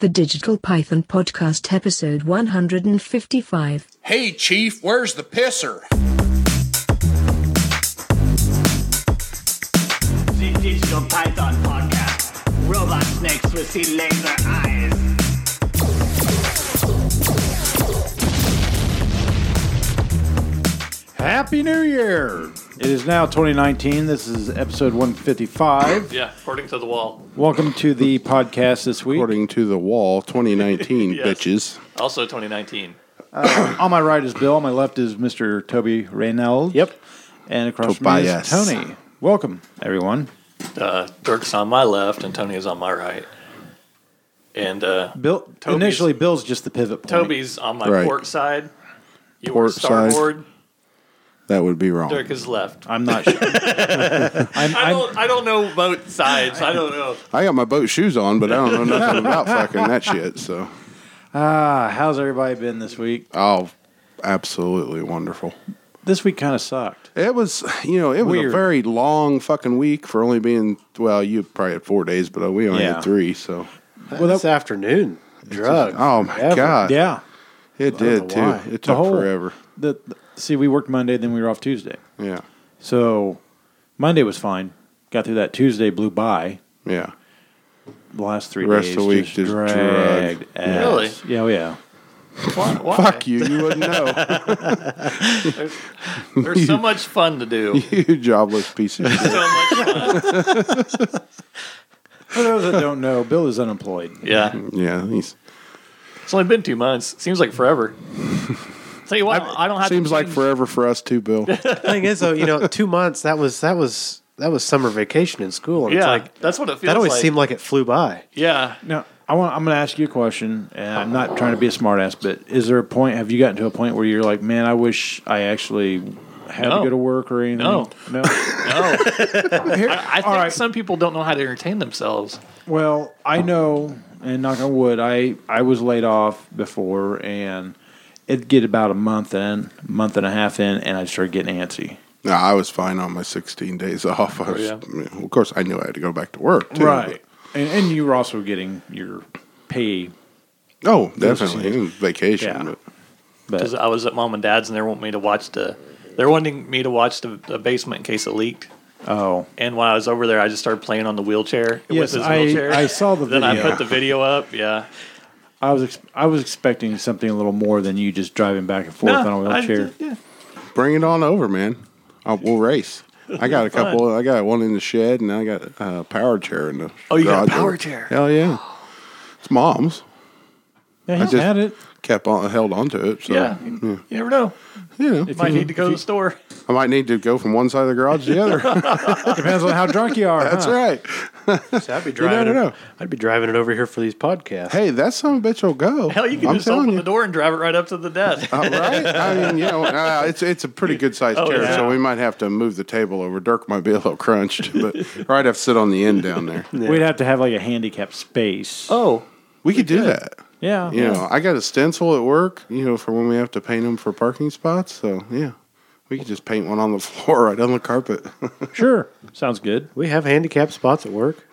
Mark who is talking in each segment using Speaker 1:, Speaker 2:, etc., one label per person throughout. Speaker 1: The Digital Python Podcast, episode 155.
Speaker 2: Hey, Chief, where's the pisser?
Speaker 3: The Digital Python Podcast. Robot snakes with the laser eyes.
Speaker 4: Happy New Year! It is now 2019. This is episode 155.
Speaker 5: Yeah, according to the wall.
Speaker 4: Welcome to the podcast this week.
Speaker 6: According to the wall, 2019,
Speaker 5: Yes.
Speaker 6: bitches.
Speaker 5: Also 2019.
Speaker 4: On my right is Bill. On my left is Mr. Toby Reynolds.
Speaker 6: Yep.
Speaker 4: And across from me is
Speaker 6: Tobias.
Speaker 4: Tony. Welcome, everyone.
Speaker 5: Uh, Dirk's on my left and Tony is on my right. And uh,
Speaker 4: Bill.
Speaker 5: Toby's-
Speaker 4: Initially, Bill's just the pivot point.
Speaker 5: Toby's on my
Speaker 6: Right.
Speaker 5: port side. You
Speaker 6: Port
Speaker 5: are starboard.
Speaker 6: That would be wrong.
Speaker 5: Dirk is left.
Speaker 4: I'm not sure. I'm,
Speaker 5: I
Speaker 4: I'm,
Speaker 5: don't, I don't know both sides. I don't know.
Speaker 6: I got my boat shoes on, but I don't know nothing about fucking that shit. So,
Speaker 4: uh, how's everybody been this week?
Speaker 6: oh, absolutely wonderful.
Speaker 4: This week kind of sucked.
Speaker 6: It was, you know, it was
Speaker 4: Weird.
Speaker 6: a very long fucking week for only being, well, you probably had four days, but uh, we only
Speaker 4: Yeah.
Speaker 6: had three. So,
Speaker 4: Well, that-
Speaker 7: this afternoon. Drugs.
Speaker 6: oh my God.
Speaker 4: Yeah.
Speaker 6: It did too.
Speaker 7: why.
Speaker 6: It took
Speaker 4: whole-
Speaker 6: forever.
Speaker 4: The, the, see, we worked Monday, then we were off Tuesday.
Speaker 6: Yeah.
Speaker 4: So Monday was fine. Got through that. Tuesday blew by.
Speaker 6: Yeah.
Speaker 4: the last three
Speaker 6: The rest
Speaker 4: days
Speaker 6: of the week
Speaker 4: just,
Speaker 6: just
Speaker 4: dragged.
Speaker 6: drugged.
Speaker 4: ass. Yeah, oh, yeah.
Speaker 5: Why? why?
Speaker 6: Fuck you. You wouldn't know.
Speaker 5: There's, there's so much fun to do.
Speaker 6: you jobless piece of shit.
Speaker 5: So much fun.
Speaker 4: For those that don't know, Bill is unemployed.
Speaker 5: Yeah.
Speaker 6: Yeah. He's,
Speaker 5: It's only been two months. Seems like forever. Tell you what, I, don't have
Speaker 6: seems
Speaker 5: to
Speaker 6: like
Speaker 5: change-
Speaker 6: forever for us too, Bill.
Speaker 7: thing is, though, you know, two months. That was that was that was summer vacation in school. And
Speaker 5: Yeah,
Speaker 7: it's like
Speaker 5: that's what it feels
Speaker 7: that always
Speaker 5: like.
Speaker 7: seemed like it flew by.
Speaker 5: yeah.
Speaker 4: Now, I want, I'm going to ask you a question, and I'm not trying to be a smartass, but is there a point, have you gotten to a point where you're like, man, I wish I actually had
Speaker 5: No.
Speaker 4: to go to work or anything?
Speaker 5: No.
Speaker 4: No.
Speaker 5: No. I, I think
Speaker 4: All right.
Speaker 5: some people don't know how to entertain themselves.
Speaker 4: Well, I
Speaker 5: Oh.
Speaker 4: know, and knock on wood, I, I was laid off before, and it'd get about a month in, month and a half in, and I'd start getting antsy.
Speaker 6: No, I was fine on my 16 days off. I was,
Speaker 5: Oh, yeah.
Speaker 6: I mean, of course, I knew I had to go back to work. Too,
Speaker 4: Right. And, and you were also getting your pay.
Speaker 6: but- oh, definitely. It was vacation.
Speaker 4: Yeah.
Speaker 6: But
Speaker 4: But
Speaker 5: because I was at mom and dad's and they want me to watch the they're wanting me to watch the, the basement in case it leaked.
Speaker 4: Oh,
Speaker 5: And while I was over there, I just started playing on the wheelchair
Speaker 4: Yes,
Speaker 5: with his
Speaker 4: I-
Speaker 5: wheelchair.
Speaker 4: I saw the
Speaker 5: then I
Speaker 4: video.
Speaker 5: put the video up. Yeah,
Speaker 4: I was ex- I was expecting something a little more than you just driving back and forth on a
Speaker 5: Ah, I-
Speaker 4: wheelchair.
Speaker 5: yeah.
Speaker 6: bring it on over, man. I, we'll race. I got a couple. I got one in the shed, and I got a power chair in the.
Speaker 5: Oh, you got a
Speaker 6: garage.
Speaker 5: power chair.
Speaker 6: Hell yeah! It's mom's.
Speaker 4: yeah, he's
Speaker 6: just-
Speaker 4: had it.
Speaker 6: Kept on, held on to it. So
Speaker 5: Yeah. you never know.
Speaker 6: you know,
Speaker 4: Hmm. If
Speaker 5: Might
Speaker 4: you-
Speaker 5: need to go to the store.
Speaker 6: I might need to go from one side of the garage to the other.
Speaker 4: Depends on how drunk you are.
Speaker 6: That's
Speaker 4: huh?
Speaker 6: right.
Speaker 7: So I'd be
Speaker 6: You
Speaker 7: driving.
Speaker 6: never
Speaker 7: it,
Speaker 6: know.
Speaker 7: I'd be driving it over here for these podcasts.
Speaker 6: Hey, that son of a bitch will go.
Speaker 5: Hell, you can
Speaker 6: I'm
Speaker 5: just
Speaker 6: telling
Speaker 5: open
Speaker 6: you.
Speaker 5: the door and drive it right up to the desk.
Speaker 4: Oh,
Speaker 6: Uh, right? I mean, you know, uh, it's it's a pretty good sized
Speaker 5: Oh,
Speaker 6: chair,
Speaker 5: yeah.
Speaker 6: so we might have to move the table over. Dirk might be a little crunched, but or I'd have to sit on the end down there.
Speaker 4: We'd have to have like a handicap space.
Speaker 5: oh,
Speaker 6: We could do that.
Speaker 4: yeah,
Speaker 6: You know, I got a stencil at work. You know, for when we have to paint them for parking spots. So yeah, we could just paint one on the floor right on the carpet.
Speaker 4: sure, sounds good.
Speaker 7: We have handicapped spots at work.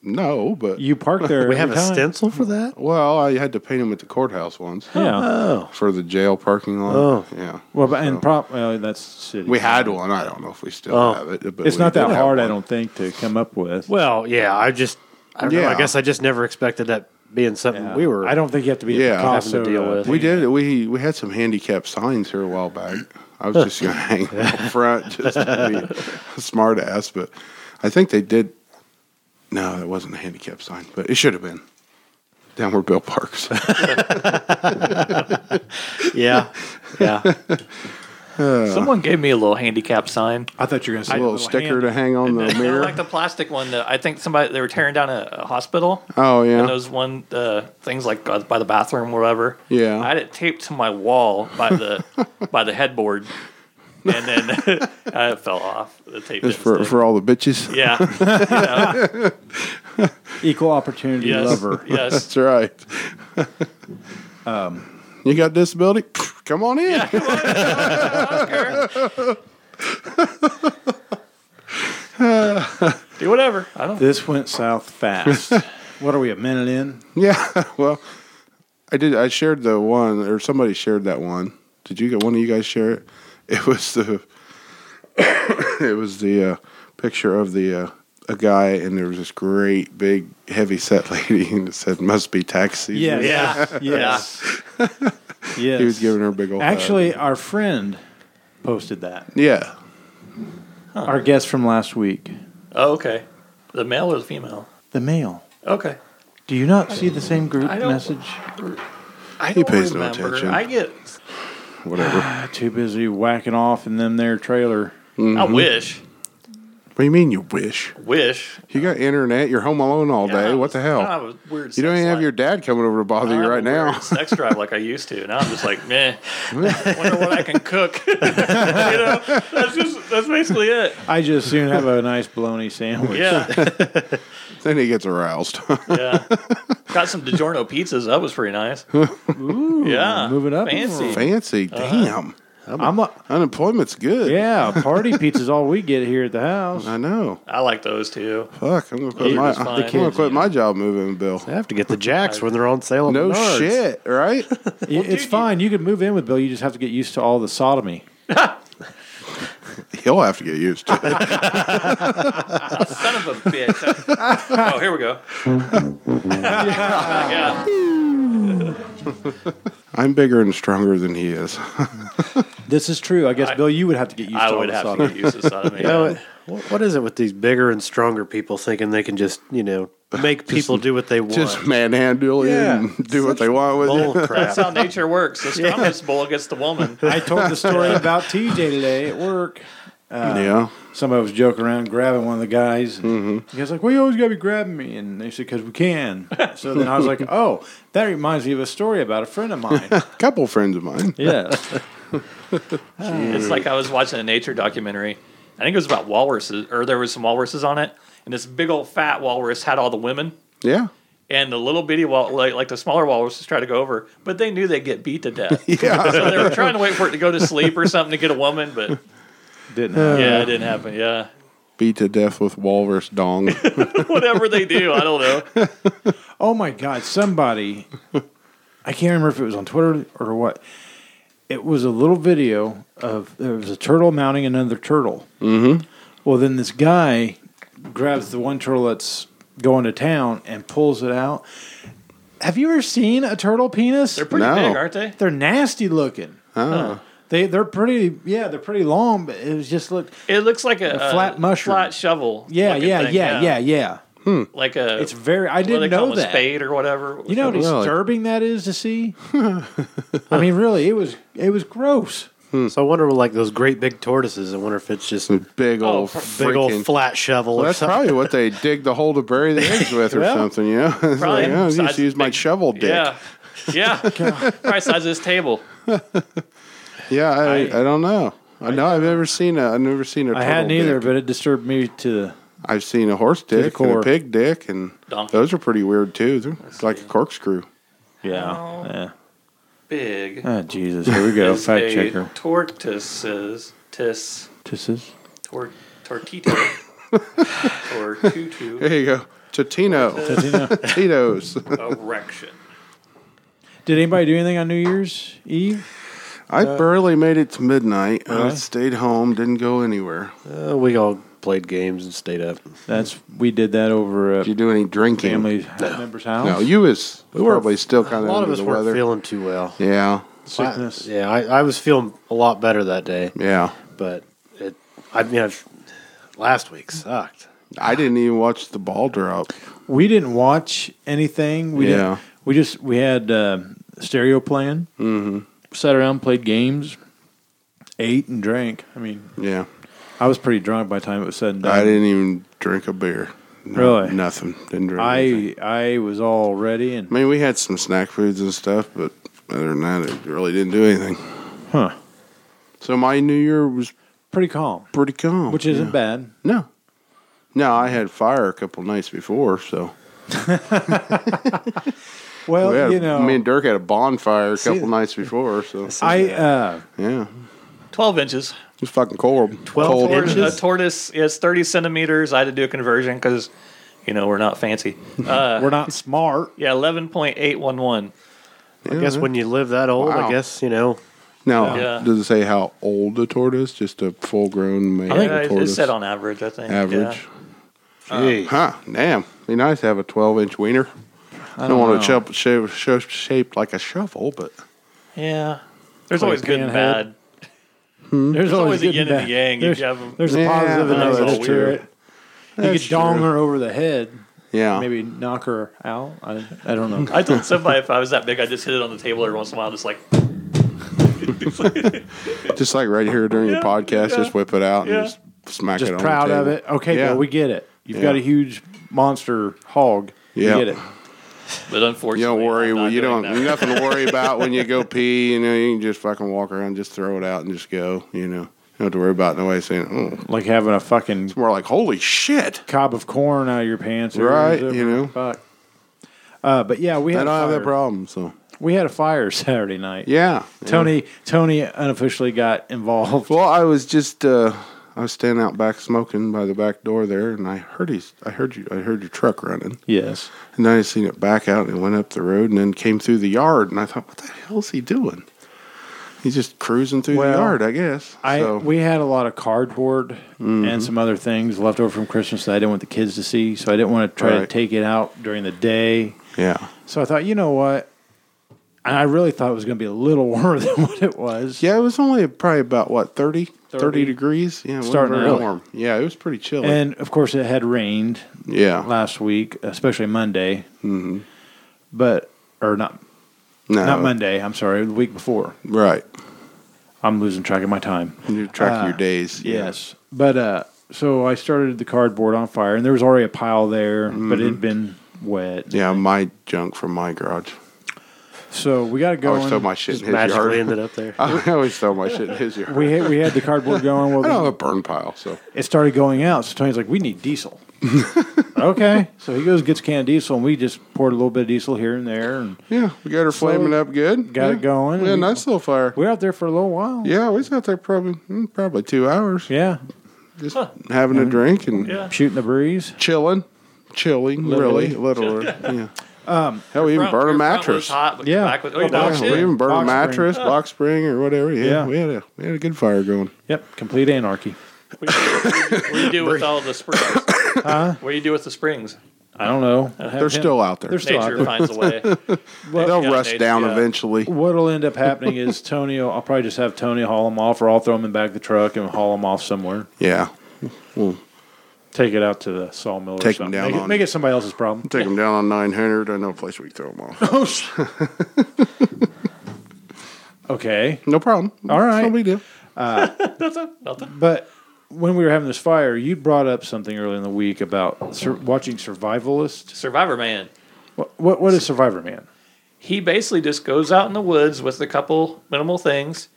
Speaker 6: no, but
Speaker 4: You park there.
Speaker 7: We have a
Speaker 4: every time.
Speaker 7: stencil for that.
Speaker 6: well, I had to paint them at the courthouse once
Speaker 4: Yeah,
Speaker 6: for the jail parking lot.
Speaker 7: Oh.
Speaker 6: yeah.
Speaker 4: well, but, and prop. Well, that's city.
Speaker 6: We had one. I don't know if we still
Speaker 7: Oh.
Speaker 6: have it. But
Speaker 4: It's
Speaker 6: we
Speaker 4: not that
Speaker 6: did have
Speaker 4: hard, I
Speaker 6: one.
Speaker 4: don't think, to come up with.
Speaker 7: Well, yeah. I just. I don't know. I
Speaker 6: Yeah.
Speaker 7: guess I just never expected that being something we were.
Speaker 4: I don't think you have to be a
Speaker 6: Yeah.
Speaker 4: Picasso
Speaker 7: Having to deal with.
Speaker 6: We did. We we had some handicap signs here a while back. I was just going to hang them up front just to be a smart ass, but I think they did. No, it wasn't a handicap sign, but it should have been. Down where Bill parks.
Speaker 7: Yeah. Yeah.
Speaker 4: Uh.
Speaker 5: someone gave me a little handicap sign.
Speaker 4: I thought you were going to say
Speaker 6: a little sticker to hang on the
Speaker 5: You know,
Speaker 6: mirror.
Speaker 5: like the plastic one that I think somebody they were tearing down a, a hospital.
Speaker 6: Oh, yeah.
Speaker 5: And those one uh, things like uh, by the bathroom, or whatever.
Speaker 6: Yeah.
Speaker 5: I had it taped to my wall by the by the headboard, and then I fell off the tape. didn't
Speaker 6: Just for,
Speaker 5: stick.
Speaker 6: for all the bitches.
Speaker 5: yeah,
Speaker 4: equal opportunity
Speaker 5: yes,
Speaker 4: lover.
Speaker 5: yes.
Speaker 6: That's right. you got disability? Come on in.
Speaker 5: Do whatever. I don't.
Speaker 4: This went south fast. What are we a minute in?
Speaker 6: Yeah. Well, I did. I shared the one, or somebody shared that one. Did you get one of you guys share it? It was the, it was the uh, picture of the uh, a guy, and there was this great big heavy set lady, and it said "must be taxi."
Speaker 5: Yeah.
Speaker 4: Yes. yes.
Speaker 6: He was giving her a big old. hug.
Speaker 4: Actually, our friend posted that.
Speaker 6: Yeah.
Speaker 4: Our guest from last week,
Speaker 5: Oh, okay. The male or the female?
Speaker 4: the male.
Speaker 5: Okay.
Speaker 4: Do you not see the same group
Speaker 5: I don't-
Speaker 4: message?
Speaker 5: I
Speaker 6: He
Speaker 5: don't
Speaker 6: pays no
Speaker 5: remember.
Speaker 6: attention.
Speaker 5: I get.
Speaker 6: Whatever.
Speaker 4: Ah, Too busy whacking off in them their trailer.
Speaker 5: I
Speaker 6: Mm-hmm.
Speaker 5: wish.
Speaker 6: what do you mean you wish?
Speaker 5: Wish.
Speaker 6: You got internet. You're home alone all day.
Speaker 5: Yeah, I
Speaker 6: what
Speaker 5: was-
Speaker 6: the hell?
Speaker 4: Oh,
Speaker 5: I was weird
Speaker 6: you don't
Speaker 5: sex
Speaker 6: even have
Speaker 5: life.
Speaker 6: your dad coming over to bother you
Speaker 5: I have
Speaker 6: right
Speaker 5: a weird
Speaker 6: now.
Speaker 5: sex drive like I used to. Now I'm just like, meh. Wonder what I can cook. you know, that's just that's basically it.
Speaker 4: I just soon have a nice bologna sandwich.
Speaker 5: Yeah,
Speaker 6: then he gets aroused.
Speaker 5: yeah. Got some DiGiorno pizzas. That was pretty nice. yeah,
Speaker 4: moving up.
Speaker 5: Fancy.
Speaker 6: Fancy. Damn.
Speaker 4: I'm a,
Speaker 6: Unemployment's good.
Speaker 4: Uh-huh. yeah, party pizza's all we get here at the house.
Speaker 6: I know.
Speaker 5: I like those too.
Speaker 6: Fuck, I'm gonna quit
Speaker 5: Yeah,
Speaker 6: my
Speaker 5: it's fine.
Speaker 6: I'm gonna
Speaker 5: Kids,
Speaker 6: quit my job moving, Bill.
Speaker 7: I have to get the jacks when they're on sale. at
Speaker 6: No
Speaker 7: Menards.
Speaker 6: shit, right?
Speaker 4: it's fine. You can move in with Bill. You just have to get used to all the sodomy.
Speaker 6: He'll have to get used to it.
Speaker 5: Son of a bitch. oh, here we go. yeah.
Speaker 6: I'm bigger and stronger than he is.
Speaker 4: This is true. I guess Bill, you would have to get used
Speaker 5: I
Speaker 4: to all
Speaker 5: would
Speaker 4: the
Speaker 5: have to
Speaker 4: sodomy.
Speaker 5: get used to sodomy.
Speaker 7: You know, it- what, what is it with these bigger and stronger people thinking they can just you know make people do what they want?
Speaker 6: Just manhandle you
Speaker 4: Yeah.
Speaker 6: and do what they want with
Speaker 7: Bull
Speaker 6: you.
Speaker 7: crap.
Speaker 5: That's how nature works. The strongest bull gets the woman.
Speaker 4: I told the story about TJ today at work.
Speaker 6: yeah.
Speaker 4: Somebody was joking around, grabbing one of the guys. And
Speaker 5: Mm-hmm.
Speaker 4: The guy's like, "Well, you always gotta be grabbing me," and they said, "Cause we can." So then I was like, "Oh, that reminds me of a story about a friend of mine."
Speaker 6: couple friends of mine.
Speaker 4: yes.
Speaker 5: It's like I was watching a nature documentary. I think it was about walruses, or there was some walruses on it, and this big old fat walrus had all the women,
Speaker 6: Yeah.
Speaker 5: and the little bitty wal, like, like the smaller walruses, tried to go over, but they knew they'd get beat to death.
Speaker 6: Yeah.
Speaker 5: so they were trying to wait for it to go to sleep or something to get a woman, but
Speaker 4: Didn't happen.
Speaker 5: yeah, it didn't happen. Yeah,
Speaker 6: Beat to death with walrus dong.
Speaker 5: whatever they do, I don't know.
Speaker 4: Oh my God! Somebody, I can't remember if it was on Twitter or what. It was a little video of there was a turtle mounting another turtle. Mm-hmm. Well, then this guy grabs the one turtle that's going to town and pulls it out. Have you ever seen a turtle penis?
Speaker 5: They're Oh. pretty
Speaker 6: No.
Speaker 5: big, aren't they?
Speaker 4: They're nasty looking. They they're pretty yeah they're pretty long but it was just look
Speaker 5: It looks like a,
Speaker 4: A flat
Speaker 5: uh,
Speaker 4: mushroom.
Speaker 5: flat shovel.
Speaker 4: yeah
Speaker 5: looking
Speaker 4: yeah
Speaker 5: thing,
Speaker 4: yeah, yeah yeah
Speaker 5: Like a
Speaker 4: it's very I
Speaker 5: what do they
Speaker 4: didn't
Speaker 5: call
Speaker 4: know
Speaker 5: them, a
Speaker 4: that
Speaker 5: spade or whatever.
Speaker 4: you know how
Speaker 6: Really?
Speaker 4: disturbing that is to see I mean really it was it was gross
Speaker 7: So I wonder, like those great big tortoises. I wonder if it's
Speaker 6: Hmm.
Speaker 7: just Oh, big
Speaker 6: Big old
Speaker 5: pr-
Speaker 6: freaking.
Speaker 7: old flat shovel.
Speaker 6: Well,
Speaker 7: or
Speaker 6: that's
Speaker 7: something.
Speaker 6: probably what they dig the hole to bury the eggs with or
Speaker 4: Well,
Speaker 6: something, you know? It's
Speaker 5: Probably
Speaker 6: like, oh, you
Speaker 5: besides
Speaker 6: just use my
Speaker 5: big-
Speaker 6: shovel dick.
Speaker 5: Yeah. Yeah. Probably size of this table.
Speaker 6: Yeah, I, I,
Speaker 5: I-
Speaker 6: don't know. I know I've never seen a I've never seen a
Speaker 4: I
Speaker 6: turtle
Speaker 4: hadn't either
Speaker 6: dick.
Speaker 4: but it disturbed me to
Speaker 6: I've seen a horse dick and
Speaker 4: core.
Speaker 6: a pig dick, and
Speaker 5: Donkey.
Speaker 6: those are pretty weird too. They're it's like a corkscrew.
Speaker 4: yeah yeah
Speaker 5: Big.
Speaker 4: oh Jesus here we go
Speaker 5: is
Speaker 4: fact
Speaker 5: a
Speaker 4: checker
Speaker 5: Tortoises. Tis.
Speaker 4: this is
Speaker 5: Tor, tortito. or tutu.
Speaker 6: There you go, Totino,
Speaker 4: Does he know?
Speaker 6: Tito's.
Speaker 5: Erection.
Speaker 4: did anybody do anything on New Year's Eve
Speaker 6: I
Speaker 4: Uh,
Speaker 6: barely made it to midnight. I
Speaker 4: uh-huh.
Speaker 6: stayed home, didn't go anywhere.
Speaker 7: Uh, we all played games and stayed up.
Speaker 4: that's we did that over at
Speaker 6: Did you do any drinking?
Speaker 4: family members house
Speaker 6: No, you was probably still
Speaker 7: A
Speaker 6: kind of
Speaker 7: lot of
Speaker 6: under
Speaker 7: us
Speaker 6: the
Speaker 7: weren't
Speaker 6: weather.
Speaker 7: feeling too well.
Speaker 6: yeah,
Speaker 4: sickness
Speaker 7: I- yeah, I, I was feeling a lot better that day,
Speaker 6: yeah.
Speaker 7: but it. I mean, I've, last week sucked.
Speaker 6: I didn't even watch the ball drop.
Speaker 4: We didn't watch anything. We
Speaker 6: Yeah.
Speaker 4: didn't, we just we had uh, stereo playing. Mm-hmm. Sat around, played games, ate and drank. I mean,
Speaker 6: Yeah,
Speaker 4: I was pretty drunk by the time it was said and done.
Speaker 6: I didn't even drink a beer. No-
Speaker 4: Really?
Speaker 6: nothing. Didn't drink. anything.
Speaker 4: I I was all ready
Speaker 6: I
Speaker 4: and
Speaker 6: mean, we had some snack foods and stuff, but other than that, it really didn't do anything.
Speaker 4: huh,
Speaker 6: So my New Year was
Speaker 4: pretty calm,
Speaker 6: pretty calm,
Speaker 4: which isn't
Speaker 6: Oh, yeah.
Speaker 4: bad.
Speaker 6: No, no, I had fire a couple nights before, so
Speaker 4: Well,
Speaker 6: We had-
Speaker 4: you know,
Speaker 6: me and Dirk had a bonfire a couple
Speaker 4: See-
Speaker 6: nights before, so
Speaker 4: I uh,
Speaker 6: yeah,
Speaker 5: 12 inches.
Speaker 6: it was fucking cold.
Speaker 7: 12
Speaker 6: cold.
Speaker 5: Tor-
Speaker 7: inches?
Speaker 5: A tortoise is 30 centimeters. I had to do a conversion because You know, we're not fancy. Uh,
Speaker 4: We're not smart.
Speaker 5: yeah, eleven point eight one one.
Speaker 7: I guess when you live that old,
Speaker 6: Wow.
Speaker 7: I guess you know.
Speaker 6: Now,
Speaker 5: Yeah.
Speaker 6: does it say how old the tortoise? Just a full grown male
Speaker 5: I think it-
Speaker 6: tortoise?
Speaker 5: it said on average. I think
Speaker 6: average. Uh,
Speaker 5: Yeah.
Speaker 7: Jeez.
Speaker 6: Huh, damn. Be nice to have a 12 inch wiener. I don't, want to chop shape, shape, shaped like a shovel, but
Speaker 5: Yeah. There's
Speaker 4: Like
Speaker 5: always good and
Speaker 4: panhead.
Speaker 5: bad.
Speaker 4: There's
Speaker 5: always a
Speaker 4: good
Speaker 5: yin and a
Speaker 4: bad.
Speaker 5: yang. You
Speaker 4: There's,
Speaker 5: have 'em-
Speaker 4: there's a
Speaker 6: Hmm? Yeah,
Speaker 4: positive and
Speaker 6: that's
Speaker 4: negative to
Speaker 6: weird.
Speaker 4: it. You
Speaker 6: That's
Speaker 4: could dong
Speaker 6: true.
Speaker 4: her over the head.
Speaker 6: yeah,
Speaker 4: Maybe knock her out. I, I don't know.
Speaker 5: I told somebody if I was that big, I'd just hit it on the table every once in a while, just like
Speaker 6: just like right here during your podcast, just whip it out and
Speaker 5: yeah.
Speaker 6: just smack
Speaker 4: Just
Speaker 6: it on the
Speaker 4: proud of
Speaker 6: table.
Speaker 4: it. Okay,
Speaker 6: Yeah.
Speaker 4: Bill, we get it. You've
Speaker 6: Yeah.
Speaker 4: got a huge monster hog.
Speaker 6: Yeah.
Speaker 4: We get it.
Speaker 5: But unfortunately,
Speaker 6: You don't worry.
Speaker 5: I'm not
Speaker 6: Well, you
Speaker 5: doing
Speaker 6: don't
Speaker 5: that.
Speaker 6: nothing to worry about when you go pee. You know, you can just fucking walk around, just throw it out, and just go. You know, you don't have to worry about nobody saying, "Oh,
Speaker 4: Like having a fucking
Speaker 6: more like holy shit."
Speaker 4: cob of corn out of your pants. or
Speaker 6: Right,
Speaker 4: whatever.
Speaker 6: you know.
Speaker 4: Fuck. Uh, but yeah, we
Speaker 6: I
Speaker 4: had
Speaker 6: don't
Speaker 4: a
Speaker 6: have
Speaker 4: fire.
Speaker 6: that problem. So
Speaker 4: We had a fire Saturday night.
Speaker 6: yeah,
Speaker 4: Tony Tony unofficially got involved.
Speaker 6: Well, I was just uh, I was standing out back smoking by the back door there, and I heard he's I heard you I heard your truck running,
Speaker 4: yes.
Speaker 6: and then I seen it back out and it went up the road and then came through the yard, and I thought, what the hell's he doing? He's just cruising through the
Speaker 4: Well,
Speaker 6: yard, I guess.
Speaker 4: I
Speaker 6: so,
Speaker 4: we had a lot of cardboard and some other things left over from Christmas that I didn't want the kids to see, so I didn't want to try to
Speaker 6: Right.
Speaker 4: take it out during the day.
Speaker 6: yeah,
Speaker 4: So I thought, you know what? And I really thought it was going to be a little warmer than what it was.
Speaker 6: yeah, it was only probably about what 30, 30,
Speaker 4: 30.
Speaker 6: degrees. Yeah, it wasn't
Speaker 4: Starting
Speaker 6: very
Speaker 4: early.
Speaker 6: warm. Yeah, it was pretty chilly.
Speaker 4: And of course, it had rained
Speaker 6: yeah,
Speaker 4: last week, especially Monday. Mm-hmm. But or not
Speaker 6: no,
Speaker 4: not Monday. I'm sorry, the week before.
Speaker 6: right?
Speaker 4: I'm losing track of my time.
Speaker 6: You track your days. yeah.
Speaker 4: Uh, Yes. But uh, so I started the cardboard on fire, and there was already a pile there, but it had been wet.
Speaker 6: Mm-hmm. yeah, my junk from my garage.
Speaker 4: So we got it
Speaker 6: I
Speaker 4: going.
Speaker 6: always throw my shit in his
Speaker 7: Magically
Speaker 6: yard.
Speaker 7: ended up there.
Speaker 6: I always throw my shit in his yard.
Speaker 4: we had, we had the cardboard going. Well,
Speaker 6: I don't
Speaker 4: then
Speaker 6: have a burn pile, so
Speaker 4: it started going out. So Tony's like, "We need diesel." okay, so he goes and gets a can of diesel, and we just poured a little bit of diesel here and there, and
Speaker 6: yeah, we got her
Speaker 4: Slowly
Speaker 6: flaming up good.
Speaker 4: got
Speaker 6: yeah.
Speaker 4: it going.
Speaker 6: We had a
Speaker 4: And
Speaker 6: nice little fire.
Speaker 4: we were out there for a little while.
Speaker 6: yeah, we was out there probably mm, probably two hours,
Speaker 4: Yeah,
Speaker 6: just having a drink and
Speaker 5: Yeah.
Speaker 4: shooting the breeze.
Speaker 6: chilling, chilling,
Speaker 4: Literally.
Speaker 6: really, literally. yeah. Um, Hell, we even
Speaker 5: Front-
Speaker 6: burned a
Speaker 5: your front was
Speaker 6: mattress.
Speaker 5: hot, but
Speaker 4: Yeah.
Speaker 5: your back was- oh, you
Speaker 4: Oh,
Speaker 5: dog
Speaker 6: Yeah,
Speaker 5: shit.
Speaker 6: we even burned a
Speaker 4: Box spring.
Speaker 6: mattress, box spring, or whatever. Yeah,
Speaker 4: Yeah.
Speaker 6: we had a we had a good fire going.
Speaker 4: Yep, complete anarchy.
Speaker 5: What do you do with all the springs? What do you do with the springs?
Speaker 4: I don't know. I
Speaker 6: They're
Speaker 4: haven't-
Speaker 6: still out there.
Speaker 4: They're still out
Speaker 5: Nature
Speaker 4: there.
Speaker 5: finds a way.
Speaker 6: They'll
Speaker 5: Yeah,
Speaker 6: rust
Speaker 5: nature-
Speaker 6: down
Speaker 5: yeah.
Speaker 6: eventually.
Speaker 4: What'll end up happening is Tony. will- I'll probably just have Tony haul them off, or I'll throw them in back of the truck and haul them off somewhere.
Speaker 6: Yeah, we'll
Speaker 4: Take it out to the sawmill. or
Speaker 6: Take
Speaker 4: something.
Speaker 6: 'em down
Speaker 4: Make it,
Speaker 6: on-
Speaker 4: make it somebody else's problem.
Speaker 6: take them down on nine hundred. I know a place we can throw them off.
Speaker 4: Oh, sh- okay.
Speaker 6: No problem.
Speaker 4: All right.
Speaker 6: no big deal.
Speaker 4: But when we were having this fire, you brought up something earlier in the week about sur- watching Survivalist.
Speaker 5: Survivor Man.
Speaker 4: What, what what is Survivor Man?
Speaker 5: He basically just goes out in the woods with a couple minimal things,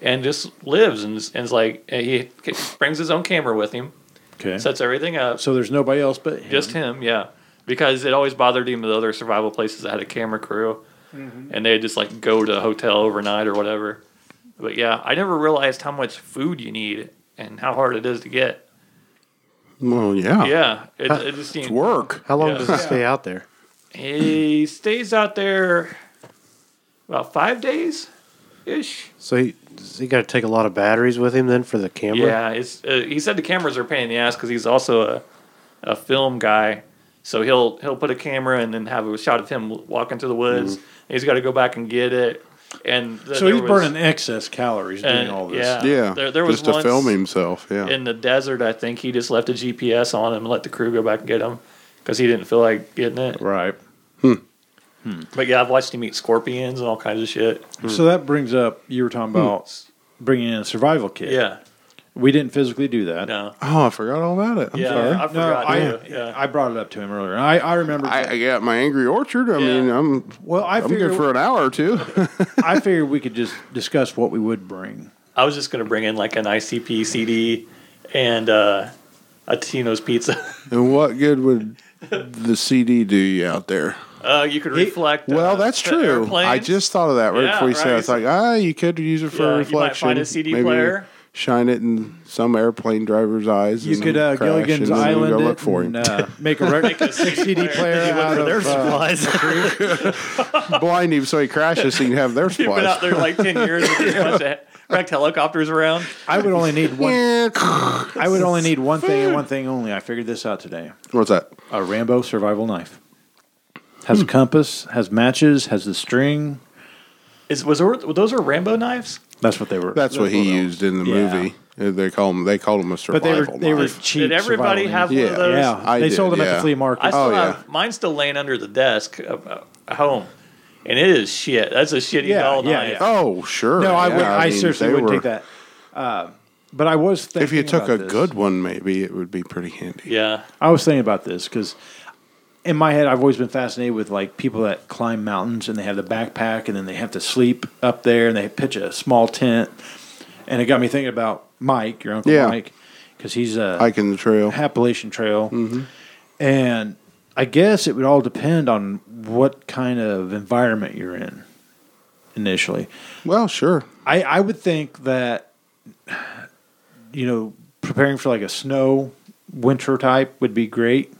Speaker 5: and just lives and is- and is like and he brings his own camera with him,
Speaker 4: Okay. So,
Speaker 5: sets everything up.
Speaker 4: there's nobody else but him.
Speaker 5: Just him, yeah. Because it always bothered him the other survival places that had a camera crew,
Speaker 6: Mm-hmm.
Speaker 5: and they'd just like go to a hotel overnight or whatever. But yeah, I never realized how much food you need and how hard it is to get.
Speaker 6: Well, yeah,
Speaker 5: Yeah, it, it just seemed,
Speaker 6: It's work.
Speaker 7: How long
Speaker 5: Yeah.
Speaker 7: does it stay out there?
Speaker 5: he stays out there about five days ish.
Speaker 7: So he does he got to take a lot of batteries with him then for the camera.
Speaker 5: Yeah, it's uh, he said the cameras are a pain in the ass because he's also a a film guy. So he'll he'll put a camera and then have a shot of him walking through the woods. And he's got to go back and get it. And th-
Speaker 4: So
Speaker 5: there
Speaker 4: he's
Speaker 5: was-
Speaker 4: burning excess calories doing
Speaker 5: uh,
Speaker 4: all this.
Speaker 5: yeah.
Speaker 6: Yeah,
Speaker 5: There- there was
Speaker 6: just to
Speaker 5: once-
Speaker 6: film himself. Yeah,
Speaker 5: in the desert. I think he just left a GPS on him and let the crew go back and get him because he didn't feel like getting it.
Speaker 4: Right.
Speaker 5: But yeah, I've watched him eat scorpions and all kinds of shit.
Speaker 4: So that brings up you were talking about bringing in a survival kit.
Speaker 5: Hmm. Yeah,
Speaker 4: We didn't physically do that.
Speaker 5: no,
Speaker 6: Oh, I forgot all about it. I'm
Speaker 5: yeah,
Speaker 6: sorry.
Speaker 5: I
Speaker 4: No,
Speaker 5: forgot.
Speaker 4: I,
Speaker 5: too. yeah.
Speaker 4: I brought it up to him earlier. I, I remember.
Speaker 6: I, I got my angry orchard. I
Speaker 5: Yeah.
Speaker 6: mean, I'm
Speaker 4: well, I
Speaker 6: I'm good
Speaker 4: figured
Speaker 6: for an hour or two.
Speaker 4: I figured we could just discuss what we would bring.
Speaker 5: I was just gonna bring in like an ICP CD and uh, a Tino's pizza.
Speaker 6: and what good would the CD do you out there?
Speaker 5: uh, you could reflect. uh,
Speaker 6: well, that's
Speaker 5: the
Speaker 6: true.
Speaker 5: airplanes.
Speaker 6: I just thought of that right
Speaker 5: Yeah,
Speaker 6: before you said.
Speaker 5: right.
Speaker 6: it. It's like ah, you could use it for
Speaker 5: Yeah, you might
Speaker 6: reflection.
Speaker 5: find a CD
Speaker 6: Maybe
Speaker 5: player.
Speaker 6: shine it in some airplane driver's eyes.
Speaker 4: You
Speaker 6: and
Speaker 4: could uh,
Speaker 6: crash,
Speaker 4: Gilligan's
Speaker 6: and then you
Speaker 4: Island
Speaker 6: go
Speaker 4: it
Speaker 6: look for him.
Speaker 4: and uh, make a, rec- CD player out of
Speaker 7: Their
Speaker 4: uh,
Speaker 7: supplies.
Speaker 6: Blind him so he crashes so you can have their
Speaker 5: You've been out there like
Speaker 6: supplies.
Speaker 5: 10 years with just a bunch of wrecked helicopters around.
Speaker 4: I would only need one.
Speaker 6: Yeah.
Speaker 4: I would only need one thing and one thing only. I figured this out today.
Speaker 6: What's that?
Speaker 4: A Rambo survival knife has
Speaker 6: Hmm.
Speaker 4: a compass, has matches, has the string.
Speaker 5: Is, was there, those were Rambo knives?
Speaker 4: That's what they were.
Speaker 6: That's what he
Speaker 4: they were.
Speaker 6: used in the
Speaker 4: Yeah.
Speaker 6: movie. Uh, They call him. They called him a
Speaker 4: But they
Speaker 6: survival.
Speaker 4: were they were
Speaker 6: knife.
Speaker 4: cheap.
Speaker 5: Did everybody
Speaker 4: survival
Speaker 5: have
Speaker 4: knives.
Speaker 5: one
Speaker 6: Yeah.
Speaker 5: of those?
Speaker 4: Yeah,
Speaker 6: I
Speaker 4: they
Speaker 6: did,
Speaker 4: sold them at
Speaker 6: yeah.
Speaker 4: the flea
Speaker 5: I
Speaker 4: market.
Speaker 5: still
Speaker 6: Oh,
Speaker 5: have
Speaker 6: yeah.
Speaker 5: mine's still laying under the desk uh, uh, at home, and it is shit. That's a shitty
Speaker 4: Yeah,
Speaker 5: doll
Speaker 4: yeah,
Speaker 5: knife.
Speaker 4: yeah.
Speaker 6: Oh sure.
Speaker 4: no, I
Speaker 6: yeah,
Speaker 4: would. I,
Speaker 6: mean,
Speaker 4: seriously
Speaker 6: they
Speaker 4: would
Speaker 6: were-
Speaker 4: take that. Uh, but I was thinking
Speaker 6: If you took
Speaker 4: about
Speaker 6: a
Speaker 4: this.
Speaker 6: good one, maybe it would be pretty handy.
Speaker 5: Yeah.
Speaker 4: I was thinking about this because in my head, I've always been fascinated with like people that climb mountains and they have the backpack and then they have to sleep up there and they pitch a small tent. And it got me thinking about Mike, your uncle
Speaker 6: Yeah.
Speaker 4: Mike, because he's a
Speaker 6: Hiking the trail.
Speaker 4: Appalachian Trail.
Speaker 6: Mm-hmm.
Speaker 4: And I guess it would all depend on what kind of environment you're in initially.
Speaker 6: Well, sure.
Speaker 4: I, I would think that you know preparing for like a snow winter type would be great.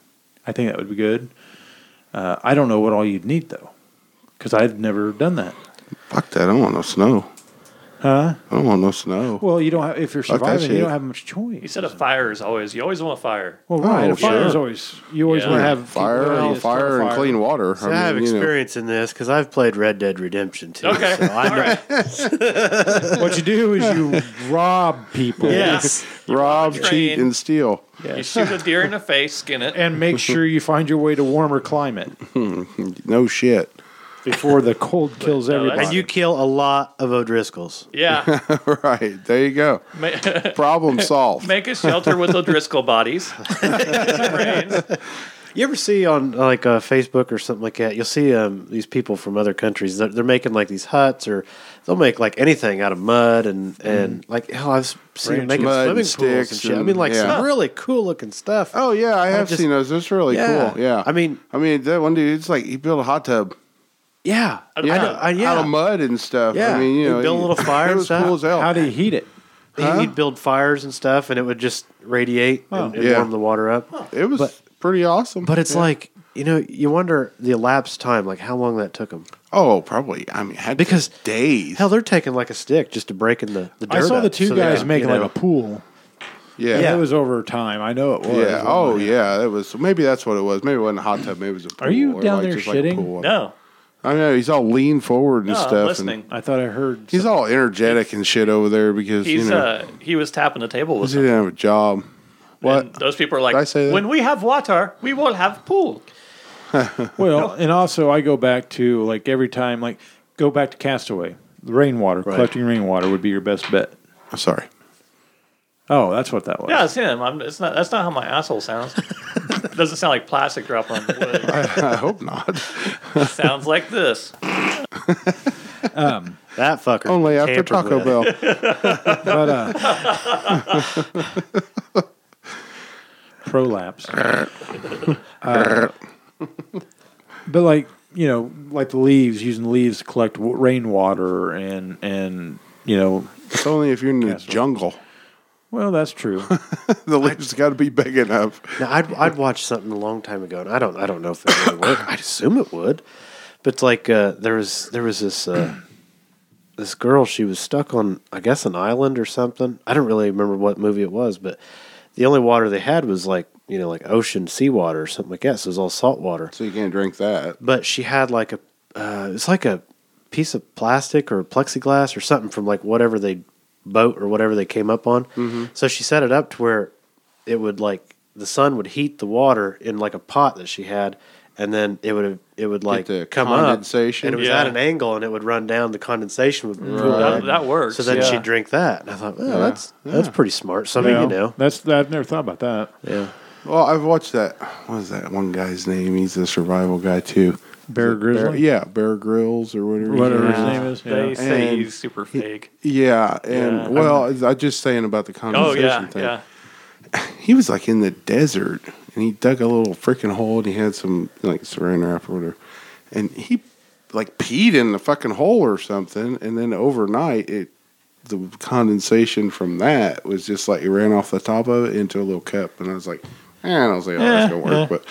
Speaker 4: I think that would be good. Uh, I don't know what all you'd need though, because I've never done that.
Speaker 6: Fuck that. I don't want no snow.
Speaker 4: Huh?
Speaker 6: I don't want no snow.
Speaker 4: Well, you don't have if you're
Speaker 6: Fuck that
Speaker 4: surviving, you
Speaker 6: shit.
Speaker 4: don't have much choice.
Speaker 5: You said a fire is always, you always want a fire.
Speaker 4: Well, right,
Speaker 6: Oh,
Speaker 4: a fire
Speaker 6: sure.
Speaker 4: is always you always
Speaker 5: Yeah.
Speaker 4: want to have
Speaker 6: fire,
Speaker 4: people-
Speaker 6: fire, and clean water.
Speaker 7: I have
Speaker 6: mean, you know.
Speaker 7: experience in this because I've played Red Dead Redemption too.
Speaker 5: Okay.
Speaker 7: so I
Speaker 5: All
Speaker 7: know-
Speaker 5: right.
Speaker 4: What you do is you rob people
Speaker 7: Yes.
Speaker 6: Rob,
Speaker 5: Train.
Speaker 6: cheat, and steal.
Speaker 5: You shoot a deer in the face, skin it.
Speaker 4: and make sure you find your way to warmer climate
Speaker 6: No shit.
Speaker 4: before the cold kills
Speaker 5: that's-
Speaker 4: everybody.
Speaker 7: and you kill a lot of O'Driscolls.
Speaker 5: Yeah.
Speaker 6: right. There you go.
Speaker 5: Ma-
Speaker 6: Problem solved.
Speaker 5: Make a shelter with O'Driscoll bodies. Brains.
Speaker 7: You ever see on like uh, Facebook or something like that? You'll see um, these people from other countries. They're, they're making like these huts, or they'll make like anything out of mud and and like hell, I've s- seen them
Speaker 4: Branches.
Speaker 7: making
Speaker 6: Mm-hmm. Mud and
Speaker 7: swimming pools and
Speaker 6: sticks
Speaker 7: shit. I
Speaker 6: and-
Speaker 7: mean, like
Speaker 6: yeah.
Speaker 7: some really cool looking stuff.
Speaker 6: Oh yeah, I have
Speaker 7: just-
Speaker 6: seen those. It's really
Speaker 7: Yeah.
Speaker 6: cool. Yeah.
Speaker 7: I mean-
Speaker 6: I mean that one dude. It's like he built a hot tub.
Speaker 7: yeah,
Speaker 6: Yeah.
Speaker 7: I know, I, yeah.
Speaker 6: Out of mud and stuff. I
Speaker 7: Yeah.
Speaker 6: mean, you
Speaker 7: He
Speaker 6: know,
Speaker 7: built a little fire
Speaker 6: It
Speaker 7: and
Speaker 6: was
Speaker 7: stuff.
Speaker 6: cool as hell.
Speaker 4: How do you heat it?
Speaker 7: He- He'd build fires and stuff, and it would just radiate and, and
Speaker 6: Oh, Yeah.
Speaker 7: warm the water up.
Speaker 6: it was pretty awesome.
Speaker 7: But it's
Speaker 6: Yeah.
Speaker 7: like you know, you wonder the elapsed time, like how long that took them.
Speaker 6: oh, probably. I mean, it had to be
Speaker 7: Because-
Speaker 6: days.
Speaker 7: Hell, they're taking like a stick just to break in the, the dirt.
Speaker 4: I saw the
Speaker 7: up
Speaker 4: two
Speaker 7: so they
Speaker 4: guys
Speaker 7: could,
Speaker 4: making
Speaker 7: you know-
Speaker 4: like a pool.
Speaker 6: yeah.
Speaker 4: Yeah,
Speaker 6: Yeah.
Speaker 4: it was over time. I know it was.
Speaker 6: Oh, yeah. That was maybe that's what it was. Maybe it wasn't a hot tub. Maybe it was a pool.
Speaker 4: Are you
Speaker 6: or
Speaker 4: down
Speaker 6: like
Speaker 4: there
Speaker 6: just like a
Speaker 4: shitting?
Speaker 6: pool.
Speaker 5: No.
Speaker 6: I know he's all lean forward and
Speaker 5: No,
Speaker 6: stuff.
Speaker 5: I'm
Speaker 6: and
Speaker 5: listening.
Speaker 4: I thought I heard.
Speaker 6: he's all energetic and shit over there because
Speaker 5: He's
Speaker 6: you know
Speaker 5: uh, he was tapping the table with
Speaker 6: he didn't have a job.
Speaker 5: and
Speaker 6: What?
Speaker 5: those people are like,
Speaker 6: Did I say that?
Speaker 5: when we have water, we will have pool.
Speaker 4: well, and also I go back to like every time, like go back to Castaway. Rainwater, collecting rainwater would be your best bet.
Speaker 6: I'm sorry.
Speaker 4: Oh, that's what that was.
Speaker 5: Yeah, it's him. I'm, it's not. That's not how my asshole sounds. it doesn't sound like plastic dropping on wood.
Speaker 6: I hope not.
Speaker 5: It sounds like this.
Speaker 7: That fucker.
Speaker 6: Only after
Speaker 7: tampered
Speaker 6: Taco
Speaker 7: with.
Speaker 6: Bell.
Speaker 4: But, uh, prolapse. Uh, but like you know, like the leaves, using the leaves to collect w- rainwater, and and you know,
Speaker 6: It's only if you're in the
Speaker 4: Castle.
Speaker 6: jungle.
Speaker 4: well, that's true.
Speaker 6: The leaves got to be big enough.
Speaker 7: Now, I'd I'd watched something a long time ago, and I don't I don't know if it would work. I'd assume it would, but it's like uh, there was there was this uh, this girl. She was stuck on I guess an island or something. I don't really remember what movie it was, but the only water they had was like you know like ocean seawater or something like that. So it was all salt water.
Speaker 6: So you can't drink that.
Speaker 7: But she had like a uh, it's like a piece of plastic or plexiglass or something from like whatever they boat or whatever they came up on. So she set it up to where it would like the sun would heat the water in like a pot that she had, and then it would it would like
Speaker 6: the
Speaker 7: come
Speaker 6: condensation.
Speaker 7: up, and it was
Speaker 5: Yeah.
Speaker 7: at an angle, and it would run down. The condensation would pool
Speaker 6: Right.
Speaker 7: up.
Speaker 5: That, that works.
Speaker 7: So then
Speaker 5: yeah.
Speaker 7: she'd drink that, and I thought, oh, that's that's pretty smart. So I mean,
Speaker 4: Yeah.
Speaker 7: you know,
Speaker 4: that's I've never thought about that.
Speaker 7: yeah.
Speaker 6: Well, I've watched that. What is that one guy's name? He's a survival guy too.
Speaker 4: Bear Grizzly,
Speaker 6: Bear, yeah, Bear Grylls or whatever. his
Speaker 4: whatever
Speaker 6: name
Speaker 4: his name is.
Speaker 6: is.
Speaker 5: They
Speaker 4: Yeah.
Speaker 5: say
Speaker 6: And
Speaker 5: he's super fake.
Speaker 6: Yeah, and
Speaker 5: Yeah.
Speaker 6: well, I just saying about the
Speaker 5: Oh
Speaker 6: condensation
Speaker 5: yeah,
Speaker 6: thing.
Speaker 5: yeah.
Speaker 6: He was like in the desert, and he dug a little freaking hole, and he had some like saran wrap or whatever, and he like peed in the fucking hole or something, and then overnight it the condensation from that was just like it ran off the top of it into a little cup, and I was like, eh, I don't see how that's gonna work, but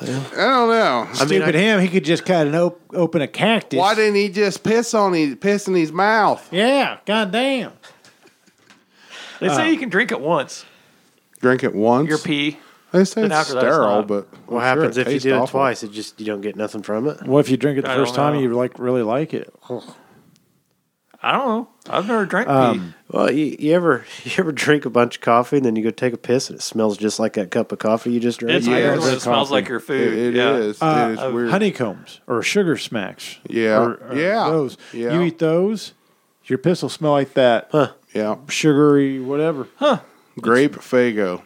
Speaker 6: I don't know.
Speaker 4: Stupid him. He could just cut an op- open a cactus.
Speaker 6: Why didn't he just piss on his piss in his mouth?
Speaker 4: yeah, goddamn.
Speaker 5: They say you can drink it once.
Speaker 6: Drink it once.
Speaker 5: Your pee.
Speaker 6: They say
Speaker 5: Then
Speaker 6: it's
Speaker 5: after that, it's
Speaker 6: sterile,
Speaker 5: not.
Speaker 6: but
Speaker 7: What happens if you do it twice? It just you don't get nothing from it.
Speaker 4: Well, if you drink it the
Speaker 5: I
Speaker 4: first
Speaker 5: don't
Speaker 4: time,
Speaker 5: know.
Speaker 4: you like really like it.
Speaker 5: I don't know. I've never drank pee.
Speaker 7: Well, you, you ever you ever drink a bunch of coffee and then you go take a piss and it smells just like that cup of coffee you just drank?
Speaker 5: It's
Speaker 6: yeah,
Speaker 5: weird when
Speaker 4: drink
Speaker 5: it smells
Speaker 4: coffee.
Speaker 5: like your food.
Speaker 6: It, it
Speaker 5: yeah.
Speaker 6: is.
Speaker 4: Uh,
Speaker 6: it is weird.
Speaker 4: Honeycombs or sugar smacks.
Speaker 6: Yeah.
Speaker 4: Or- or
Speaker 6: Yeah.
Speaker 4: Those.
Speaker 6: Yeah.
Speaker 4: You eat those, your piss will smell like that. Huh.
Speaker 6: Yeah.
Speaker 4: Sugary, whatever.
Speaker 6: Grape Fago.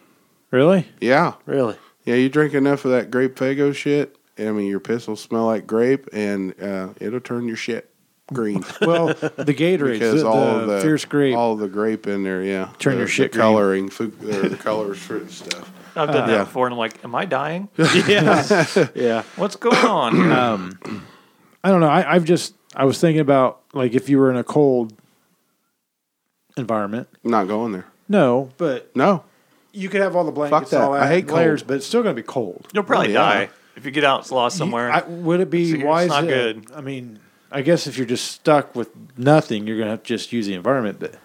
Speaker 4: Really?
Speaker 6: Yeah.
Speaker 7: Really?
Speaker 6: Yeah, you drink enough of that grape Fago shit. I mean, your piss will smell like grape, and uh, it'll turn your shit green
Speaker 4: Well, the Gatorade,
Speaker 6: because
Speaker 4: the,
Speaker 6: all
Speaker 4: the
Speaker 6: the
Speaker 4: fierce grape.
Speaker 6: all the grape in there. Yeah,
Speaker 4: Turn
Speaker 6: The-
Speaker 4: your shit
Speaker 6: the
Speaker 4: green.
Speaker 6: coloring, food, the, the colors, fruit and stuff.
Speaker 5: I've done that
Speaker 6: yeah.
Speaker 5: before, and I'm like, am I dying?
Speaker 7: Yeah.
Speaker 5: What's going on? here?
Speaker 4: I don't know. I, I've just I was thinking about like if you were in a cold environment.
Speaker 6: I'm not going there.
Speaker 4: No, but
Speaker 6: No,
Speaker 4: you could have all the blankets,
Speaker 6: that.
Speaker 4: all that,
Speaker 6: I hate
Speaker 4: layers,
Speaker 6: cold.
Speaker 4: but it's still going to be cold.
Speaker 5: You'll probably
Speaker 6: Oh, yeah.
Speaker 5: die if you get out lost somewhere.
Speaker 4: I, would it be
Speaker 5: It's- it's
Speaker 4: wise?
Speaker 5: not
Speaker 4: to-
Speaker 5: good.
Speaker 4: I mean, I guess if you're just stuck with nothing, you're going to have to just use the environment. But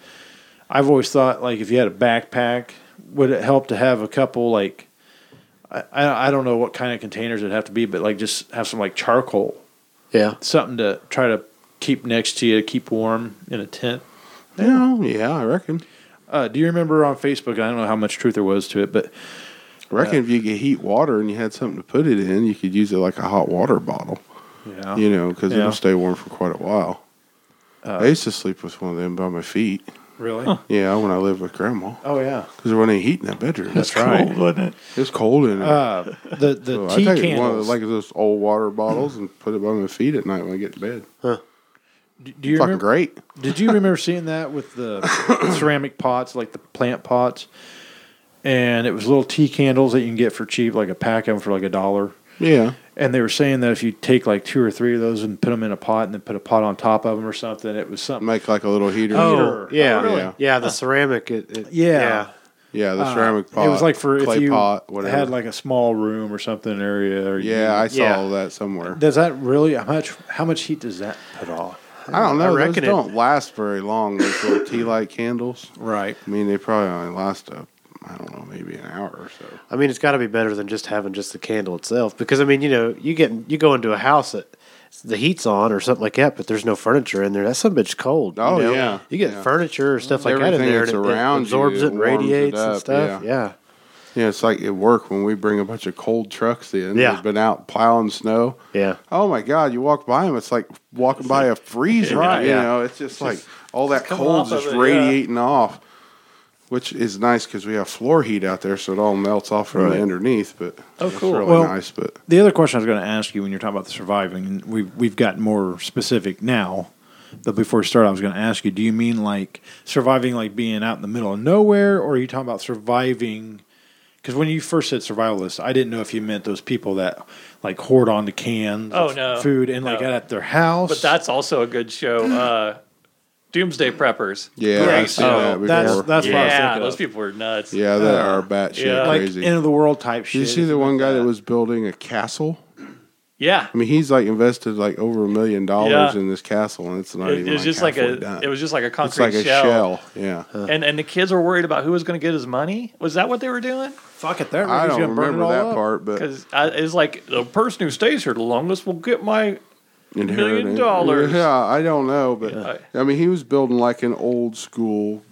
Speaker 4: I've always thought like if you had a backpack, would it help to have a couple like I I, I don't know what kind of containers it'd have to be, but like just have some like charcoal,
Speaker 7: Yeah.
Speaker 4: something to try to keep next to you, to keep warm in a tent.
Speaker 6: no, yeah, I reckon.
Speaker 4: Uh, do you remember on Facebook? I don't know how much truth there was to it, but
Speaker 6: I reckon if you could heat water and you had something to put it in, you could use it like a hot water bottle.
Speaker 4: yeah,
Speaker 6: You know, because
Speaker 4: Yeah.
Speaker 6: it'll stay warm for quite a while. I used to sleep with one of them by my feet.
Speaker 4: really?
Speaker 6: Yeah, when I lived with grandma,
Speaker 4: Oh yeah,
Speaker 6: because there wasn't any heat in that bedroom.
Speaker 4: that's right.
Speaker 5: wouldn't it?
Speaker 6: It was cold in there.
Speaker 4: Uh, the the
Speaker 6: So
Speaker 4: tea
Speaker 6: I take one of
Speaker 4: candles.
Speaker 6: those, like those old water bottles and put it by my feet at night when I get to bed.
Speaker 4: do do you
Speaker 6: Fucking
Speaker 4: remember,
Speaker 6: great.
Speaker 4: Did you remember seeing that with the ceramic pots, like the plant pots? And it was little tea candles that you can get for cheap, like a pack of them for like a dollar.
Speaker 6: Yeah.
Speaker 4: And they were saying that if you take like two or three of those and put them in a pot and then put a pot on top of them or something, it was something.
Speaker 6: Make like a little heater.
Speaker 4: Oh,
Speaker 7: Yeah.
Speaker 6: really?
Speaker 7: Yeah. The ceramic. It, it-
Speaker 4: Yeah.
Speaker 6: Yeah, the ceramic pot.
Speaker 4: Uh, It was like for
Speaker 6: clay
Speaker 4: if you
Speaker 6: pot, whatever.
Speaker 4: had like a small room or something area. Or you-
Speaker 6: yeah, I saw
Speaker 7: Yeah.
Speaker 6: that somewhere.
Speaker 4: Does that really how much? How much heat does that put off?
Speaker 6: I don't know.
Speaker 7: I
Speaker 6: those
Speaker 7: reckon it-
Speaker 6: don't last very long. Those little tea light candles.
Speaker 4: Right.
Speaker 6: I mean, they probably only last up. I don't know, maybe an hour or so.
Speaker 7: I mean, it's got to be better than just having just the candle itself because I mean, you know, you get you go into a house that the heat's on or something like that, but there's no furniture in there. That some bitch cold. you
Speaker 6: Oh,
Speaker 7: know?
Speaker 6: yeah.
Speaker 7: You get
Speaker 6: Yeah.
Speaker 7: furniture or stuff like that in
Speaker 6: Everything
Speaker 7: there, and
Speaker 6: that's
Speaker 7: it,
Speaker 6: around
Speaker 7: it
Speaker 6: you,
Speaker 7: absorbs
Speaker 6: it
Speaker 7: it, and
Speaker 6: warms it
Speaker 7: radiates
Speaker 6: up,
Speaker 7: and stuff.
Speaker 6: yeah.
Speaker 7: Yeah.
Speaker 6: Yeah, it's like at work when we bring a bunch of cold trucks in.
Speaker 7: Yeah.
Speaker 6: They've been out plowing snow.
Speaker 7: Yeah.
Speaker 6: Oh my God! You walk by them, it's like walking by a freezer.
Speaker 7: Right.
Speaker 6: You
Speaker 7: Yeah.
Speaker 6: know, it's just like all that
Speaker 5: coming
Speaker 6: cold's
Speaker 5: off of
Speaker 6: just
Speaker 5: it, yeah.
Speaker 6: radiating off, which is nice because we have floor heat out there, so it all melts off from
Speaker 7: Right.
Speaker 6: the underneath. But
Speaker 4: Oh,
Speaker 6: it's
Speaker 4: cool.
Speaker 6: really
Speaker 4: Well-
Speaker 6: nice. But
Speaker 4: The other question I was going to ask you when you're talking about the surviving, and we've we've gotten more specific now. But before we start, I was going to ask you: Do you mean like surviving, like being out in the middle of nowhere, or are you talking about surviving? Because when you first said survivalist, I didn't know if you meant those people that like hoard onto cans,
Speaker 5: Oh,
Speaker 4: of
Speaker 5: no.
Speaker 4: food, and like
Speaker 5: No.
Speaker 4: at their house.
Speaker 5: But that's also a good show. Uh, Doomsday Preppers.
Speaker 6: yeah,
Speaker 5: Great
Speaker 6: I've seen
Speaker 5: show.
Speaker 6: that before.
Speaker 4: that's that's what I was
Speaker 5: yeah,
Speaker 4: thinking.
Speaker 5: those
Speaker 4: of.
Speaker 5: people were nuts.
Speaker 6: yeah, that are batshit
Speaker 5: yeah.
Speaker 4: like
Speaker 6: crazy.
Speaker 4: end of the world type
Speaker 6: Did
Speaker 4: shit.
Speaker 6: you see the one guy that was building a castle?
Speaker 5: yeah.
Speaker 6: I mean, he's like invested like over a million dollars
Speaker 5: Yeah.
Speaker 6: in this castle, and it's not
Speaker 5: It,
Speaker 6: even.
Speaker 5: it was just like
Speaker 6: halfway
Speaker 5: a.
Speaker 6: done.
Speaker 5: It was just like a
Speaker 6: It's
Speaker 5: concrete
Speaker 6: like a
Speaker 5: shell.
Speaker 6: shell. Yeah.
Speaker 4: Uh,
Speaker 5: And and the kids were worried about who was going to get his money. Was that what they were doing?
Speaker 4: fuck it. That
Speaker 6: I
Speaker 4: he's
Speaker 6: don't
Speaker 4: gonna burn it
Speaker 6: remember
Speaker 4: all
Speaker 6: that
Speaker 4: up.
Speaker 6: part, but
Speaker 5: Because it's like the person who stays here the longest will get my.
Speaker 6: Inheritance.
Speaker 5: Million dollars.
Speaker 6: Yeah, I don't know, but
Speaker 5: Yeah.
Speaker 6: I mean, he was building like an old school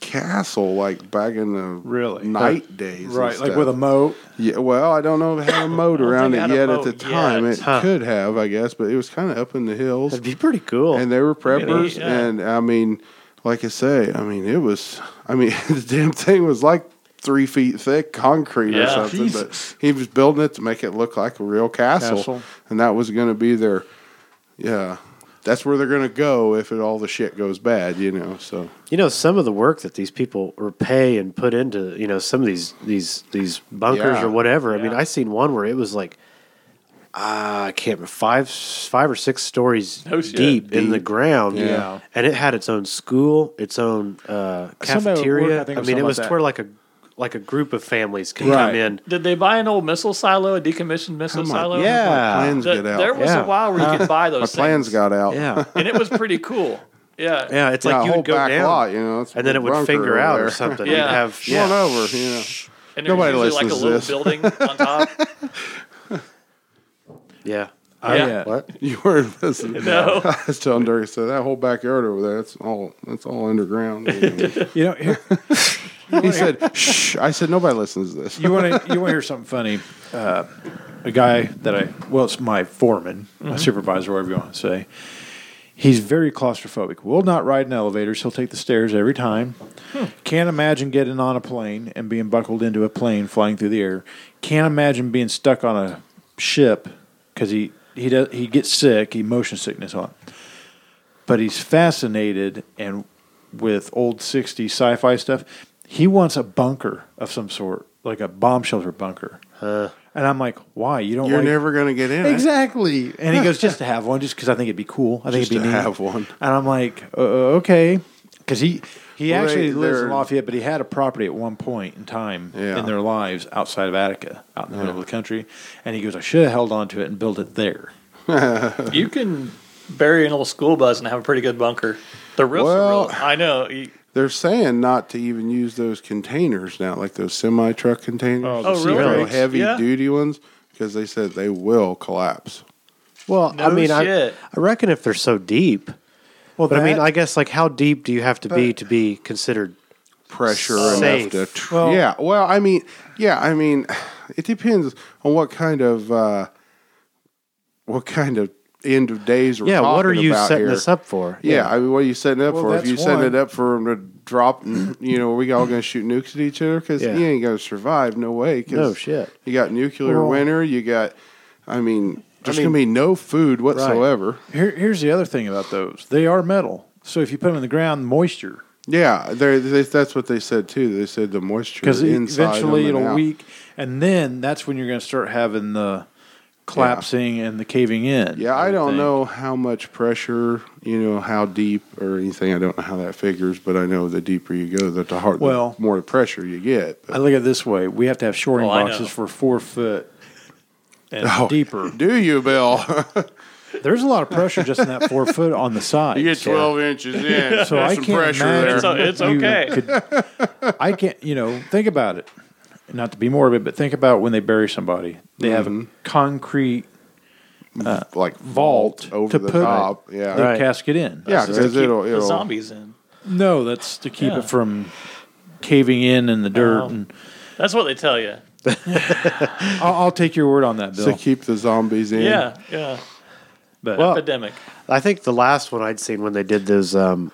Speaker 6: castle, like back in the
Speaker 4: Really?
Speaker 6: night days, and
Speaker 4: Right, like
Speaker 6: stuff.
Speaker 4: with a moat.
Speaker 6: yeah. Well, I don't know if it had a moat around
Speaker 5: think
Speaker 6: it
Speaker 5: it had a
Speaker 6: yet at
Speaker 5: moat
Speaker 6: the
Speaker 5: yet.
Speaker 6: time. It
Speaker 7: Huh.
Speaker 6: could have, I guess, but it was kind of up in the hills,
Speaker 7: That'd be pretty cool.
Speaker 6: and they were preppers,
Speaker 5: yeah.
Speaker 6: and I mean, like I say, I mean, it was, I mean, the damn thing was like. Three feet thick concrete or
Speaker 5: Yeah.
Speaker 6: something, but he was building it to make it look like a real castle,
Speaker 4: Castle.
Speaker 6: and that was going to be their yeah. That's where they're going to go if it, all the shit goes bad, you know. So,
Speaker 7: You know, some of the work that these people or pay and put into, you know, some of these these these bunkers
Speaker 6: Yeah.
Speaker 7: or whatever. I mean,
Speaker 5: Yeah.
Speaker 7: I seen one where it was like uh, I can't remember five five or six stories
Speaker 5: No shit.
Speaker 7: deep in the ground.
Speaker 6: Yeah.
Speaker 4: Yeah.
Speaker 7: and it had its own school, its own uh,
Speaker 4: Somebody at work,
Speaker 7: cafeteria.
Speaker 4: I think,
Speaker 7: I
Speaker 4: was
Speaker 7: mean,
Speaker 4: talking
Speaker 7: it was
Speaker 4: about
Speaker 7: to
Speaker 4: that.
Speaker 7: where like a like a group of families could
Speaker 4: Right.
Speaker 7: come in.
Speaker 5: Did they buy an old missile silo, a decommissioned missile
Speaker 6: Come on.
Speaker 5: silo?
Speaker 7: Yeah.
Speaker 6: My plans
Speaker 5: The-
Speaker 6: get out.
Speaker 5: there was
Speaker 7: Yeah.
Speaker 5: a while where you could buy those.
Speaker 6: my plans
Speaker 5: things.
Speaker 6: got out.
Speaker 7: Yeah,
Speaker 5: and it was pretty cool. Yeah,
Speaker 7: yeah. It's
Speaker 6: Yeah,
Speaker 7: like
Speaker 6: a
Speaker 7: you
Speaker 6: whole
Speaker 7: would go
Speaker 6: back
Speaker 7: down,
Speaker 6: lot, you know, it's
Speaker 7: and then it would
Speaker 6: bunker
Speaker 7: finger
Speaker 6: over
Speaker 7: out or
Speaker 6: there.
Speaker 7: something.
Speaker 5: Yeah.
Speaker 7: You'd have
Speaker 6: Come on
Speaker 7: yeah.
Speaker 6: over. Yeah.
Speaker 5: And
Speaker 6: Nobody
Speaker 5: there's usually like a
Speaker 6: listens to
Speaker 5: little
Speaker 6: this.
Speaker 5: building on top.
Speaker 7: yeah.
Speaker 4: Oh,
Speaker 5: Yeah.
Speaker 4: yeah.
Speaker 7: What?
Speaker 6: You weren't listening.
Speaker 5: No.
Speaker 6: I was telling Dirk, so that whole backyard over there, that's all that's all underground. he
Speaker 4: You know, here,
Speaker 6: said, Shh. I said nobody listens to this.
Speaker 4: you want to you want to hear something funny? Uh, a guy that I well, it's my foreman, my supervisor, whatever you want to say. He's very claustrophobic. Will not ride in elevators. He'll take the stairs every time. Can't imagine getting on a plane and being buckled into a plane flying through the air. Can't imagine being stuck on a ship because he he does he gets sick. He motion sickness on. But he's fascinated and with old 60s sci-fi stuff. He wants a bunker of some sort, like a bomb shelter bunker. And I'm like, why? You don't
Speaker 6: You're
Speaker 4: like-
Speaker 6: never gonna get in. it.
Speaker 4: Exactly. And he goes, just to have one, just because I think it'd be cool. I think
Speaker 6: Just
Speaker 4: it'd be
Speaker 6: to
Speaker 4: neat.
Speaker 6: have one.
Speaker 4: And I'm like, uh, okay, because he he
Speaker 6: Well,
Speaker 4: actually
Speaker 6: they-
Speaker 4: lives in
Speaker 6: they're-
Speaker 4: Lafayette, but he had a property at one point in time
Speaker 6: Yeah.
Speaker 4: in their lives outside of Attica, out in the middle of the country. And he goes, I should have held on to it and built it there.
Speaker 5: you can bury an old school bus and have a pretty good bunker. The roofs
Speaker 6: Well-
Speaker 5: are real. I know. You-
Speaker 6: They're saying not to even use those containers now, like those semi truck containers.
Speaker 4: the
Speaker 5: Oh,
Speaker 4: sea
Speaker 5: really?
Speaker 6: Real
Speaker 5: Right.
Speaker 4: breaks.
Speaker 6: heavy
Speaker 5: Yeah.
Speaker 6: duty ones, because they said they will collapse.
Speaker 7: Well,
Speaker 5: No
Speaker 7: I mean, I,
Speaker 5: shit.
Speaker 7: I reckon if they're so deep,
Speaker 4: Well,
Speaker 7: but I mean,
Speaker 4: that-
Speaker 7: I guess like how deep do you have to be to be considered?
Speaker 6: pressure
Speaker 7: Safe.
Speaker 6: enough to. Tr-
Speaker 4: Well-
Speaker 6: yeah. Well, I mean, yeah. I mean, it depends on what kind of uh, what kind of end of days we're
Speaker 7: Yeah, what are
Speaker 6: talking
Speaker 7: you
Speaker 6: about
Speaker 7: setting
Speaker 6: here.
Speaker 7: this up for?
Speaker 6: Yeah, I mean, what are you setting up
Speaker 4: Well,
Speaker 6: for? If
Speaker 4: that's
Speaker 6: you set
Speaker 4: one.
Speaker 6: it up for them to drop, and, you know, are we all going to shoot nukes at each other? Because
Speaker 7: Yeah.
Speaker 6: you ain't going to survive. No way. 'cause
Speaker 7: No shit.
Speaker 6: You got nuclear winter. You got, I mean, there's going to be no food whatsoever.
Speaker 4: Here, here's the other thing about those they are metal. So if you put them in the ground, moisture.
Speaker 6: Yeah, they, they, that's what they said too. They said the moisture
Speaker 4: because e,
Speaker 6: inside
Speaker 4: eventually
Speaker 6: them and
Speaker 4: it'll
Speaker 6: out.
Speaker 4: weak, and then that's when you're going to start having the collapsing and the caving in.
Speaker 6: Yeah, I
Speaker 4: would
Speaker 6: don't
Speaker 4: think.
Speaker 6: know how much pressure, you know, how deep or anything. I don't know how that figures, but I know the deeper you go, that the harder,
Speaker 4: Well-
Speaker 6: the more the pressure you get.
Speaker 4: I look at it this way: we have to have shoring
Speaker 5: Well, Oh, I know.
Speaker 4: boxes for four foot and
Speaker 6: Oh.
Speaker 4: deeper.
Speaker 6: Do you, Bill?
Speaker 4: There's a lot of pressure just in that four foot on the side.
Speaker 6: you get twelve inches in.
Speaker 4: so I
Speaker 6: There's some
Speaker 4: can't
Speaker 6: pressure there.
Speaker 4: imagine.
Speaker 5: So it's
Speaker 4: you
Speaker 5: okay.
Speaker 4: could- I can't. You know, think about it. Not to be morbid, but think about when they bury somebody. They have
Speaker 6: Mm-hmm.
Speaker 4: a concrete
Speaker 6: like
Speaker 4: vault
Speaker 6: over
Speaker 4: to
Speaker 6: the
Speaker 4: put
Speaker 6: top. Yeah,
Speaker 4: the
Speaker 7: Right.
Speaker 4: casket in.
Speaker 6: yeah,
Speaker 5: Just to
Speaker 6: because
Speaker 5: keep
Speaker 6: it'll,
Speaker 5: the
Speaker 6: it'll
Speaker 5: zombies in.
Speaker 4: No, that's to keep
Speaker 5: Yeah.
Speaker 4: it from caving in in the dirt.
Speaker 5: Oh.
Speaker 4: And
Speaker 5: That's what they tell you.
Speaker 4: I'll, I'll take your word on that,
Speaker 6: to
Speaker 4: Bill.
Speaker 6: keep the zombies in.
Speaker 5: Yeah, yeah.
Speaker 4: But
Speaker 7: Well-
Speaker 6: uh,
Speaker 5: Epidemic.
Speaker 7: I think the last one I'd seen when they did those um,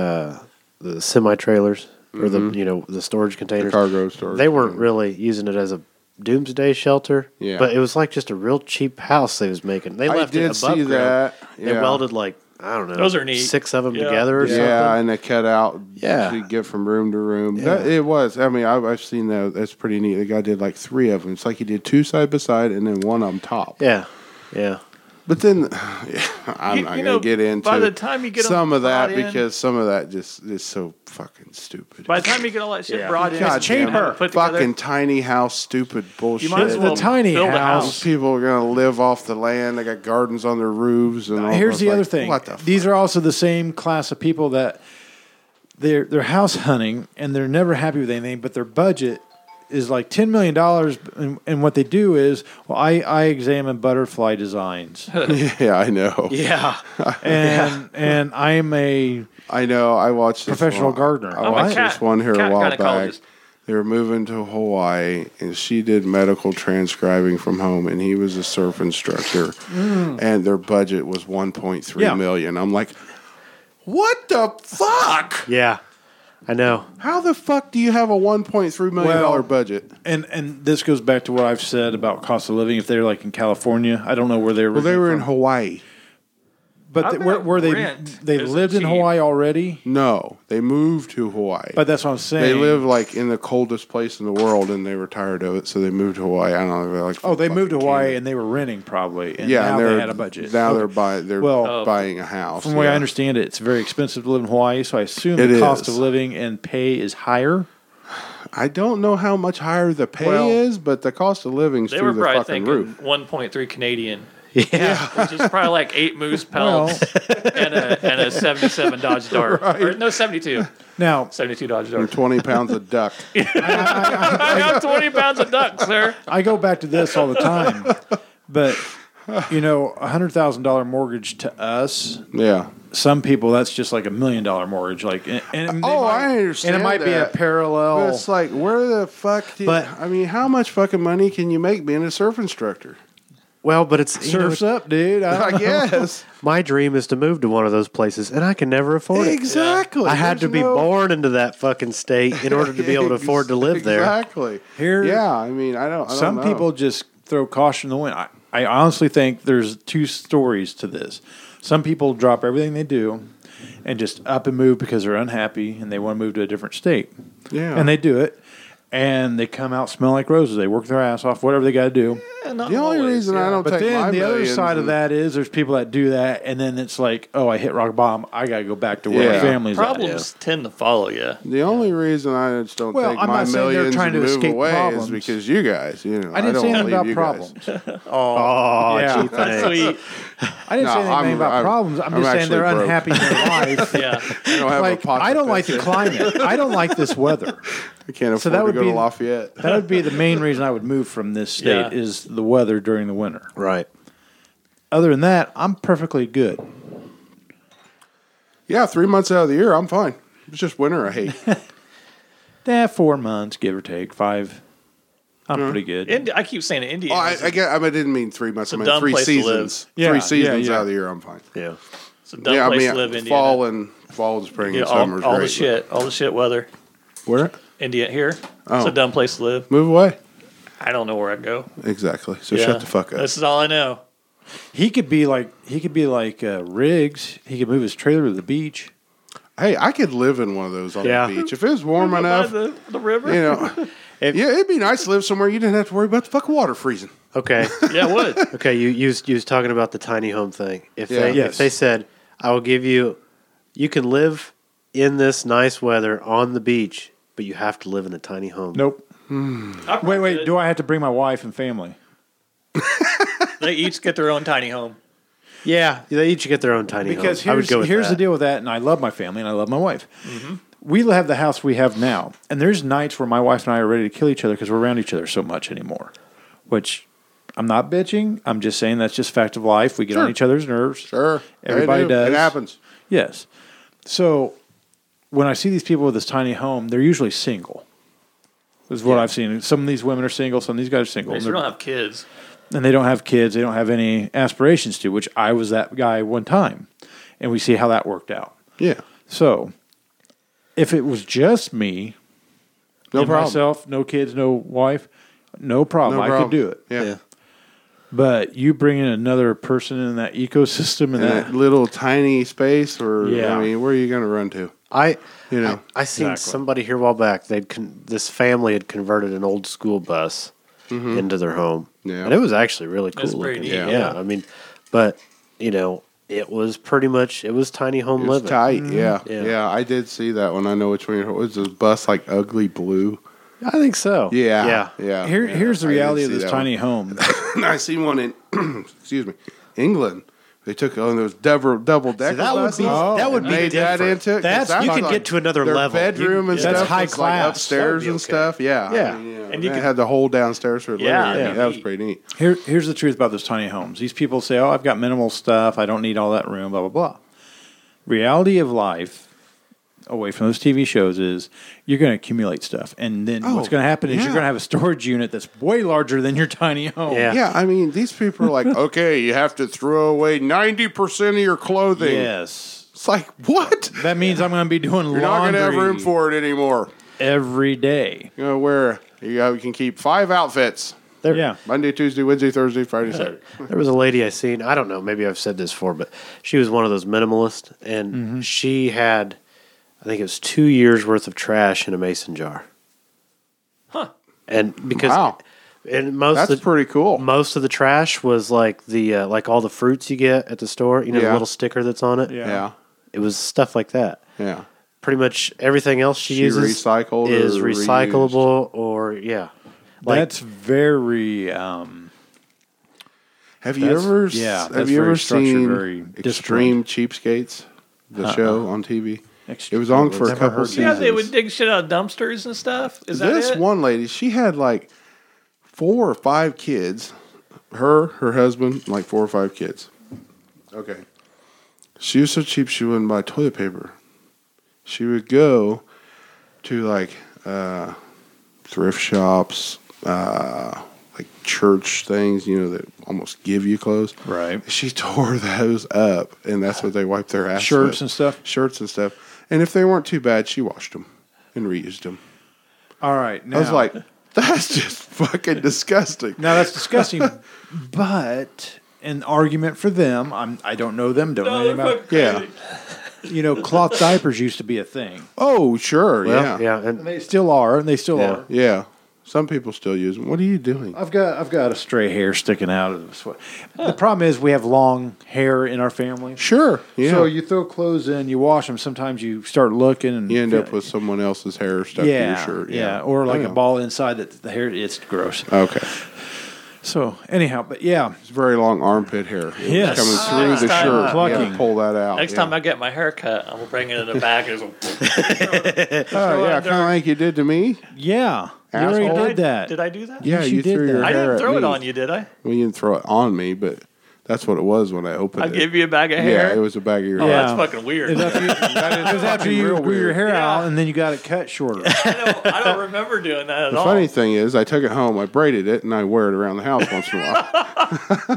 Speaker 7: uh, the semi trailers or the you know the storage containers,
Speaker 6: Mm-hmm. cargo storage
Speaker 7: They weren't
Speaker 6: containers.
Speaker 7: really using it as a doomsday shelter.
Speaker 6: Yeah.
Speaker 7: but it was like just a real cheap house they was making. They
Speaker 6: I
Speaker 7: left
Speaker 6: did
Speaker 7: it above
Speaker 6: see
Speaker 7: ground.
Speaker 6: that.
Speaker 7: They
Speaker 6: Yeah.
Speaker 7: welded like I don't know,
Speaker 5: Those are neat.
Speaker 7: Six of them
Speaker 5: Yeah.
Speaker 7: together or
Speaker 6: yeah,
Speaker 7: something.
Speaker 6: and they cut out.
Speaker 7: Yeah.
Speaker 6: to get from room to room. That,
Speaker 7: Yeah.
Speaker 6: it was. I mean, I've, I've seen that. That's pretty neat. The guy did like three of them. It's like he did two side by side and then one on top.
Speaker 7: Yeah, yeah.
Speaker 6: But then I'm
Speaker 5: You-
Speaker 6: not
Speaker 5: you
Speaker 6: gonna
Speaker 5: know,
Speaker 6: get into
Speaker 5: by the time you get them
Speaker 6: some of that
Speaker 5: brought in-
Speaker 6: because some of that just is so fucking stupid.
Speaker 5: By the time you get all that shit
Speaker 7: Yeah.
Speaker 5: brought in,
Speaker 6: God
Speaker 5: and have it
Speaker 6: damn it.
Speaker 5: Put
Speaker 6: fucking
Speaker 5: together,
Speaker 6: tiny house, stupid bullshit.
Speaker 5: you might as well
Speaker 4: The tiny
Speaker 5: build a
Speaker 4: house.
Speaker 5: house.
Speaker 6: People are gonna live off the land. They got gardens on their roofs and all.
Speaker 4: Here's
Speaker 6: It's
Speaker 4: the
Speaker 6: like,
Speaker 4: other thing.
Speaker 6: What the?
Speaker 4: These are also the same class of people that they're they're house hunting and they're never happy with anything, but their budget is like ten million dollars, and, and what they do is, well, I I examine butterfly designs, and
Speaker 6: fuck? yeah, I know.
Speaker 7: Yeah,
Speaker 4: and I'm a
Speaker 6: I know. I watched this
Speaker 4: Professional
Speaker 6: one-
Speaker 4: gardener.
Speaker 6: I
Speaker 4: I'm a
Speaker 6: watched
Speaker 5: cat-
Speaker 6: this one here
Speaker 5: cat
Speaker 6: a while back.
Speaker 5: gynecologist.
Speaker 6: They were moving to Hawaii, and she did medical transcribing from home, and he was a surf instructor, and their budget was one point three
Speaker 4: Mm. Yeah.
Speaker 6: million. I'm like, what the fuck?
Speaker 7: yeah. I know.
Speaker 6: How the fuck do you have a one point three million dollar
Speaker 4: Well-
Speaker 6: budget?
Speaker 4: and and this goes back to what I've said about cost of living. If they're like in California, I don't know where they were.
Speaker 6: Well, they were in Hawaii.
Speaker 4: But
Speaker 5: I've
Speaker 4: they,
Speaker 5: been
Speaker 4: were,
Speaker 5: at
Speaker 4: were they
Speaker 5: Rent
Speaker 4: they
Speaker 5: as a
Speaker 4: lived in
Speaker 5: cheap.
Speaker 4: Hawaii already?
Speaker 6: No, they moved to Hawaii.
Speaker 4: But that's what I'm saying.
Speaker 6: they live like in the coldest place in the world, and they were tired of it, so they moved to Hawaii. I don't know. they're Like,
Speaker 4: Oh, they moved to
Speaker 6: fucking
Speaker 4: Hawaii
Speaker 6: Canada.
Speaker 4: and they were renting probably. And
Speaker 6: yeah,
Speaker 4: now
Speaker 6: and they're,
Speaker 4: they had a budget.
Speaker 6: Now
Speaker 4: Okay.
Speaker 6: they're buying. They're
Speaker 4: Well,
Speaker 5: Oh.
Speaker 6: well, buying a house.
Speaker 4: From what
Speaker 6: yeah.
Speaker 4: I understand, it, it's very expensive to live in Hawaii, so I assume
Speaker 6: It
Speaker 4: the cost
Speaker 6: is.
Speaker 4: of living and pay is higher.
Speaker 6: I don't know how much higher the pay
Speaker 4: Well-
Speaker 6: is, but the cost of living's
Speaker 5: They
Speaker 6: through
Speaker 5: were
Speaker 6: the
Speaker 5: probably
Speaker 6: fucking
Speaker 5: thinking
Speaker 6: roof.
Speaker 5: 1.3 Canadian,
Speaker 7: Yeah.
Speaker 5: which is probably like eight moose pelts and, a, and a 77 Dodge Dart. Or, no, 72.
Speaker 4: Now,
Speaker 5: 72 Dodge
Speaker 6: And
Speaker 5: Dart.
Speaker 6: Twenty pounds of duck.
Speaker 5: I got 20 pounds of duck, sir.
Speaker 4: I go back to this all the time, but you know, a hundred thousand dollar mortgage to us,
Speaker 6: Yeah.
Speaker 4: some people that's just like a million dollar mortgage. Like, and, and they
Speaker 6: Oh,
Speaker 4: might-
Speaker 6: I understand
Speaker 4: And it might be a
Speaker 6: that. But
Speaker 4: parallel.
Speaker 6: it's like, where the fuck? Do you,
Speaker 4: Oh. But-
Speaker 6: I mean, how much fucking money can you make being a surf instructor?
Speaker 7: Well, but it's you know,
Speaker 4: Surfs up, dude. I don't
Speaker 6: I
Speaker 4: know.
Speaker 6: guess
Speaker 7: my dream is to move to one of those places, and I can never afford it.
Speaker 6: exactly.
Speaker 7: I had to
Speaker 6: There's
Speaker 7: be
Speaker 6: no-
Speaker 7: born into that fucking state in order to be able to afford to live there.
Speaker 6: Exactly.
Speaker 4: Here-
Speaker 6: yeah. I mean, I don't. I don't
Speaker 4: some
Speaker 6: know.
Speaker 4: people just throw caution to the wind. I, I honestly think there's two stories to this. Some people drop everything they do and just up and move because they're unhappy and they want to move to a different state.
Speaker 6: Yeah.
Speaker 4: And they do it and they come out smelling like roses. They work their ass off, whatever they got to do.
Speaker 6: The only reason I don't
Speaker 4: But
Speaker 6: take my
Speaker 4: then the other
Speaker 6: millions
Speaker 4: side of
Speaker 6: and-
Speaker 4: that is there's people that do that and then it's like, oh, I hit rock bottom. I got to go back to where my
Speaker 6: Yeah.
Speaker 4: family's at.
Speaker 5: Problems tend to follow you.
Speaker 6: The only reason I just don't
Speaker 4: Well,
Speaker 6: take
Speaker 4: I'm
Speaker 6: my
Speaker 4: not saying they're
Speaker 6: millions
Speaker 4: trying
Speaker 6: and
Speaker 4: to
Speaker 6: move
Speaker 4: escape
Speaker 6: away
Speaker 4: problems.
Speaker 6: is because you guys, you know,
Speaker 4: I didn't
Speaker 6: don't
Speaker 4: say anything
Speaker 6: leave
Speaker 4: about
Speaker 6: you guys.
Speaker 4: problems.
Speaker 7: Oh,
Speaker 4: Yeah.
Speaker 7: gee, thanks.
Speaker 5: Sweet.
Speaker 4: I didn't
Speaker 6: No,
Speaker 4: say anything
Speaker 6: I'm-
Speaker 4: about
Speaker 6: I'm-
Speaker 4: problems. I'm,
Speaker 6: I'm
Speaker 4: just saying they're
Speaker 6: actually broke.
Speaker 4: unhappy in their life.
Speaker 5: Yeah.
Speaker 6: I don't have a
Speaker 4: like
Speaker 6: pocket
Speaker 4: I don't like
Speaker 6: pick.
Speaker 4: the climate. I don't like this weather.
Speaker 6: I can't afford
Speaker 4: So that would
Speaker 6: to go
Speaker 4: be-
Speaker 6: to Lafayette.
Speaker 4: That would be the main reason I would move from this state
Speaker 5: Yeah.
Speaker 4: is the weather during the winter.
Speaker 7: Right.
Speaker 4: Other than that, I'm perfectly good.
Speaker 6: Yeah, three months out of the year, I'm fine. It's just winter I hate.
Speaker 4: Yeah, four months, give or take, five. I'm pretty good.
Speaker 5: Indi- I keep saying India.
Speaker 6: Oh, I, I, get, I, mean, I didn't mean three months.
Speaker 5: It's a
Speaker 6: I mean
Speaker 5: dumb
Speaker 6: three
Speaker 5: place to live.
Speaker 6: seasons.
Speaker 4: Yeah,
Speaker 6: three
Speaker 4: yeah,
Speaker 6: seasons
Speaker 4: yeah.
Speaker 6: out of the year, I'm fine.
Speaker 7: Yeah.
Speaker 5: it's a dumb
Speaker 6: yeah,
Speaker 5: place
Speaker 6: I
Speaker 5: to
Speaker 6: mean,
Speaker 5: live. India.
Speaker 6: fall and fall and spring
Speaker 5: Yeah,
Speaker 6: and
Speaker 5: all,
Speaker 6: summer's
Speaker 5: all
Speaker 6: great.
Speaker 5: the shit, all the shit weather.
Speaker 6: Where?
Speaker 5: India here. It's
Speaker 6: Oh.
Speaker 5: a dumb place to live.
Speaker 6: Move away.
Speaker 5: I don't know where I'd go.
Speaker 6: Exactly. So
Speaker 5: Yeah.
Speaker 6: shut the fuck up.
Speaker 5: This is all I know.
Speaker 4: He could be like he could be like uh, Riggs. He could move his trailer to the beach.
Speaker 6: hey, I could live in one of those on
Speaker 7: Yeah.
Speaker 6: the beach if it was warm enough.
Speaker 5: By the, the river.
Speaker 6: You know, yeah, it'd be nice to live somewhere you didn't have to worry about the fucking water freezing.
Speaker 7: Okay.
Speaker 5: Yeah, it would.
Speaker 7: Okay, you you was, you was talking about the tiny home thing. If
Speaker 6: Yeah.
Speaker 7: they if
Speaker 4: Yes.
Speaker 7: they said, "I will give you, you can live in this nice weather on the beach, but you have to live in a tiny home."
Speaker 4: Nope.
Speaker 5: I
Speaker 4: Wait,
Speaker 5: probably
Speaker 4: wait.
Speaker 5: could.
Speaker 4: Do I have to bring my wife and family?
Speaker 5: they each get their own tiny home.
Speaker 7: Yeah, they each get their own tiny
Speaker 4: Because
Speaker 7: home. I would
Speaker 4: here's,
Speaker 7: go with
Speaker 4: here's
Speaker 7: that.
Speaker 4: the deal with that, and I love my family and I love my wife. We have the house we have now, and there's nights where my wife and I are ready to kill each other because we're around each other so much anymore. Which I'm not bitching. I'm just saying that's just fact of life. We get on
Speaker 6: Sure.
Speaker 4: each other's nerves.
Speaker 6: Sure. They
Speaker 4: everybody
Speaker 6: do.
Speaker 4: does.
Speaker 6: It happens.
Speaker 4: Yes. So when I see these people with this tiny home, they're usually single. Is what I've seen. Some of these women are single. Some of these guys are single.
Speaker 5: They
Speaker 4: and
Speaker 5: sure
Speaker 4: they're-
Speaker 5: don't have kids.
Speaker 4: and they don't have kids, they don't have any aspirations to, which I was that guy one time. And we see how that worked out.
Speaker 6: Yeah.
Speaker 4: So if it was just me,
Speaker 6: No
Speaker 4: and
Speaker 6: problem.
Speaker 4: myself, no kids, no wife, no problem.
Speaker 6: No
Speaker 4: Oh, I
Speaker 6: problem.
Speaker 4: could do it.
Speaker 6: Yeah.
Speaker 7: Yeah.
Speaker 4: But you bring in another person in that ecosystem and
Speaker 6: In that
Speaker 4: that
Speaker 6: little tiny space, or
Speaker 4: Yeah.
Speaker 6: I mean, where are you going to run to?
Speaker 7: I
Speaker 6: You know.
Speaker 7: I, I seen
Speaker 4: Exactly.
Speaker 7: somebody here a while back. They'd con- this family had converted an old school bus into their home,
Speaker 6: Yeah.
Speaker 7: and it was actually really cool.
Speaker 5: That's pretty
Speaker 7: looking.
Speaker 5: neat,
Speaker 7: Yeah. I mean, but you know, it was pretty much it was tiny home
Speaker 6: It's
Speaker 7: living.
Speaker 6: tight.
Speaker 4: Mm-hmm.
Speaker 6: Yeah.
Speaker 7: Yeah.
Speaker 6: yeah. I did see that one. I know which one. It was this bus like ugly blue.
Speaker 7: I think so.
Speaker 6: Yeah.
Speaker 7: yeah.
Speaker 6: Yeah.
Speaker 4: here,
Speaker 6: Yeah.
Speaker 4: here's the
Speaker 6: I did
Speaker 4: reality of
Speaker 6: see
Speaker 4: this
Speaker 6: that
Speaker 4: tiny home.
Speaker 6: one. I see one in, excuse me, England. They took oh, on those double double decker.
Speaker 7: that would
Speaker 6: buses
Speaker 7: be-
Speaker 6: and
Speaker 7: that would be
Speaker 6: made that
Speaker 7: different.
Speaker 6: into it, 'cause
Speaker 7: That's- you
Speaker 6: was
Speaker 7: could get to another
Speaker 6: their
Speaker 7: level. You-
Speaker 6: Bedroom and
Speaker 4: yeah. That's
Speaker 6: stuff
Speaker 4: high
Speaker 6: was, like,
Speaker 4: class. That would be
Speaker 6: upstairs and stuff. Yeah,
Speaker 7: Yeah.
Speaker 6: and
Speaker 5: And
Speaker 6: you
Speaker 5: you
Speaker 6: know, they
Speaker 5: could-
Speaker 6: had the whole downstairs for
Speaker 5: Yeah,
Speaker 6: living area.
Speaker 5: yeah.
Speaker 6: That was pretty neat.
Speaker 4: Here, here's the truth about those tiny homes. These people say, "Oh, I've got minimal stuff. I don't need all that room." Blah blah blah. Reality of life, away from those TV shows, is you're going to accumulate stuff, and then what's
Speaker 6: Oh,
Speaker 4: going to happen is
Speaker 6: yeah.
Speaker 4: you're going to have a storage unit that's way larger than your tiny home.
Speaker 7: Yeah.
Speaker 6: Yeah, I mean, these people are like, okay, you have to throw away 90% of your clothing.
Speaker 4: Yes.
Speaker 6: It's like, what?
Speaker 4: That means I'm going to be doing
Speaker 6: You're not going
Speaker 4: laundry
Speaker 6: to have room for it anymore.
Speaker 4: every day.
Speaker 6: You know, where you, know, you can keep five outfits.
Speaker 7: There,
Speaker 4: Yeah.
Speaker 6: Monday, Tuesday, Wednesday, Thursday, Friday, Saturday.
Speaker 7: There was a lady I seen. I don't know. Maybe I've said this before, but she was one of those minimalists, and
Speaker 6: Mm-hmm.
Speaker 7: she had, I think it was two years worth of trash in a mason jar.
Speaker 5: Huh.
Speaker 7: And because,
Speaker 6: Wow.
Speaker 7: and most
Speaker 6: That's
Speaker 7: of the,
Speaker 6: pretty cool.
Speaker 7: Most of the trash was like the uh, like all the fruits you get at the store. You know the
Speaker 6: Yeah.
Speaker 7: little sticker that's on it.
Speaker 4: Yeah.
Speaker 6: yeah.
Speaker 7: It was stuff like that.
Speaker 6: Yeah.
Speaker 7: Pretty much everything else she,
Speaker 6: She
Speaker 7: uses
Speaker 6: recycled
Speaker 7: is
Speaker 6: or
Speaker 7: recyclable or yeah. Like-
Speaker 4: that's very. Um,
Speaker 6: Have you
Speaker 4: That's-
Speaker 6: ever
Speaker 4: yeah,
Speaker 6: yeah, have
Speaker 4: that's
Speaker 6: you
Speaker 4: very
Speaker 6: ever
Speaker 4: structured,
Speaker 6: seen
Speaker 4: very Uh-uh.
Speaker 6: Extreme Cheapskates, the show on TV?
Speaker 4: Extreme-
Speaker 6: it was on for a
Speaker 4: Never
Speaker 6: couple
Speaker 4: heard of it.
Speaker 6: seasons.
Speaker 5: Yeah, they would dig shit out of dumpsters and stuff. Is that
Speaker 6: this
Speaker 5: it?
Speaker 6: one lady, she had like four or five kids. Her, her husband, and, like four or five kids. Okay. She was so cheap she wouldn't buy toilet paper. She would go to like uh, thrift shops, uh, like church things, you know, that almost give you clothes.
Speaker 4: Right.
Speaker 6: She tore those up, and that's what they wiped their ass.
Speaker 4: Shirts
Speaker 6: with.
Speaker 4: and stuff?
Speaker 6: Shirts and stuff. And if they weren't too bad, she washed them and reused them.
Speaker 4: all right. Now,
Speaker 6: I was like, that's just fucking disgusting.
Speaker 4: now that's disgusting, but an argument for them. I'm. I don't know them. Don't know anything about.
Speaker 6: Yeah.
Speaker 4: You know, cloth diapers used to be a thing.
Speaker 6: Oh, sure.
Speaker 7: Well,
Speaker 6: yeah.
Speaker 7: yeah. and
Speaker 4: They still are, and they still
Speaker 7: Yeah.
Speaker 4: are.
Speaker 6: Yeah. Some people still use them. What are you doing?
Speaker 5: Uh,
Speaker 4: I've got I've got a stray hair sticking out of the sweat. The problem is we have long hair in our family.
Speaker 6: Sure. Yeah.
Speaker 4: So you throw clothes in, you wash them. Sometimes you start looking, and
Speaker 6: You end up with someone else's hair stuck
Speaker 4: yeah,
Speaker 6: to your shirt.
Speaker 4: yeah,
Speaker 6: Yeah.
Speaker 4: or like
Speaker 6: I
Speaker 4: a
Speaker 6: know.
Speaker 4: ball inside that the hair. It's gross.
Speaker 6: Okay.
Speaker 4: So anyhow, but yeah,
Speaker 6: It's very long armpit hair. It was
Speaker 4: Yes.
Speaker 6: coming through the
Speaker 5: Ah, time, uh,
Speaker 6: shirt. You had
Speaker 4: plucking.
Speaker 6: to pull that out.
Speaker 5: Next
Speaker 6: yeah.
Speaker 5: time I get my hair cut, I'm gonna bring it in the back and just
Speaker 6: Oh, yeah. Kind of like you did to me.
Speaker 4: yeah, you already
Speaker 6: Asshole.
Speaker 5: I-
Speaker 4: did that.
Speaker 5: Did I do that?
Speaker 6: Yeah.
Speaker 4: Yes,
Speaker 6: You,
Speaker 4: you did
Speaker 6: threw your
Speaker 4: that.
Speaker 5: I
Speaker 6: hair
Speaker 5: didn't
Speaker 6: at
Speaker 5: throw it
Speaker 6: me.
Speaker 5: on you, did I?
Speaker 6: Well, you didn't throw it on me, but that's what it was when I opened
Speaker 5: I
Speaker 6: it.
Speaker 5: gave you a bag of hair.
Speaker 6: yeah. It was a bag of your
Speaker 5: Oh,
Speaker 6: hair.
Speaker 5: that's
Speaker 4: Yeah.
Speaker 5: fucking weird.
Speaker 4: It was after you, it was after
Speaker 6: fucking
Speaker 4: you
Speaker 6: real
Speaker 4: grew your
Speaker 6: weird.
Speaker 4: hair out,
Speaker 5: Yeah.
Speaker 4: and then you got it cut shorter.
Speaker 5: I, don't, I don't remember doing that at
Speaker 6: The
Speaker 5: all.
Speaker 6: funny thing is, I took it home, I braided it, and I wear it around the house once in a while.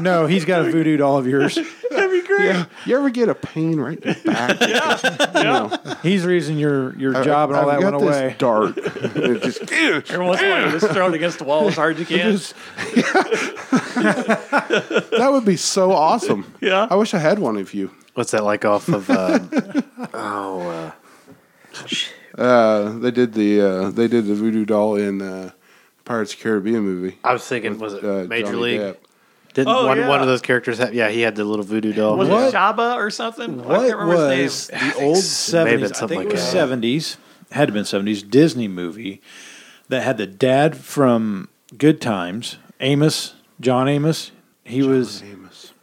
Speaker 4: no, he's got a voodoo doll of yours.
Speaker 6: Yeah. You ever get a pain right in the back? yeah.
Speaker 4: He's the reason your your job and all that went away.
Speaker 6: Dart. It just-
Speaker 5: Every once in a while, you just throw it against the wall as hard as you can.
Speaker 6: that would be so awesome.
Speaker 5: Yeah.
Speaker 6: I wish I had one of you.
Speaker 7: what's that like off of? Uh, oh, uh,
Speaker 6: Uh, they did the uh, they did the voodoo doll in uh, Pirates of the Caribbean movie.
Speaker 7: I was thinking, was it
Speaker 6: Uh,
Speaker 7: Major
Speaker 6: Johnny
Speaker 7: League?
Speaker 6: Depp.
Speaker 7: Didn't
Speaker 5: Oh,
Speaker 7: one
Speaker 5: yeah.
Speaker 7: one of those characters have? Yeah, he had the little voodoo doll.
Speaker 5: Was
Speaker 4: What?
Speaker 5: it Shaba or something? I can't
Speaker 4: What
Speaker 5: remember
Speaker 4: was
Speaker 5: his name.
Speaker 4: the old
Speaker 7: it may have
Speaker 4: seventies?
Speaker 7: been
Speaker 4: I
Speaker 7: something
Speaker 4: think
Speaker 7: like
Speaker 4: it was
Speaker 7: that.
Speaker 4: seventies. Had to been seventies Disney movie that had the dad from Good Times, Amos John Amos. He was.
Speaker 6: Amos.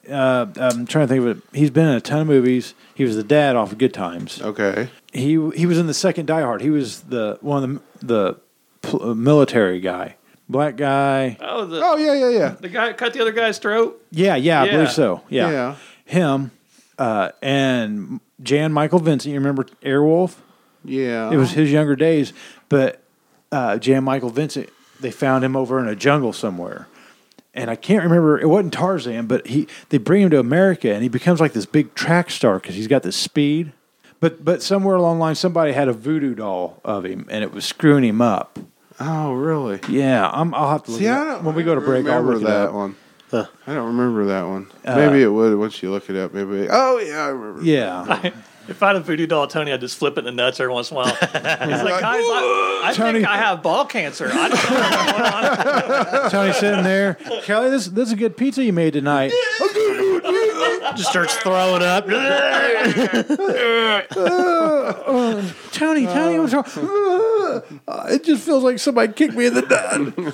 Speaker 4: Uh, I'm trying to think of it. He's been in a ton of movies. He was the dad off of Good Times.
Speaker 6: Okay.
Speaker 4: He he was in the second Die Hard. He was the one of the the pl- uh, military guy, black guy.
Speaker 5: Oh, the,
Speaker 6: Oh yeah, yeah, yeah.
Speaker 5: the guy cut the other guy's throat.
Speaker 4: Yeah, yeah, I
Speaker 5: Yeah.
Speaker 4: believe so. Yeah,
Speaker 6: Yeah.
Speaker 4: him uh, and Jan Michael Vincent. You remember Airwolf?
Speaker 6: Yeah.
Speaker 4: It was
Speaker 6: Uh-huh.
Speaker 4: his younger days, but uh, Jan Michael Vincent, they found him over in a jungle somewhere. And I can't remember, it wasn't Tarzan, but he they bring him to America and he becomes like this big track star because he's got this speed. But but somewhere along the line, somebody had a voodoo doll of him and it was screwing him up.
Speaker 6: Oh really?
Speaker 4: Yeah, I'm, I'll have to look
Speaker 6: See,
Speaker 4: it
Speaker 6: I
Speaker 4: up.
Speaker 6: don't
Speaker 4: when we go to break. I'll
Speaker 6: remember
Speaker 4: look it
Speaker 6: that
Speaker 4: up. Uh,
Speaker 6: one. I don't remember that one. maybe it would once you look it up. Maybe. Oh yeah, I remember.
Speaker 4: Yeah,
Speaker 5: If I had a voodoo doll, Tony, I'd just flip it in the nuts every once in a while. He's like, guys, I, I
Speaker 4: Tony-
Speaker 5: think I have ball cancer. I don't know what's going on.
Speaker 4: Tony sitting there. Kelly, this this is a good pizza you made tonight.
Speaker 7: just starts throwing up.
Speaker 4: Tony, Tony, what's wrong? Uh, it just feels like somebody kicked me in the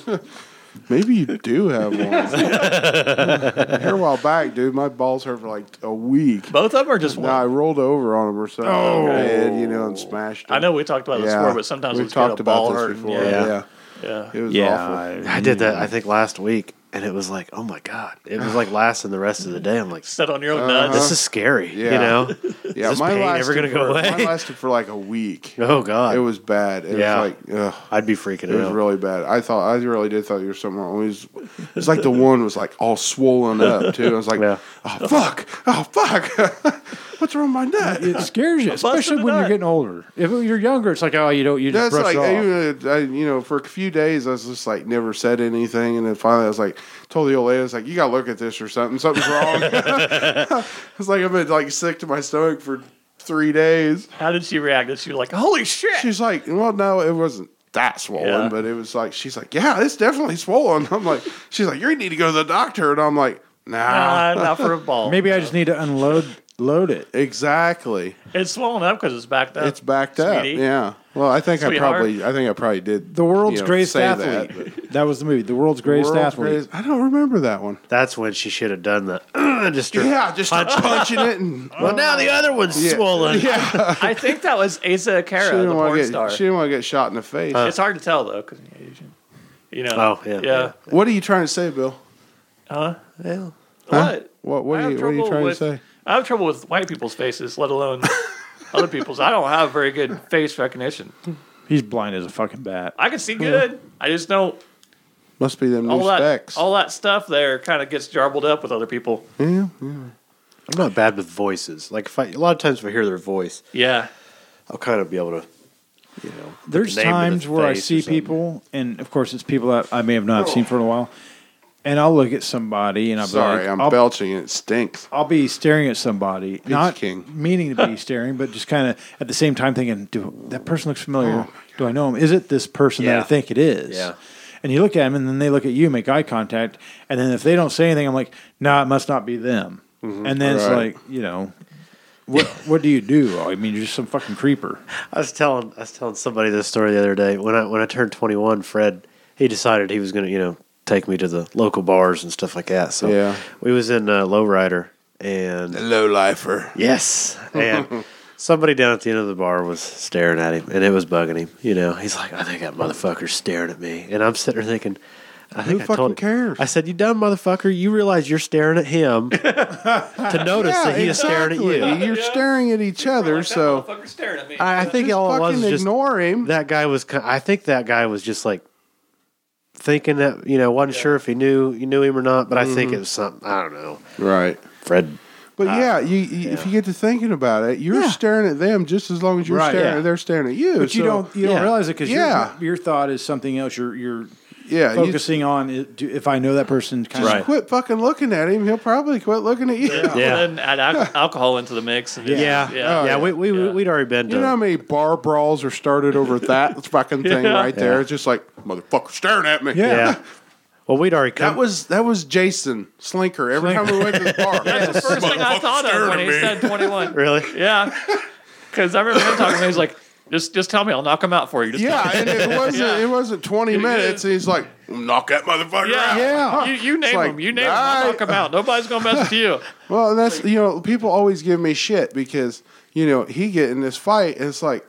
Speaker 4: nuts.
Speaker 6: Maybe you do have one. Here a while back, dude, my balls hurt for like a week.
Speaker 5: Both of them are just
Speaker 6: No, I
Speaker 5: one.
Speaker 6: rolled over on them or something. Oh, you know, and smashed. 'em.
Speaker 5: I know we talked about this before, but sometimes we get a ball hurt. and-
Speaker 6: before.
Speaker 5: Yeah.
Speaker 6: Yeah.
Speaker 5: yeah.
Speaker 6: it was awful.
Speaker 7: I did that I think last week, and it was like, oh my god, it was like lasting the rest of the day. I'm like, uh,
Speaker 5: Sit on your own
Speaker 6: Uh-huh.
Speaker 5: nuts.
Speaker 7: this is scary. You
Speaker 6: Yeah.
Speaker 7: know?
Speaker 6: Yeah,
Speaker 7: this
Speaker 6: mine
Speaker 7: pain ever
Speaker 6: lasted
Speaker 7: gonna go
Speaker 6: for-
Speaker 7: away?
Speaker 6: Mine lasted for like a week.
Speaker 7: oh god,
Speaker 6: It was bad. It
Speaker 7: Yeah.
Speaker 6: was like, ugh,
Speaker 7: I'd be freaking
Speaker 6: it was
Speaker 7: out.
Speaker 6: really bad. I thought I really did thought you were something wrong. It was, it's like the one was like all swollen up too. I was like,
Speaker 7: Yeah.
Speaker 6: oh fuck, oh fuck. What's wrong with my nut?
Speaker 4: It scares you, especially
Speaker 5: a
Speaker 4: when you're
Speaker 5: nut.
Speaker 4: getting older. If you're younger, it's like, oh, you don't, you just
Speaker 6: That's
Speaker 4: brush
Speaker 6: like,
Speaker 4: it off.
Speaker 6: even, uh, I, you know, for a few days, I was just like, never said anything. And then finally, I was like, told the old lady, I was like, you got to look at this or something. Something's wrong. it's like, I've been like sick to my stomach for three days.
Speaker 5: How did she react? Did she like, holy shit?
Speaker 6: She's like, well, no, it wasn't that swollen,
Speaker 5: Yeah.
Speaker 6: but it was like, she's like, yeah, it's definitely swollen. I'm like, she's like, you need to go to the doctor. And I'm like, nah.
Speaker 5: nah, not for a ball.
Speaker 4: Maybe I just need to unload, load it.
Speaker 6: Exactly.
Speaker 5: it's swollen up because it's backed up.
Speaker 6: It's backed up.
Speaker 5: Uh, Sweetie.
Speaker 6: Yeah. Well, I think I
Speaker 5: Sweetheart.
Speaker 6: probably, I think I probably did.
Speaker 4: The world's
Speaker 6: you know,
Speaker 4: greatest
Speaker 6: say that,
Speaker 4: athlete.
Speaker 6: but-
Speaker 4: That, was the movie. The world's greatest
Speaker 6: World's
Speaker 4: athlete.
Speaker 6: greatest- I don't remember that one.
Speaker 7: That's when she should have done the just her-
Speaker 6: Yeah, just start punching it and
Speaker 7: Well, now the other one's swollen.
Speaker 5: I think that was Asa
Speaker 6: she
Speaker 5: Akara, the
Speaker 6: didn't,
Speaker 5: porn
Speaker 6: want to
Speaker 5: star. Uh,
Speaker 6: get, she didn't want to get shot in the face.
Speaker 5: it's hard to tell though, because Asian. You know.
Speaker 7: Oh, yeah,
Speaker 5: Yeah.
Speaker 6: what are you trying to say, Bill?
Speaker 5: Huh? Well, what?
Speaker 6: What what
Speaker 5: I
Speaker 6: are
Speaker 5: have
Speaker 6: you, what are you
Speaker 5: trouble
Speaker 6: trying
Speaker 5: with-
Speaker 6: to say?
Speaker 5: I have trouble with white people's faces, let alone other people's. I don't have very good face recognition.
Speaker 4: He's blind as a fucking bat.
Speaker 5: I can see good. I just don't.
Speaker 6: Must be them new
Speaker 5: All that,
Speaker 6: specs.
Speaker 5: all that stuff there kind of gets jarbled up with other people.
Speaker 7: I'm not bad with voices. Like if I, a lot of times if I hear their voice,
Speaker 5: Yeah.
Speaker 7: I'll kind of be able to.
Speaker 4: There's
Speaker 7: the name of the
Speaker 4: times where I
Speaker 7: face or
Speaker 4: see
Speaker 7: something.
Speaker 4: people, and of course, it's people that I may have not seen for a while, and I'll look at somebody, and I'll
Speaker 6: Sorry,
Speaker 4: be
Speaker 6: I'm
Speaker 4: like, "Oh, I'll,
Speaker 6: belching and it stinks.
Speaker 4: I'll be staring at somebody, not
Speaker 6: king.
Speaker 4: meaning to be staring, but just kind of at the same time thinking, do that person looks familiar? Do I know him? Is it this person that I
Speaker 7: Yeah.
Speaker 4: think it is?
Speaker 7: Yeah.
Speaker 4: And you look at them, and then they look at you, make eye contact, and then if they don't say anything, I'm like, nah, it must not be them. And then
Speaker 6: Right.
Speaker 4: it's like, you know, what what do you do? Oh, I mean, you're just some fucking creeper.
Speaker 7: I was telling I was telling somebody this story the other day. When I when I turned 21, Fred he decided he was going to you know take me to the local bars and stuff like that. So
Speaker 6: Yeah.
Speaker 7: we was in uh, Lowrider and
Speaker 6: Low lifer.
Speaker 7: Yes. And somebody down at the end of the bar was staring at him and it was bugging him. You know, he's like, I think that motherfucker's staring at me. And I'm sitting there thinking, I think I
Speaker 6: fucking
Speaker 7: told him-
Speaker 6: cares?
Speaker 7: I said, You dumb motherfucker, you realize you're staring at him to notice that he is staring at you.
Speaker 6: You're staring at each other, so
Speaker 5: Motherfucker staring at me.
Speaker 7: I, I think
Speaker 6: just
Speaker 7: all it
Speaker 6: fucking
Speaker 7: was was just
Speaker 6: ignore him.
Speaker 7: that guy was. ki- I think that guy was just like thinking that you know wasn't sure if he knew you knew him or not, but I think
Speaker 6: Mm-hmm.
Speaker 7: it was something. I don't know.
Speaker 6: Right.
Speaker 7: Fred
Speaker 6: But yeah, you, you if you get to thinking about it, you're staring at them just as long as you're
Speaker 4: Right,
Speaker 6: staring.
Speaker 4: yeah.
Speaker 6: They're staring at you.
Speaker 4: But you
Speaker 6: so-
Speaker 4: don't you don't
Speaker 7: yeah.
Speaker 4: realize it because
Speaker 6: Yeah.
Speaker 4: your, your thought is something else. You're you're
Speaker 6: Yeah, you-
Speaker 4: focusing on it, do, if I know that person. Kind
Speaker 7: Right.
Speaker 4: of,
Speaker 6: quit fucking looking at him. He'll probably quit looking at you.
Speaker 7: Yeah.
Speaker 5: And then add al- alcohol into the mix. And
Speaker 7: Yeah, yeah,
Speaker 5: Yeah.
Speaker 7: We, we we'd already been to.
Speaker 6: You know how many bar brawls are started over that fucking thing
Speaker 5: Yeah.
Speaker 6: right there? It's just like motherfucker staring at me.
Speaker 4: Yeah.
Speaker 7: yeah. Well, we'd already come.
Speaker 6: That was that was Jason Slinker every time we went to the bar.
Speaker 5: That's the first thing I thought of when he said 21.
Speaker 7: really.
Speaker 5: Yeah. Because I remember him talking to me. He's like, just, just tell me. I'll knock him out for you. Just
Speaker 6: yeah, and it wasn't
Speaker 5: Yeah.
Speaker 6: it wasn't twenty minutes.
Speaker 5: yeah.
Speaker 6: And he's like, knock that motherfucker
Speaker 5: Yeah.
Speaker 6: out.
Speaker 4: Yeah.
Speaker 5: You, you name
Speaker 6: like,
Speaker 5: him. You name him. I'll
Speaker 6: I-
Speaker 5: knock him out. Nobody's going to mess with you.
Speaker 6: Well, that's you know, people always give me shit because you know he get in this fight. And it's like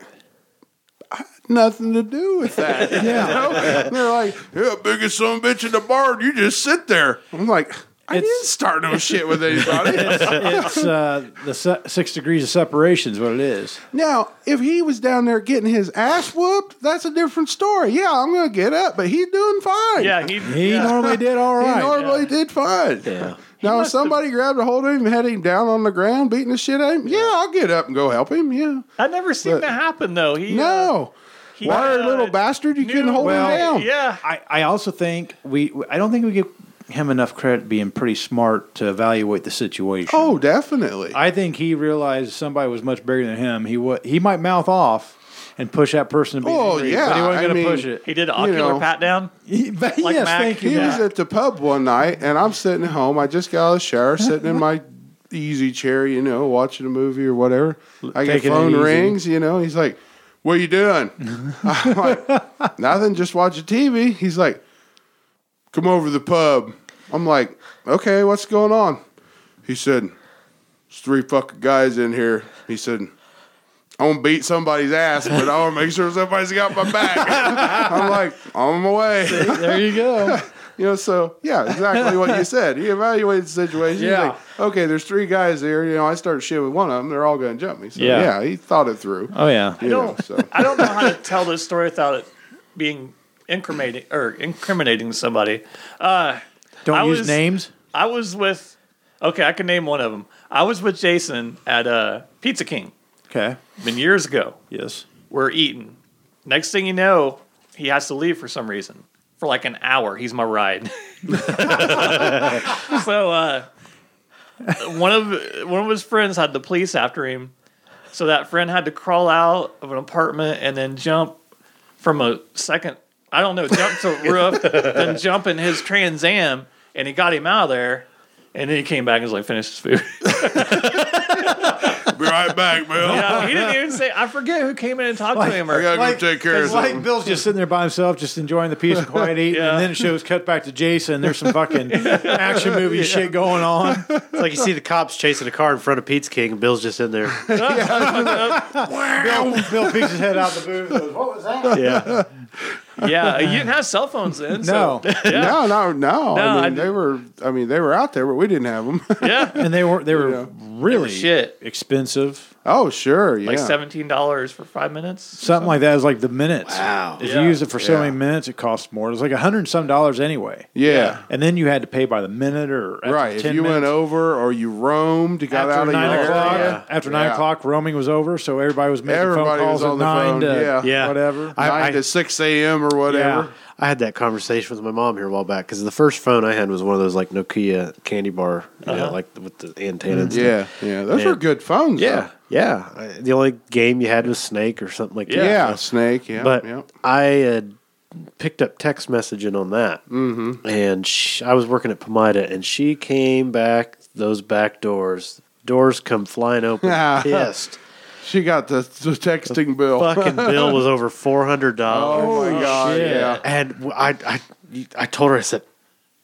Speaker 6: I had nothing to do with that. yeah, they're like, yeah, biggest son of a bitch in the bar. And you just sit there. I'm like. I didn't start no shit with anybody.
Speaker 4: it's uh, the se- six degrees of separation is what it is.
Speaker 6: now, if he was down there getting his ass whooped, that's a different story. Yeah, I'm gonna get up, but he's doing fine.
Speaker 5: Yeah. He,
Speaker 4: He
Speaker 5: yeah.
Speaker 4: normally did all
Speaker 6: He
Speaker 4: right.
Speaker 6: normally did fine.
Speaker 7: Yeah.
Speaker 6: Now, if somebody grabbed a hold of him and had him down on the ground, beating the shit out of him, yeah, I'll get up and go help him. Yeah.
Speaker 5: I've never seen that happen, though. He, uh,
Speaker 6: No.
Speaker 5: he,
Speaker 6: Why,
Speaker 5: uh,
Speaker 6: little bastard, you couldn't
Speaker 5: knew-
Speaker 6: hold
Speaker 4: Well,
Speaker 6: him down.
Speaker 5: Yeah.
Speaker 4: I, I also think we I don't think we give him enough credit being pretty smart to evaluate the situation.
Speaker 6: Oh, definitely.
Speaker 4: I think he realized somebody was much bigger than him. He wa he might mouth off and push that person to be
Speaker 6: Oh,
Speaker 4: angry,
Speaker 6: yeah,
Speaker 4: but he wasn't
Speaker 6: I
Speaker 4: going
Speaker 6: mean-
Speaker 4: to push it.
Speaker 5: He did an ocular
Speaker 6: know.
Speaker 5: pat down.
Speaker 4: yes,
Speaker 5: like Mac,
Speaker 4: thank you.
Speaker 6: he
Speaker 4: Mac.
Speaker 6: was at the pub one night, and I'm sitting at home. I just got out of the shower, sitting in my easy chair, you know, watching a movie or whatever. I get
Speaker 4: Taking it
Speaker 6: phone
Speaker 4: easy.
Speaker 6: rings, you know. He's like, "What you doing?" I'm like, "Nothing, just watching TV." He's like, "Come over to the pub." I'm like, "Okay, what's going on?" He said, "There's three fucking guys in here." He said. I'm gonna beat somebody's ass, but I wanna make sure somebody's got my back. I'm like, on my way.
Speaker 4: there you go.
Speaker 6: You know, so yeah, exactly what you said. He evaluated the situation. He's
Speaker 4: Yeah.
Speaker 6: like, okay, there's three guys there. You know, I started shit with one of them. They're all going to jump me. So yeah.
Speaker 4: Yeah.
Speaker 6: he thought it through.
Speaker 4: Oh yeah.
Speaker 6: You know, so
Speaker 5: I don't know how to tell this story without it being incriminating or incriminating somebody. Uh,
Speaker 4: Don't
Speaker 5: I
Speaker 4: use
Speaker 5: was-
Speaker 4: names.
Speaker 5: I was with Okay, I can name one of them. I was with Jason at uh, Pizza King
Speaker 4: Okay.
Speaker 5: been years ago.
Speaker 4: Yes.
Speaker 5: We're eating. Next thing you know, he has to leave for some reason. For like an hour, he's my ride. so uh, one of one of his friends had the police after him. So that friend had to crawl out of an apartment and then jump from a second I don't know, jump to a roof, then jump in his Trans Am and he got him out of there. And then he came back and was like, finished his food.
Speaker 6: Be right back, Bill.
Speaker 5: Yeah, Oh, he didn't even say. I forget who came in and talked to him.
Speaker 6: I
Speaker 5: Or,
Speaker 6: gotta go take care of
Speaker 4: It's like
Speaker 6: something.
Speaker 4: Bill's just sitting there by himself, just enjoying the peace and quiet eating,
Speaker 5: Yeah.
Speaker 4: and then it shows cut back to Jason. There's some fucking action movie shit going on.
Speaker 7: It's like you see the cops chasing a car in front of Pete's King, and Bill's just in there.
Speaker 4: Bill, Bill peeks his head out the booth. and goes, What was that?
Speaker 7: Yeah,
Speaker 5: yeah, you didn't have cell phones then.
Speaker 4: No,
Speaker 5: So, yeah,
Speaker 6: No, no, no.
Speaker 5: No,
Speaker 6: I mean,
Speaker 5: I-
Speaker 6: they were. I mean, they were out there, but we didn't have them.
Speaker 5: yeah,
Speaker 4: and they were they were
Speaker 6: Yeah.
Speaker 4: really
Speaker 5: shit.
Speaker 4: expensive.
Speaker 6: oh, sure, yeah.
Speaker 5: like seventeen dollars for five minutes.
Speaker 4: Something like that is like the minutes.
Speaker 6: Wow.
Speaker 4: If
Speaker 5: Yeah.
Speaker 4: you use it for so
Speaker 6: Yeah.
Speaker 4: many minutes, it costs more. It's like a hundred and some dollars anyway.
Speaker 6: yeah.
Speaker 4: And then you had to pay by the minute or after
Speaker 6: Right. If
Speaker 4: 10
Speaker 6: you went
Speaker 4: minutes.
Speaker 6: over or you roamed, you got out
Speaker 4: after
Speaker 6: of your
Speaker 4: nine o'clock,
Speaker 6: area.
Speaker 4: after nine
Speaker 6: Yeah.
Speaker 4: o'clock, roaming was over, so everybody was making
Speaker 6: Everybody
Speaker 4: phone calls
Speaker 6: was on
Speaker 4: at
Speaker 6: the
Speaker 4: nine
Speaker 6: phone,
Speaker 4: to
Speaker 6: yeah.
Speaker 7: Yeah.
Speaker 4: whatever.
Speaker 7: I-
Speaker 6: nine
Speaker 7: I-
Speaker 6: to six a.m. or whatever.
Speaker 7: I had that conversation with my mom here a while back because the first phone I had was one of those like Nokia candy bar, you
Speaker 5: Uh-huh.
Speaker 7: know, like with the antenna.
Speaker 6: Mm-hmm.
Speaker 7: And stuff.
Speaker 6: Yeah, yeah. Those
Speaker 7: Yeah.
Speaker 6: were good phones.
Speaker 7: yeah, yeah. I, the only game you had was Snake or something like
Speaker 6: though.
Speaker 7: that.
Speaker 6: yeah. Snake. Yeah,
Speaker 7: but
Speaker 6: yeah.
Speaker 7: I had picked up text messaging on that, mm-hmm. and sh I was working at Pomida, and she came back those back doors. Doors come flying open, pissed.
Speaker 6: She got the, the texting bill.
Speaker 7: Fucking bill was over four hundred dollars.
Speaker 6: Oh my god!
Speaker 4: shit.
Speaker 6: Yeah.
Speaker 7: And w- I, I, I told her I said,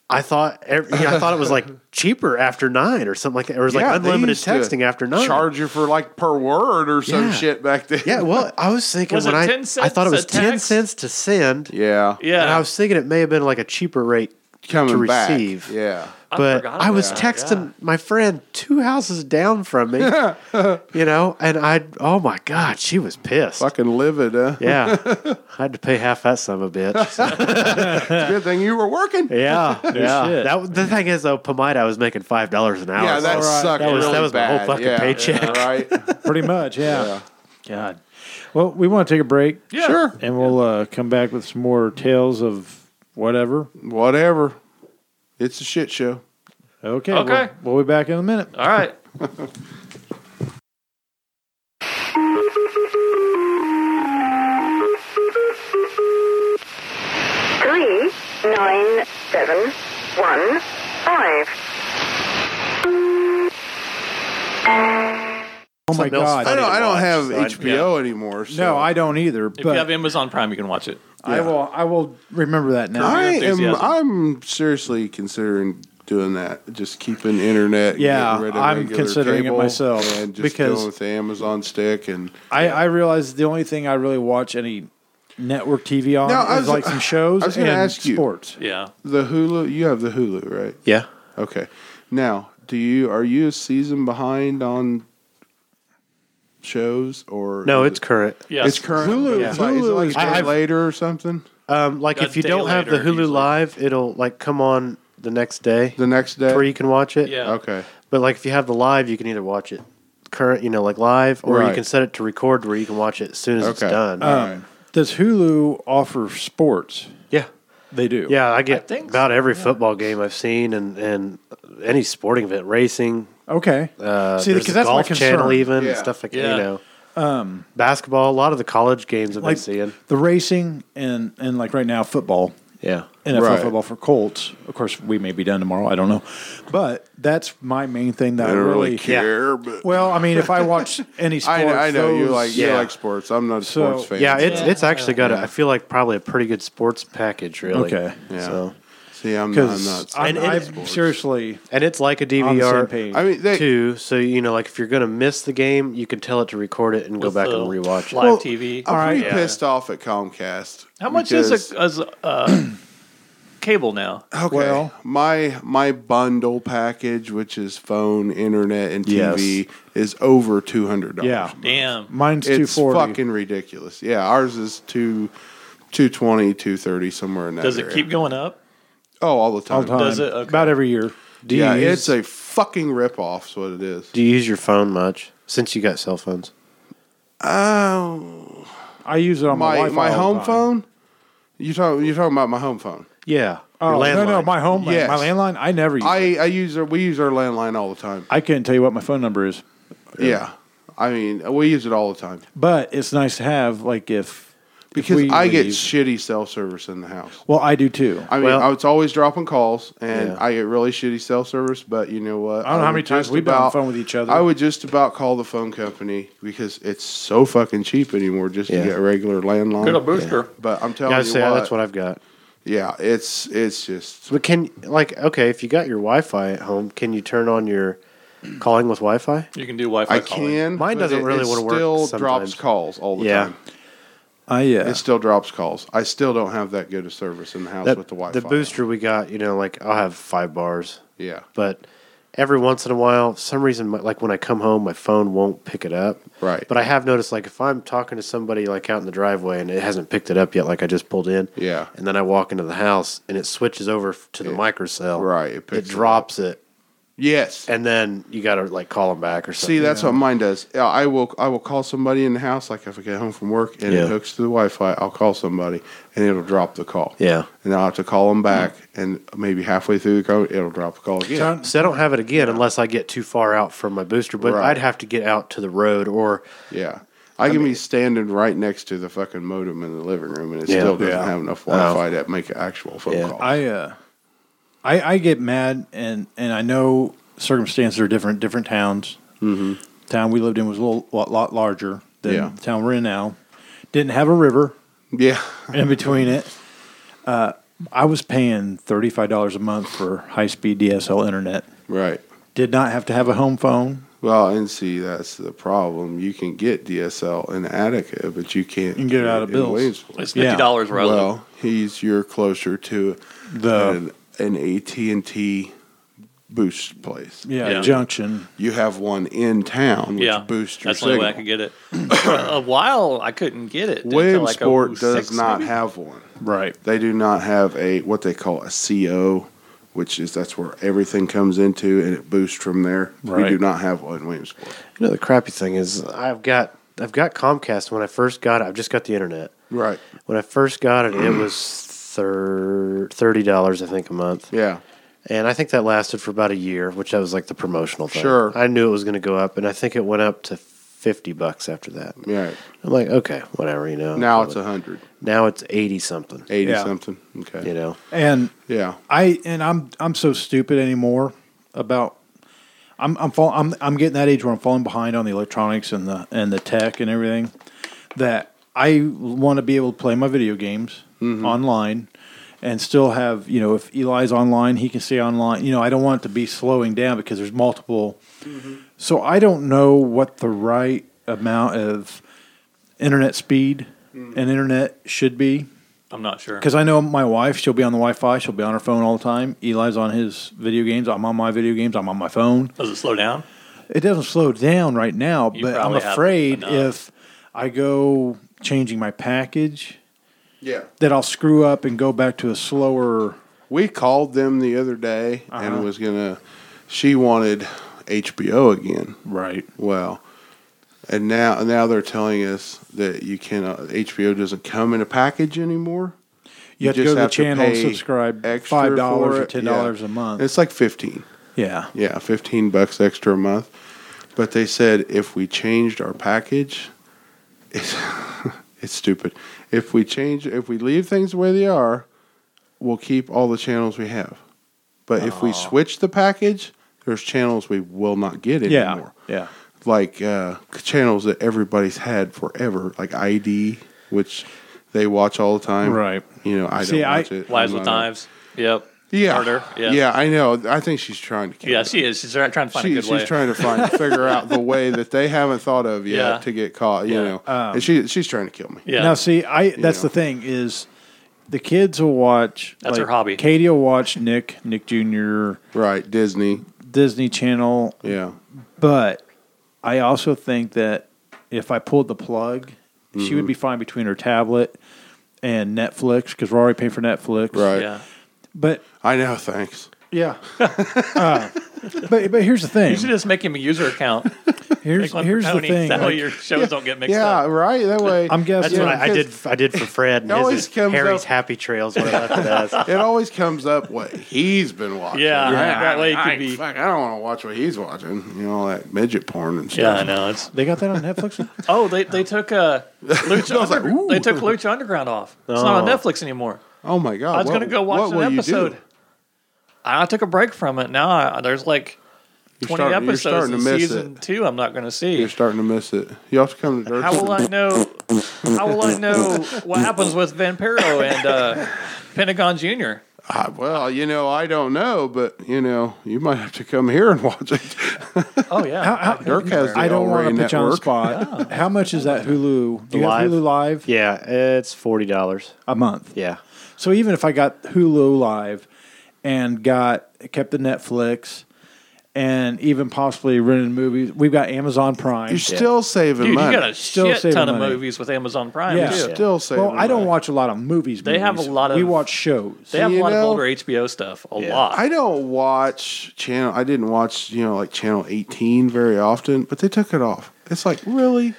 Speaker 7: I thought every, yeah, I thought it was like cheaper after nine or something like that. Or it was
Speaker 6: Yeah,
Speaker 7: like
Speaker 6: they
Speaker 7: unlimited
Speaker 6: used to
Speaker 7: texting after nine.
Speaker 6: Charge you for like per word or some
Speaker 7: Yeah.
Speaker 6: shit back then.
Speaker 7: Yeah, well, I was thinking
Speaker 5: Was
Speaker 7: when
Speaker 5: it
Speaker 7: I,
Speaker 5: 10
Speaker 7: I thought
Speaker 5: cents
Speaker 7: it was
Speaker 5: a
Speaker 7: ten
Speaker 5: text?
Speaker 7: cents to send.
Speaker 6: yeah,
Speaker 5: Yeah,
Speaker 7: And I was thinking it may have been like a cheaper rate
Speaker 6: Coming
Speaker 7: to
Speaker 6: back.
Speaker 7: receive.
Speaker 6: Yeah,
Speaker 7: but
Speaker 5: forgot
Speaker 7: I, was
Speaker 5: about that,
Speaker 7: texting my friend two houses down from me, you know, and I, oh my God, she was pissed.
Speaker 6: fucking livid. Huh?
Speaker 7: Yeah. I had to pay half that sum of a bitch.
Speaker 6: It's a good thing you were working.
Speaker 7: yeah. yeah.
Speaker 4: shit.
Speaker 7: That, the thing is, though, Pomida, I was making $5 an hour.
Speaker 6: Yeah,
Speaker 7: so
Speaker 6: that sucked.
Speaker 7: That was-
Speaker 6: really
Speaker 7: that was my whole
Speaker 6: bad.
Speaker 7: fucking
Speaker 6: yeah.
Speaker 7: paycheck.
Speaker 6: Yeah, right?
Speaker 4: Pretty much, yeah. God. Well, we want to take a break.
Speaker 5: Yeah. Sure.
Speaker 4: And we'll uh, come back with some more tales of whatever.
Speaker 6: Whatever. It's a shit show.
Speaker 4: Okay.
Speaker 5: Okay.
Speaker 4: We'll, we'll be back in a minute.
Speaker 5: all right.
Speaker 8: three nine seven one five.
Speaker 4: Oh my
Speaker 7: Something else
Speaker 4: God.
Speaker 6: I don't. I don't
Speaker 7: watch,
Speaker 6: have
Speaker 7: so I-
Speaker 6: HBO anymore. So.
Speaker 4: No, I don't either.
Speaker 5: If
Speaker 4: but
Speaker 5: you have Amazon Prime, you can watch it.
Speaker 4: I will. I will remember that now.
Speaker 6: I am.
Speaker 5: enthusiasm.
Speaker 6: I'm seriously considering doing that. Just keeping internet. and
Speaker 4: Yeah,
Speaker 6: getting rid of
Speaker 4: I'm
Speaker 6: regular
Speaker 4: considering it
Speaker 6: cable
Speaker 4: myself,
Speaker 6: and just
Speaker 4: because-
Speaker 6: going with the Amazon stick and
Speaker 4: I, I realize the only thing I really watch any network TV on
Speaker 6: No, I
Speaker 4: is
Speaker 6: was-
Speaker 4: like some shows
Speaker 6: I was
Speaker 4: and
Speaker 6: gonna ask you.
Speaker 4: sports.
Speaker 5: Yeah,
Speaker 6: the Hulu. You have the Hulu, right?
Speaker 7: Yeah.
Speaker 6: Okay. Now, do you are you a season behind on shows or
Speaker 7: No,
Speaker 6: is
Speaker 7: it's
Speaker 6: it-
Speaker 7: current.
Speaker 5: yeah.
Speaker 6: it's current. Hulu,
Speaker 7: Yeah.
Speaker 6: it's like, is it like a
Speaker 7: I
Speaker 6: day
Speaker 7: have-
Speaker 6: later or something.
Speaker 7: Um, like,
Speaker 5: A
Speaker 7: if you
Speaker 5: day
Speaker 7: don't have the
Speaker 5: later,
Speaker 7: Hulu
Speaker 5: usually.
Speaker 7: Live, it'll like come on the next day
Speaker 6: The next day.
Speaker 7: where you can watch it.
Speaker 5: Yeah.
Speaker 6: Okay.
Speaker 7: But like if you have the live, you can either watch it current, you know, like live, or
Speaker 6: Right.
Speaker 7: you can set it to record where you can watch it as soon as it's
Speaker 6: Okay.
Speaker 7: done.
Speaker 4: Uh,
Speaker 6: All right.
Speaker 4: Does Hulu offer sports?
Speaker 7: yeah.
Speaker 4: They do.
Speaker 7: Yeah, I get
Speaker 5: think
Speaker 7: about every football game I've seen and, and any sporting event, racing,
Speaker 4: Okay.
Speaker 7: uh,
Speaker 4: See,
Speaker 7: there's
Speaker 4: because
Speaker 7: the
Speaker 4: that's my
Speaker 7: golf
Speaker 4: concern.
Speaker 7: channel even
Speaker 6: Yeah.
Speaker 7: and stuff like
Speaker 5: Yeah.
Speaker 7: you know. Um, basketball, a lot of the college games I've
Speaker 4: like
Speaker 7: been seeing.
Speaker 4: the racing and and like right now football.
Speaker 7: Yeah.
Speaker 4: NFL
Speaker 6: Right.
Speaker 4: football for Colts. Of course, we may be done tomorrow. I don't know, but that's my main thing that
Speaker 6: I
Speaker 4: I
Speaker 6: don't
Speaker 4: really.
Speaker 6: really care, but
Speaker 4: Well, I mean, if I watch any
Speaker 6: I,
Speaker 4: sports,
Speaker 6: know- I know you
Speaker 4: those-
Speaker 6: like you
Speaker 7: Yeah.
Speaker 6: like sports. I'm not a
Speaker 4: So-
Speaker 6: sports fan.
Speaker 7: Yeah, it's it's actually got a, I feel like probably a pretty good sports package really.
Speaker 4: Okay.
Speaker 6: Yeah.
Speaker 7: So
Speaker 6: See, I'm, not- I'm
Speaker 4: because
Speaker 6: not.
Speaker 4: I'm,
Speaker 7: And it-
Speaker 4: I'm seriously
Speaker 7: and it's like a
Speaker 4: on the same
Speaker 7: DVR
Speaker 4: page.
Speaker 6: I mean, they,
Speaker 7: too. So you know, like if you're gonna miss the game, you can tell it to record it and go
Speaker 5: With
Speaker 7: back
Speaker 5: the
Speaker 7: and rewatch it.
Speaker 5: live TV.
Speaker 6: I'm pretty
Speaker 5: Yeah.
Speaker 6: pissed off at Comcast.
Speaker 5: uh, How much is
Speaker 6: because-
Speaker 5: a, is a uh, cable now?
Speaker 6: Okay.
Speaker 4: Well-
Speaker 6: my my bundle package, which is phone, internet, and TV, is over two hundred dollars.
Speaker 4: yeah,
Speaker 5: Damn.
Speaker 4: mine's two
Speaker 6: it's
Speaker 4: forty.
Speaker 6: fucking ridiculous. Yeah, ours is two. 220, 230, somewhere in that
Speaker 5: Does it
Speaker 6: area.
Speaker 5: keep going up?
Speaker 6: Oh, all the time.
Speaker 4: all the time.
Speaker 5: Does it? Okay.
Speaker 4: About every year.
Speaker 7: Do you
Speaker 6: yeah, it's
Speaker 7: use,
Speaker 6: a fucking ripoff. Is what it is.
Speaker 7: do you use your phone much since you got cell phones?
Speaker 6: Oh,
Speaker 4: I use it on my
Speaker 6: my
Speaker 4: Wi-Fi
Speaker 6: my
Speaker 4: all the
Speaker 6: home
Speaker 4: time.
Speaker 6: phone. You talk. You talking about my home phone?
Speaker 7: Yeah.
Speaker 4: Oh
Speaker 7: Your
Speaker 4: no, no,
Speaker 7: landline.
Speaker 4: my home,
Speaker 6: Yes.
Speaker 4: my landline. I never use. I,
Speaker 6: I I use our we use our landline all the time.
Speaker 4: I couldn't tell you what my phone number is,
Speaker 6: Yeah. I mean we use it all the time
Speaker 4: but it's nice to have. Like if if
Speaker 6: because
Speaker 4: we
Speaker 6: I get
Speaker 4: leave-
Speaker 6: shitty cell service in the house.
Speaker 4: well, I do too.
Speaker 6: I mean,
Speaker 7: Well-
Speaker 6: I was always dropping calls, and
Speaker 7: Yeah.
Speaker 6: I get really shitty cell service. But you know what?
Speaker 4: I don't know how
Speaker 6: would
Speaker 4: many times
Speaker 6: just
Speaker 4: we've been on the phone with each other.
Speaker 6: I would just about call the phone company because it's so fucking cheap anymore just
Speaker 7: Yeah.
Speaker 6: to get a regular landline.
Speaker 5: Get a booster.
Speaker 6: But I'm telling
Speaker 7: Yeah, I
Speaker 6: you
Speaker 7: say,
Speaker 6: what,
Speaker 7: that's what I've got.
Speaker 6: yeah, it's it's just
Speaker 7: But can like okay, if you got your Wi-Fi at home, can you turn on your calling with Wi-Fi?
Speaker 5: You can do Wi-Fi.
Speaker 6: I
Speaker 5: calling.
Speaker 6: can.
Speaker 7: Mine
Speaker 6: but
Speaker 7: doesn't
Speaker 6: it,
Speaker 7: really
Speaker 6: it
Speaker 7: wanna work
Speaker 6: Still
Speaker 7: sometimes.
Speaker 6: drops calls all the
Speaker 7: Yeah.
Speaker 6: time.
Speaker 4: I uh, yeah.
Speaker 6: It still drops calls. I still don't have that good a service in the house
Speaker 7: That-
Speaker 6: with the Wi-Fi.
Speaker 7: booster we got, you know, like I'll have five bars,
Speaker 6: Yeah.
Speaker 7: but every once in a while, for some reason, my, like when I come home, my phone won't pick it up.
Speaker 6: Right.
Speaker 7: But I have noticed, like if I'm talking to somebody like out in the driveway and it hasn't picked it up yet, like I just pulled in,
Speaker 6: Yeah.
Speaker 7: and then I walk into the house and it switches over f- to the
Speaker 6: It-
Speaker 7: microcell,
Speaker 6: right, it
Speaker 7: It,
Speaker 6: picks it up.
Speaker 7: drops it,
Speaker 6: Yes.
Speaker 7: and then you got to like call them back or something.
Speaker 6: See, that's what mine does. Yeah, I will I will call somebody in the house, like if I get home from work and
Speaker 7: Yeah.
Speaker 6: it hooks to the Wi-Fi, I'll call somebody and it'll drop the call.
Speaker 7: Yeah.
Speaker 6: and I'll have to call them back, and maybe halfway through the call, it'll drop the call again.
Speaker 4: Turn-
Speaker 7: So I don't have it again unless I get too far out from my booster, but
Speaker 6: Right.
Speaker 7: I'd have to get out to the road or
Speaker 6: Yeah. I, can be standing right next to the fucking modem in the living room, and it
Speaker 7: Yeah.
Speaker 6: still doesn't
Speaker 4: Yeah.
Speaker 6: have enough Wi-Fi to make an actual phone
Speaker 7: Yeah.
Speaker 6: call.
Speaker 4: I uh, I I get mad, and and I know circumstances are different. Different towns. Mm-hmm. Town we lived in was a little lot, lot larger than
Speaker 6: Yeah.
Speaker 4: the town we're in now. Didn't have a river
Speaker 6: yeah,
Speaker 4: in between it. Uh, I was paying thirty five dollars a month for high speed DSL internet.
Speaker 6: right.
Speaker 4: Did not have to have a home phone.
Speaker 6: Well, and see, that's the problem. You can get DSL in Attica, but you can't
Speaker 4: You can get it out of
Speaker 6: in
Speaker 4: bills.
Speaker 6: Waynesville.
Speaker 5: It's
Speaker 4: Yeah.
Speaker 5: fifty dollars yeah.
Speaker 6: Well, he's you're closer to
Speaker 4: The
Speaker 6: an, an AT and T boost place.
Speaker 4: yeah,
Speaker 5: Yeah.
Speaker 4: junction.
Speaker 6: You have one in town, which
Speaker 5: yeah,
Speaker 6: boosts your
Speaker 5: That's the only way I
Speaker 6: signal.
Speaker 5: could get it. For a while, I couldn't get it. until like
Speaker 6: Williamsport
Speaker 5: 06
Speaker 6: does not
Speaker 5: maybe.
Speaker 6: have one.
Speaker 4: Right.
Speaker 6: They do not have a what they call a CO, which is that's where everything comes into and it boosts from there.
Speaker 4: Right.
Speaker 6: We do not have one in Williamsport.
Speaker 7: You know the crappy thing is I've got I've got Comcast. When I first got it, I've just got the internet.
Speaker 6: Right.
Speaker 7: When I first got it, it was thir- thirty dollars I think a month,
Speaker 6: Yeah.
Speaker 7: and I think that lasted for about a year, which that was like the promotional thing.
Speaker 6: Sure.
Speaker 7: I knew it was going to go up, and I think it went up to fifty bucks after that.
Speaker 6: Yeah.
Speaker 7: I'm like, okay, whatever, you know.
Speaker 6: Now it's a hundred.
Speaker 7: now it's eighty something,
Speaker 6: Eighty
Speaker 4: Yeah.
Speaker 6: something. Okay.
Speaker 7: you know.
Speaker 4: And
Speaker 6: Yeah.
Speaker 4: I and I'm I'm so stupid anymore about I'm I'm fall, I'm I'm getting that age where I'm falling behind on the electronics and the and the tech and everything that I want to be able to play my video games online and still have you know if Eli's online he can stay online you know I don't want it to be slowing down because there's multiple so I don't know what the right amount of internet speed and internet should be
Speaker 5: I'm not sure.
Speaker 4: because I know my wife, she'll be on the Wi Fi, she'll be on her phone all the time. Eli's on his video games. I'm on my video games. I'm on my phone.
Speaker 5: Does it slow down?
Speaker 4: It doesn't slow down right now,
Speaker 5: You
Speaker 4: but I'm
Speaker 5: probably have
Speaker 4: afraid
Speaker 5: enough.
Speaker 4: if I go changing my package,
Speaker 6: Yeah.
Speaker 4: that I'll screw up and go back to a slower.
Speaker 6: We called them the other day
Speaker 5: Uh-huh.
Speaker 6: and was gonna. She wanted HBO again.
Speaker 4: Right.
Speaker 6: Well, and now now they're telling us that you uh, cannot. HBO doesn't come in a package anymore.
Speaker 4: You, have to
Speaker 6: just
Speaker 4: go to the channel and
Speaker 6: pay
Speaker 4: subscribe
Speaker 6: extra
Speaker 4: $5
Speaker 6: for
Speaker 4: or
Speaker 6: it.
Speaker 4: $10
Speaker 6: Yeah.
Speaker 4: a month.
Speaker 6: It's like fifteen.
Speaker 4: yeah.
Speaker 6: Yeah, fifteen bucks extra a month. But they said if we changed our package, it's it's stupid. If we change, if we leave things the way they are, we'll keep all the channels we have. But if we switch the package, there's channels we will not get
Speaker 4: Yeah.
Speaker 6: anymore.
Speaker 4: Yeah.
Speaker 6: Like uh, channels that everybody's had forever, like ID, which they watch all the time.
Speaker 4: Right.
Speaker 6: You know, I
Speaker 4: See,
Speaker 6: don't
Speaker 4: I-
Speaker 6: watch it.
Speaker 5: Lies
Speaker 6: I'm
Speaker 5: with
Speaker 6: not-
Speaker 5: knives. Yep.
Speaker 6: Yeah.
Speaker 5: Harder.
Speaker 6: yeah.
Speaker 5: Yeah.
Speaker 6: I know. I think she's trying to kill
Speaker 5: Yeah,
Speaker 6: it
Speaker 5: she is. She's trying to find
Speaker 6: she,
Speaker 5: a good
Speaker 6: she's
Speaker 5: way.
Speaker 6: trying to find figure out the way that they haven't thought of yet
Speaker 5: Yeah.
Speaker 6: to get caught. You
Speaker 5: Yeah.
Speaker 6: know,
Speaker 4: Um,
Speaker 6: and she she's trying to kill me.
Speaker 5: yeah.
Speaker 4: Now, see, I that's
Speaker 6: know.
Speaker 4: the thing is, the kids will watch.
Speaker 5: That's her hobby.
Speaker 4: Katie will watch Nick, Nick Jr.,
Speaker 6: Right, Disney.
Speaker 4: Disney Channel,
Speaker 6: Yeah,
Speaker 4: But I also think that if I pulled the plug, she would be fine between her tablet and Netflix because we're already paying for Netflix.
Speaker 6: right.
Speaker 5: yeah.
Speaker 4: But
Speaker 6: I know. Thanks.
Speaker 4: Yeah. uh, but but here's the thing.
Speaker 5: You should just make him a user account.
Speaker 4: Here's
Speaker 5: Make one
Speaker 4: here's
Speaker 5: for
Speaker 4: the
Speaker 5: Tony.
Speaker 4: thing.
Speaker 5: That way
Speaker 4: like,
Speaker 5: your shows don't get mixed
Speaker 6: Yeah,
Speaker 5: up.
Speaker 6: right. That way,
Speaker 4: I'm
Speaker 7: That's
Speaker 4: guessing.
Speaker 7: what I, I did. I did for Fred. And his
Speaker 6: always
Speaker 7: is
Speaker 6: comes
Speaker 7: Harry's
Speaker 6: up-
Speaker 7: Happy Trails. What I left it as.
Speaker 6: it always comes up what he's been watching.
Speaker 5: Yeah,
Speaker 6: I-
Speaker 5: that way it
Speaker 6: I-
Speaker 5: could
Speaker 6: I-
Speaker 5: be-
Speaker 6: Fuck, I don't want to watch what he's watching. You know, all that midget porn and
Speaker 5: Yeah, I
Speaker 6: stuff.
Speaker 5: know. It's
Speaker 4: They got that on Netflix.
Speaker 5: oh, they they took uh, Lucha
Speaker 6: I was like,
Speaker 5: Underground- they
Speaker 6: ooh.
Speaker 5: took Lucha Underground off. It's not on
Speaker 7: Oh.
Speaker 5: Netflix anymore.
Speaker 6: Oh my god!
Speaker 5: I was
Speaker 6: what-
Speaker 5: gonna go watch
Speaker 6: what
Speaker 5: an
Speaker 6: will you do?
Speaker 5: episode. I took a break from it. Now I, there's like
Speaker 6: You're
Speaker 5: 20
Speaker 6: starting- you're
Speaker 5: episodes
Speaker 6: starting
Speaker 5: in
Speaker 6: to miss
Speaker 5: season
Speaker 6: it.
Speaker 5: two. I'm not going to see.
Speaker 6: You're starting to miss it. You have to come to
Speaker 5: How will
Speaker 6: Dirt's.
Speaker 5: I know? How will I know what happens with Vampiro and uh, Pentagon Junior?
Speaker 6: Ah, well, you know, I don't know, but you know, you might have to come here and watch it.
Speaker 5: Oh yeah,
Speaker 6: Dirk has. The
Speaker 4: I don't want
Speaker 6: want
Speaker 4: to pitch on the spot. How much is that Hulu? Do you
Speaker 7: Live?
Speaker 4: have Hulu Live
Speaker 7: Yeah, it's forty dollars.
Speaker 4: a month?
Speaker 7: Yeah,
Speaker 4: So even if I got Hulu Live and got kept the Netflix and even possibly rented movies, we've got Amazon Prime.
Speaker 6: You're still saving
Speaker 5: dude, you
Speaker 6: money.
Speaker 5: got a
Speaker 4: Still
Speaker 5: shit
Speaker 4: saving
Speaker 5: ton of
Speaker 4: money.
Speaker 5: movies with Amazon Prime
Speaker 4: Yeah.
Speaker 5: too.
Speaker 6: still saving.
Speaker 4: well, I don't
Speaker 6: money.
Speaker 4: watch a lot of movies.
Speaker 5: They have a
Speaker 4: movies.
Speaker 5: lot of-
Speaker 4: We watch shows.
Speaker 5: They have a
Speaker 6: You
Speaker 5: lot of
Speaker 6: know-
Speaker 5: older HBO stuff. A
Speaker 7: Yeah.
Speaker 5: lot.
Speaker 6: I don't watch channel. I didn't watch you know like channel 18 very often, but they took it off. It's like really.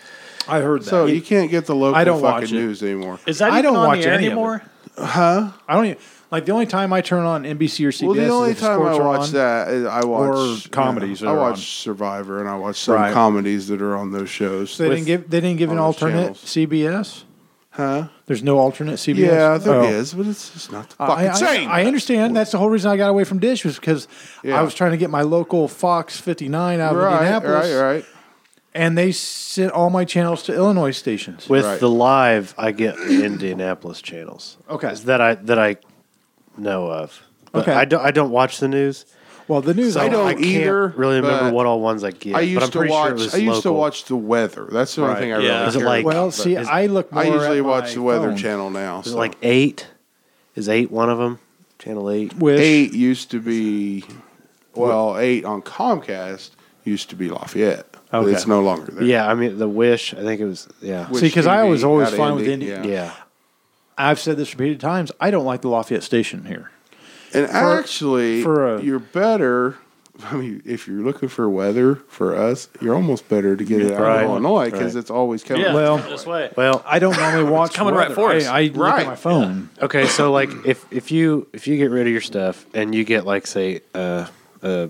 Speaker 4: I heard that.
Speaker 6: So you can't get the local
Speaker 4: I don't
Speaker 6: fucking
Speaker 4: watch it.
Speaker 6: news anymore.
Speaker 5: Is that
Speaker 4: I
Speaker 5: even
Speaker 4: don't
Speaker 5: on
Speaker 4: watch
Speaker 5: the air
Speaker 4: any of it.
Speaker 5: anymore?
Speaker 4: I don't even, like the only time I turn on NBC or CBS.
Speaker 6: Well, the
Speaker 4: is
Speaker 6: only
Speaker 4: if
Speaker 6: time I
Speaker 4: sports are
Speaker 6: watch
Speaker 4: on.
Speaker 6: that is I watch
Speaker 4: Or comedies
Speaker 6: I
Speaker 4: that are
Speaker 6: watch
Speaker 4: on.
Speaker 6: Survivor and I watch some
Speaker 4: Right.
Speaker 6: comedies that are on those shows.
Speaker 4: So they didn't give. They didn't give an
Speaker 6: on those
Speaker 4: alternate
Speaker 6: channels.
Speaker 4: CBS.
Speaker 6: huh?
Speaker 4: There's no alternate CBS.
Speaker 6: Yeah, there
Speaker 4: Oh.
Speaker 6: is, but it's just not the
Speaker 4: Uh, I,
Speaker 6: fucking
Speaker 4: I-
Speaker 6: same.
Speaker 4: I understand. That's the whole reason I got away from Dish was because
Speaker 6: Yeah.
Speaker 4: I was trying to get my local Fox 59 out of
Speaker 6: right,
Speaker 4: Indianapolis,
Speaker 6: right, right.
Speaker 4: and they sent all my channels to Illinois stations.
Speaker 7: with
Speaker 6: Right.
Speaker 7: the live, I get the Indianapolis channels.
Speaker 4: Okay.
Speaker 7: that I that I know of. But
Speaker 4: Okay.
Speaker 7: I don't. I don't watch the news.
Speaker 4: well, the news
Speaker 7: so
Speaker 6: I don't
Speaker 7: can't
Speaker 6: either,
Speaker 7: Really remember
Speaker 6: but
Speaker 7: what all ones I
Speaker 6: I
Speaker 7: get. but I'm
Speaker 6: used to
Speaker 7: pretty sure it
Speaker 6: watch.
Speaker 7: was
Speaker 6: I used to
Speaker 7: local.
Speaker 6: watch the weather. That's the only
Speaker 4: Right.
Speaker 6: thing I
Speaker 5: Yeah.
Speaker 6: really
Speaker 7: Is it
Speaker 6: care
Speaker 7: like-
Speaker 4: Well,
Speaker 6: about.
Speaker 4: see,
Speaker 7: is-
Speaker 4: I look. More
Speaker 6: I usually
Speaker 4: at
Speaker 6: watch
Speaker 4: my
Speaker 6: the Weather
Speaker 4: phone.
Speaker 6: Channel now.
Speaker 7: Is it
Speaker 6: so.
Speaker 7: like eight? Is eight one of them? Channel eight.
Speaker 4: With
Speaker 6: eight used to be, well, eight on Comcast used to be Lafayette. But
Speaker 4: Okay.
Speaker 6: it's no longer there.
Speaker 7: Yeah, I mean the Wish. I think it was. Yeah,
Speaker 6: Wish
Speaker 4: See, 'cause I
Speaker 6: TV
Speaker 4: was always
Speaker 6: out of
Speaker 4: fine with
Speaker 6: Indy-
Speaker 4: Indy-
Speaker 7: yeah.
Speaker 4: I've said this repeated times. I don't like the Lafayette station here.
Speaker 6: And actually,
Speaker 4: for a-
Speaker 6: you're better. I mean, if you're looking for weather for us, you're almost better to get it out
Speaker 7: Right.
Speaker 6: of Illinois because
Speaker 7: Right.
Speaker 6: it's always coming.
Speaker 5: Yeah,
Speaker 4: Well-
Speaker 5: this way.
Speaker 7: Well,
Speaker 4: I don't normally watch
Speaker 5: coming right
Speaker 4: weather.
Speaker 5: for us.
Speaker 4: I, I look
Speaker 6: Right.
Speaker 4: at my phone.
Speaker 7: Okay, so like if if you if you get rid of your stuff and you get like say uh uh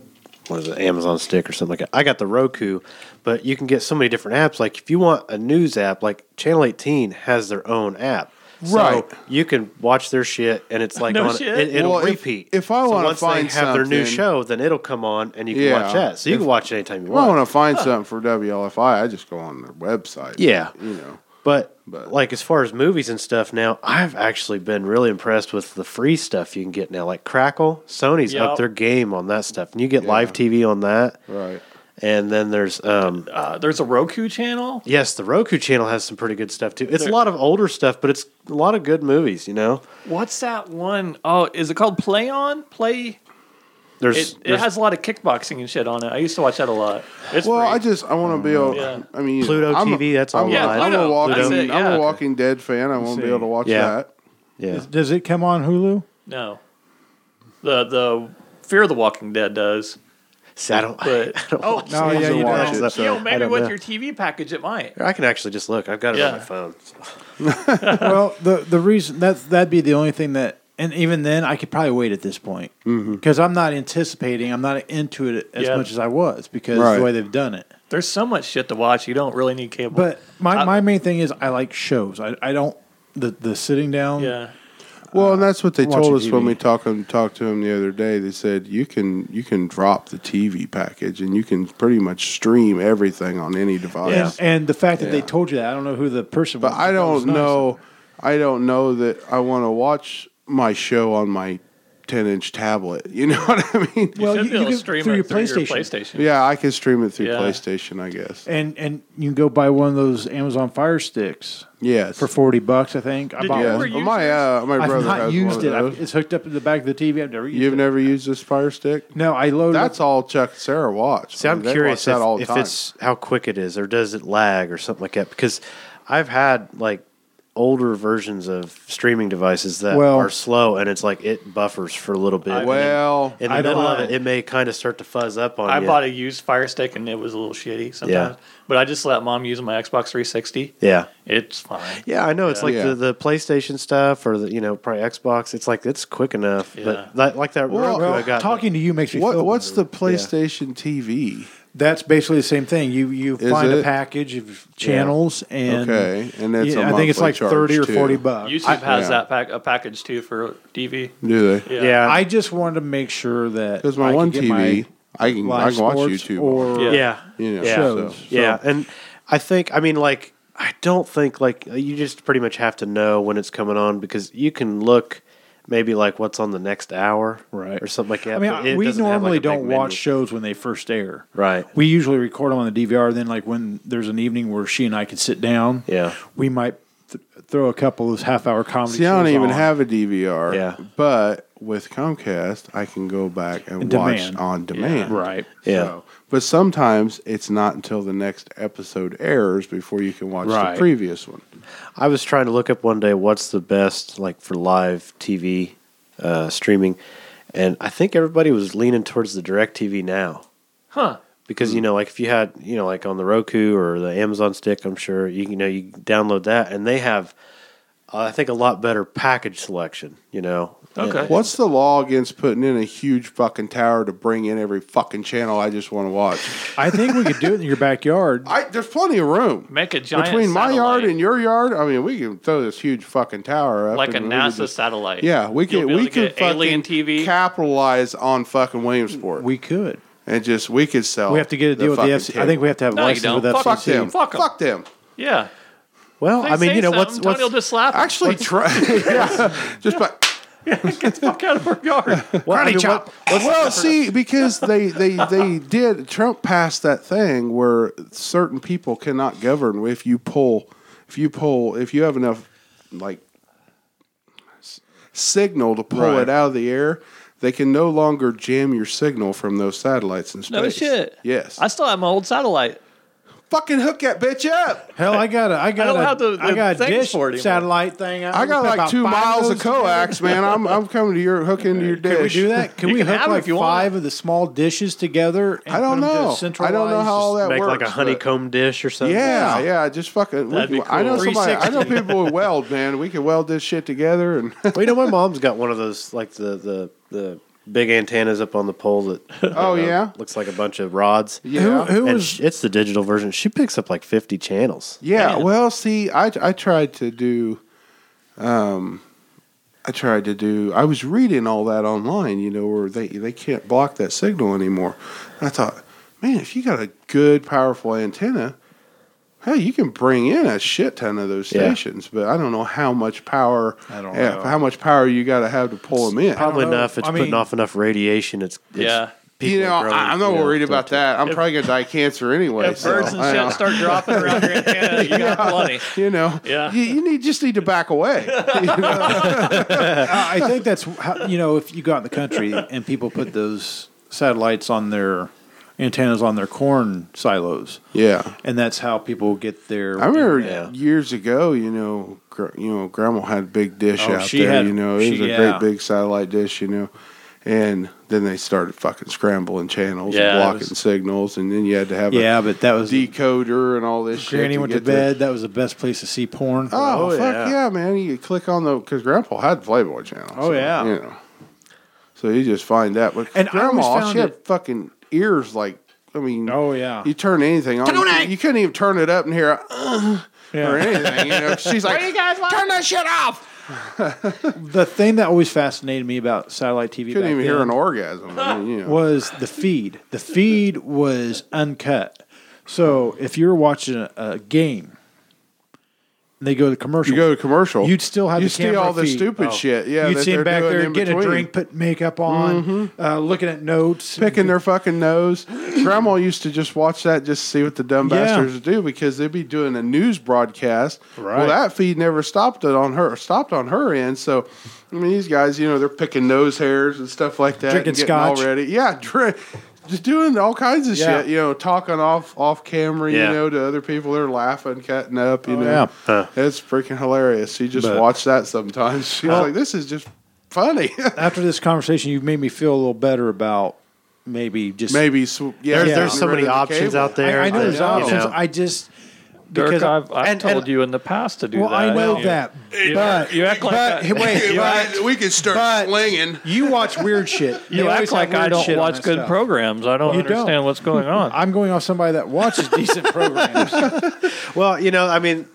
Speaker 7: what is it Amazon Stick or something like that. I got the Roku, but you can get so many different apps. Like if you want a news app, like Channel 18 has their own app.
Speaker 6: Right.
Speaker 7: So you can watch their shit and it's like
Speaker 5: No
Speaker 7: on
Speaker 5: shit.
Speaker 7: it, will
Speaker 6: Well, if-
Speaker 7: repeat.
Speaker 6: if I wanna
Speaker 7: once they
Speaker 6: find
Speaker 7: have their new
Speaker 6: something-
Speaker 7: show, then it'll come on and you can
Speaker 6: Yeah.
Speaker 7: watch that. So you
Speaker 6: If-
Speaker 7: can watch it anytime
Speaker 6: If
Speaker 7: you
Speaker 6: I
Speaker 7: want.
Speaker 6: want to find something for WLFI, I just go on their website.
Speaker 7: Yeah.
Speaker 6: You know,
Speaker 7: But,
Speaker 6: But-
Speaker 7: like as far as movies and stuff now, I've actually been really impressed with the free stuff you can get now. Like Crackle, Sony's
Speaker 5: Yep.
Speaker 7: up their game on that stuff, and you get live TV on that.
Speaker 6: right.
Speaker 7: And then there's um
Speaker 5: Uh, there's a Roku channel.
Speaker 7: yes, the Roku channel has some pretty good stuff too. It's a lot of older stuff, but it's a lot of good movies. You know,
Speaker 5: What's that one? Oh, is it called Play On? Play.
Speaker 7: there's
Speaker 5: It, it
Speaker 7: there's
Speaker 5: has a lot of kickboxing and shit on it. I used to watch that a lot. It's
Speaker 6: Well,
Speaker 5: free.
Speaker 6: I just I want to be able.
Speaker 5: Yeah.
Speaker 6: I mean,
Speaker 7: Mm-hmm. Pluto
Speaker 6: I'm a-
Speaker 7: TV, that's
Speaker 6: I'm, a-
Speaker 7: online.
Speaker 6: I'm
Speaker 5: Pluto,
Speaker 6: a walking.
Speaker 5: that's it,
Speaker 6: I'm
Speaker 5: yeah.
Speaker 6: a Walking Dead fan. I want to be able to watch
Speaker 7: Yeah.
Speaker 6: that.
Speaker 7: yeah.
Speaker 4: Does it come on Hulu?
Speaker 5: no. The the Fear of the Walking Dead does.
Speaker 7: See, I don't.
Speaker 5: But
Speaker 7: I, don't
Speaker 5: oh,
Speaker 7: watch
Speaker 4: No, yeah,
Speaker 6: to
Speaker 4: you
Speaker 6: watch
Speaker 4: don't.
Speaker 6: it,
Speaker 7: that
Speaker 5: you know,
Speaker 7: stuff. I
Speaker 5: maybe
Speaker 7: don't
Speaker 5: with
Speaker 7: know.
Speaker 5: your TV package, it might.
Speaker 7: I can actually just look. I've got it
Speaker 5: Yeah.
Speaker 7: on my phone.
Speaker 4: well, the the reason that that'd be the only thing that, and even then, I could probably wait at this point
Speaker 6: Mm-hmm.
Speaker 4: because I'm not anticipating, I'm not into it as
Speaker 5: Yeah.
Speaker 4: much as I was because
Speaker 6: Right.
Speaker 4: the way they've done it.
Speaker 5: There's so much shit to watch. You don't really need cable.
Speaker 4: But my,
Speaker 5: I-
Speaker 4: my main thing is I like shows. I, I don't the the sitting down.
Speaker 5: yeah,
Speaker 6: Well, and that's what they
Speaker 4: watching
Speaker 6: told us when
Speaker 4: TV.
Speaker 6: we talked talked to him the other day. They said you can you can drop the TV package and you can pretty much stream everything on any device.
Speaker 4: And, and the fact that they
Speaker 6: Yeah.
Speaker 4: told you that, I don't know who the person
Speaker 6: But
Speaker 4: was.
Speaker 6: I
Speaker 4: that was
Speaker 6: don't
Speaker 4: nice.
Speaker 6: know. I don't know that I want to watch my show on my ten inch tablet. You know what I mean?
Speaker 4: Well,
Speaker 5: should
Speaker 4: you- you
Speaker 5: be able to
Speaker 4: can-
Speaker 5: stream
Speaker 4: through
Speaker 5: it
Speaker 4: your
Speaker 5: through
Speaker 4: PlayStation.
Speaker 5: Your PlayStation.
Speaker 6: yeah, I can stream it through
Speaker 5: Yeah.
Speaker 6: PlayStation, I guess.
Speaker 4: And and you can go buy one of those Amazon Fire Sticks
Speaker 6: Yes.
Speaker 4: for forty bucks. I think I
Speaker 5: Did
Speaker 4: bought
Speaker 5: you
Speaker 6: yes.
Speaker 5: ever
Speaker 4: one.
Speaker 5: use
Speaker 6: Well, my uh, my brother
Speaker 4: I've not
Speaker 6: has
Speaker 4: used
Speaker 6: one
Speaker 4: it.
Speaker 6: of
Speaker 4: I've,
Speaker 6: those.
Speaker 4: it's hooked up to the back of the TV. I've never used
Speaker 6: You've
Speaker 4: it.
Speaker 6: never used this Fire Stick?
Speaker 4: No, I loaded.
Speaker 6: That's all Chuck and Sarah watch.
Speaker 7: See,
Speaker 6: I
Speaker 7: I'm
Speaker 6: mean, they watch
Speaker 7: curious if,
Speaker 6: that all the
Speaker 7: if
Speaker 6: time.
Speaker 7: it's how quick it is, or does it lag, or something like that. Because I've had like older versions of streaming devices that
Speaker 4: Well-
Speaker 7: are slow, and it's like it buffers for a little bit. and
Speaker 6: Well,
Speaker 7: in the
Speaker 4: I
Speaker 7: middle
Speaker 4: bought-
Speaker 7: of it, it may kind of start to fuzz up on
Speaker 5: I
Speaker 7: you.
Speaker 5: bought a used Fire Stick and it was a little shitty sometimes. But I just let mom use my Xbox 360.
Speaker 7: Yeah.
Speaker 5: It's fine.
Speaker 7: Yeah, I know. It's like
Speaker 6: Yeah.
Speaker 7: the, the PlayStation stuff or the you know probably Xbox. It's like it's quick enough,
Speaker 5: Yeah.
Speaker 7: but that, like that
Speaker 6: Well,
Speaker 7: Roku I
Speaker 4: Well,
Speaker 7: got.
Speaker 4: talking to you makes me
Speaker 6: what
Speaker 4: feel
Speaker 6: what's the
Speaker 4: better.
Speaker 6: PlayStation TV?
Speaker 4: That's basically the same thing. You you
Speaker 6: Is
Speaker 4: find
Speaker 6: it?
Speaker 4: a package of channels and
Speaker 6: Okay, and that's a
Speaker 4: I think it's
Speaker 6: monthly
Speaker 4: like
Speaker 6: charge,
Speaker 4: thirty or
Speaker 6: too.
Speaker 4: forty bucks.
Speaker 5: YouTube
Speaker 4: I,
Speaker 5: has
Speaker 6: yeah.
Speaker 5: that pack a package too for TV.
Speaker 6: Do they?
Speaker 7: yeah,
Speaker 4: I just wanted to make sure that
Speaker 6: Because my
Speaker 4: I could
Speaker 6: one
Speaker 4: get
Speaker 6: TV,
Speaker 4: my
Speaker 6: I can I
Speaker 4: live
Speaker 6: can watch
Speaker 4: sports
Speaker 6: YouTube.
Speaker 4: or
Speaker 5: Yeah.
Speaker 7: yeah,
Speaker 6: you know,
Speaker 7: yeah.
Speaker 6: so-
Speaker 4: shows.
Speaker 7: yeah. And I think I mean like I don't think like you just pretty much have to know when it's coming on because you can look maybe like what's on the next hour,
Speaker 4: Right.
Speaker 7: or something like that.
Speaker 4: I mean,
Speaker 7: but it
Speaker 4: we
Speaker 7: doesn't have,
Speaker 4: normally
Speaker 7: like, a big
Speaker 4: don't watch
Speaker 7: menu.
Speaker 4: shows when they first air.
Speaker 7: Right.
Speaker 4: We usually record them on the DVR. Then, like when there's an evening where she and I can sit down,
Speaker 7: Yeah.
Speaker 4: we might th- throw a couple of those half-hour comedy.
Speaker 6: See, I don't
Speaker 4: shows
Speaker 6: even
Speaker 4: on.
Speaker 6: have a DVR.
Speaker 7: Yeah.
Speaker 6: But with Comcast, I can go back and
Speaker 4: Demand.
Speaker 6: watch on demand.
Speaker 4: right.
Speaker 7: Yeah.
Speaker 6: But sometimes it's not until the next episode airs before you can watch
Speaker 4: Right.
Speaker 6: the previous one.
Speaker 7: I was trying to look up one day what's the best like for live TV uh, streaming, and I think everybody was leaning towards the Direct TV now
Speaker 5: Huh.
Speaker 7: because
Speaker 4: Hmm.
Speaker 7: you know like if you had you know like on the Roku or the Amazon Stick, I'm sure you, you know you download that and they have uh, I think a lot better package selection. You know,
Speaker 5: Okay.
Speaker 6: What's the law against putting in a huge fucking tower to bring in every fucking channel I just want to watch?
Speaker 4: I think we could do it in your backyard.
Speaker 6: I there's plenty of room.
Speaker 5: Make a giant
Speaker 6: between my
Speaker 5: satellite.
Speaker 6: yard and your yard. I mean, we can throw this huge fucking tower up,
Speaker 5: like a
Speaker 6: and we can
Speaker 5: NASA
Speaker 6: just-
Speaker 5: satellite.
Speaker 6: Yeah, we
Speaker 5: You'll
Speaker 6: could
Speaker 5: be able
Speaker 6: we
Speaker 5: to
Speaker 6: could
Speaker 5: get alien
Speaker 6: fucking
Speaker 5: TV.
Speaker 6: capitalize on fucking Williamsport.
Speaker 4: we could.
Speaker 6: and just we could sell.
Speaker 4: We have to get a deal with the
Speaker 6: fucking
Speaker 4: FC. I
Speaker 6: table.
Speaker 4: think we have to have a
Speaker 5: No, you
Speaker 4: license
Speaker 5: don't.
Speaker 4: with FCC.
Speaker 5: Fuck
Speaker 6: fuck them.
Speaker 5: Fuck 'em.
Speaker 6: Fuck them.
Speaker 5: yeah.
Speaker 7: well,
Speaker 5: They
Speaker 7: I mean
Speaker 5: say
Speaker 7: you know what's
Speaker 5: something,
Speaker 7: what's
Speaker 5: Tony will just slap. 'em.
Speaker 6: Actually, try. yeah, just by.
Speaker 5: get the fuck out of our yard.
Speaker 7: what- I mean, what-
Speaker 6: well, see, because they, they, they did Trump passed that thing where certain people cannot govern if you pull if you pull if you have enough like s- signal to pull it out of the air, they can no longer jam your signal from those satellites in space.
Speaker 5: No shit.
Speaker 6: Yes.
Speaker 5: I still have my old satellite.
Speaker 6: fucking hook that bitch up.
Speaker 4: Hell, I got a, I got
Speaker 5: don't
Speaker 4: a,
Speaker 5: have the-
Speaker 4: I
Speaker 5: the
Speaker 4: got a
Speaker 5: things
Speaker 4: dish
Speaker 5: for it anymore.
Speaker 4: satellite thing.
Speaker 6: I got like
Speaker 4: about
Speaker 6: two
Speaker 4: five
Speaker 6: miles
Speaker 4: those.
Speaker 6: of coax, man. I'm I'm coming to your hook into your dish.
Speaker 4: Can we do that? Can
Speaker 5: You
Speaker 4: we
Speaker 5: can
Speaker 4: hook
Speaker 5: have 'em
Speaker 4: like
Speaker 5: if you want.
Speaker 4: five of the small dishes together? And
Speaker 6: I don't
Speaker 4: put 'em to a
Speaker 6: know. I don't know
Speaker 4: centralized-
Speaker 6: how all that
Speaker 7: make
Speaker 6: works.
Speaker 7: like a
Speaker 6: but-
Speaker 7: honeycomb dish or something.
Speaker 6: Yeah, yeah, just fucking. we
Speaker 5: That'd be
Speaker 6: can- I know
Speaker 4: cool.
Speaker 6: somebody. I know people who weld, man. We can weld this shit together, and
Speaker 7: well, you know, my mom's got one of those like the the the big antennas up on the pole that.
Speaker 6: Oh,
Speaker 7: you know,
Speaker 6: yeah?
Speaker 7: looks like a bunch of rods.
Speaker 6: yeah,
Speaker 4: Who, who
Speaker 7: And
Speaker 4: was
Speaker 7: sh it's the digital version. She picks up like fifty channels.
Speaker 6: yeah. Well, see, I I tried to do, um, I tried to do. I was reading all that online, you know, where they they can't block that signal anymore. And I thought, man, if you got a good, powerful antenna. Hey, you can bring in a shit ton of those
Speaker 7: Yeah.
Speaker 6: stations, but I don't know how much power.
Speaker 4: I don't
Speaker 6: yeah,
Speaker 4: know.
Speaker 6: how much power you got to have to pull them in.
Speaker 7: Probably
Speaker 4: know.
Speaker 7: enough. It's
Speaker 4: I
Speaker 7: putting
Speaker 4: mean-
Speaker 7: off enough radiation. It's, it's
Speaker 5: Yeah.
Speaker 7: people
Speaker 6: you know,
Speaker 7: are growing,
Speaker 6: I, I'm not
Speaker 7: you know,
Speaker 6: worried
Speaker 7: to-
Speaker 6: about that. I'm probably gonna die cancer anyway.
Speaker 5: If birds
Speaker 6: so,
Speaker 5: and
Speaker 6: I
Speaker 5: shit
Speaker 6: don't-
Speaker 5: start dropping around your antenna, you got plenty.
Speaker 6: You know,
Speaker 5: Yeah.
Speaker 6: you, you need just need to back away. You know?
Speaker 4: I I think that's how, you know if you go out in the country and people put those satellites on their antennas on their corn silos,
Speaker 6: yeah,
Speaker 4: and that's how people get their.
Speaker 6: I remember
Speaker 7: Yeah.
Speaker 6: years ago. You know, gr- you know, Grandma had a big dish
Speaker 4: Oh,
Speaker 6: out
Speaker 4: she
Speaker 6: there.
Speaker 4: had-
Speaker 6: you know, it was
Speaker 4: she-
Speaker 6: a
Speaker 4: yeah.
Speaker 6: great big satellite dish. You know, and then they started fucking scrambling channels
Speaker 5: Yeah, it
Speaker 6: and blocking
Speaker 5: was-
Speaker 6: signals, and then you had to have
Speaker 4: yeah, but that
Speaker 6: a
Speaker 4: was
Speaker 6: decoder and all this. shit
Speaker 4: Granny
Speaker 6: to
Speaker 4: went to
Speaker 6: get the-
Speaker 4: bed. That was the best place to see porn.
Speaker 6: Oh,
Speaker 7: Oh,
Speaker 6: fuck
Speaker 7: yeah.
Speaker 6: yeah. man! You could click on the because Grandpa had Playboy Channel.
Speaker 4: Oh, yeah.
Speaker 6: you know. So you just find that, but
Speaker 4: And I always
Speaker 6: Grandma
Speaker 4: found
Speaker 6: she had
Speaker 4: it-
Speaker 6: fucking ears like I mean,
Speaker 4: Oh, yeah.
Speaker 6: You turn anything on, you, you couldn't even turn it up and hear uh,
Speaker 4: Yeah.
Speaker 6: or anything. You know, she's like, turn that shit off.
Speaker 4: The thing that always fascinated me about satellite TV
Speaker 6: Couldn't
Speaker 4: back
Speaker 6: even hear
Speaker 4: then
Speaker 6: an orgasm. I mean, you know.
Speaker 4: was the feed. The feed was uncut. So if you were watching a, a game, and they go to commercial.
Speaker 6: You go to commercial.
Speaker 4: You'd still have
Speaker 6: you
Speaker 4: the
Speaker 6: see
Speaker 4: camera
Speaker 6: all this
Speaker 4: feed. Oh.
Speaker 6: stupid shit. Yeah,
Speaker 4: you'd
Speaker 6: that
Speaker 4: see them
Speaker 6: they're
Speaker 4: back
Speaker 6: doing
Speaker 4: there
Speaker 6: in
Speaker 4: get a
Speaker 6: between. Mm-hmm.
Speaker 4: drink, put makeup on, uh, looking at notes,
Speaker 6: picking their fucking nose. Grandma used to just watch that just to see what the dumb
Speaker 4: Yeah.
Speaker 6: bastards would do because they'd be doing a news broadcast.
Speaker 4: Right.
Speaker 6: Well, that feed never stopped it on her stopped on her end. So, I mean, these guys, you know, they're picking nose hairs and stuff like that,
Speaker 4: Drinking
Speaker 6: and getting all
Speaker 4: scotch.
Speaker 6: ready. Yeah, drink. just doing all kinds of
Speaker 7: Yeah.
Speaker 6: shit, you know, talking off off camera,
Speaker 7: Yeah.
Speaker 6: you know, to other people. They're laughing, cutting up, you
Speaker 4: Oh,
Speaker 6: know.
Speaker 4: yeah.
Speaker 7: Huh.
Speaker 6: It's freaking hilarious. You just
Speaker 4: But-
Speaker 6: watch that sometimes. She's
Speaker 4: Well-
Speaker 6: like, this is just funny.
Speaker 4: After this conversation, you've made me feel a little better about maybe just
Speaker 6: Maybe so, yeah,
Speaker 7: There's,
Speaker 6: yeah.
Speaker 7: there's so
Speaker 6: Get rid
Speaker 7: many
Speaker 6: of the
Speaker 7: options
Speaker 6: cable.
Speaker 7: out
Speaker 4: I,
Speaker 7: there.
Speaker 4: I know
Speaker 7: that,
Speaker 4: there's
Speaker 7: you
Speaker 4: options.
Speaker 7: know,
Speaker 4: I just
Speaker 5: Dirk, I've, I've
Speaker 7: and- and-
Speaker 5: told you in the past to do
Speaker 4: well,
Speaker 5: that.
Speaker 4: I know
Speaker 5: Yeah.
Speaker 4: that,
Speaker 5: You-
Speaker 4: but
Speaker 5: you act like
Speaker 4: but,
Speaker 5: that-
Speaker 4: Wait,
Speaker 5: you
Speaker 4: but,
Speaker 6: we could start
Speaker 4: but-
Speaker 6: slinging.
Speaker 4: you watch weird shit. They
Speaker 5: You act
Speaker 4: always have
Speaker 5: like I
Speaker 4: weird
Speaker 5: don't
Speaker 4: shit on
Speaker 5: watch
Speaker 4: that
Speaker 5: good
Speaker 4: stuff.
Speaker 5: programs. I don't
Speaker 4: You don't.
Speaker 5: understand what's going on.
Speaker 4: I'm going off somebody that watches decent programs.
Speaker 7: well, you know, I mean,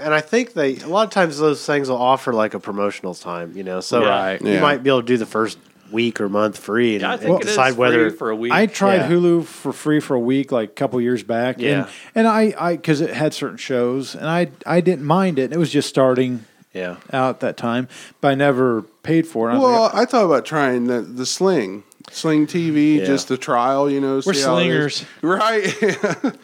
Speaker 7: and I think they a lot of times those things will offer like a promotional time, you know, so
Speaker 5: Right.
Speaker 7: you
Speaker 6: Yeah.
Speaker 7: might be able to do the first week or month free and,
Speaker 5: Yeah, I
Speaker 7: and
Speaker 5: think it is
Speaker 7: decide whether
Speaker 5: free for a week.
Speaker 4: I tried
Speaker 7: Yeah.
Speaker 4: Hulu for free for a week, like a couple years back.
Speaker 7: Yeah.
Speaker 4: and, and I, I, because it had certain shows, and I, I didn't mind it. And it was just starting
Speaker 7: yeah.
Speaker 4: out at that time, but I never paid for it. I was
Speaker 6: Well,
Speaker 4: like,
Speaker 6: I thought about trying the, the sling, sling TV,
Speaker 7: Yeah.
Speaker 6: just the trial. You know,
Speaker 4: We're
Speaker 6: see how it is.
Speaker 4: slingers.
Speaker 6: right?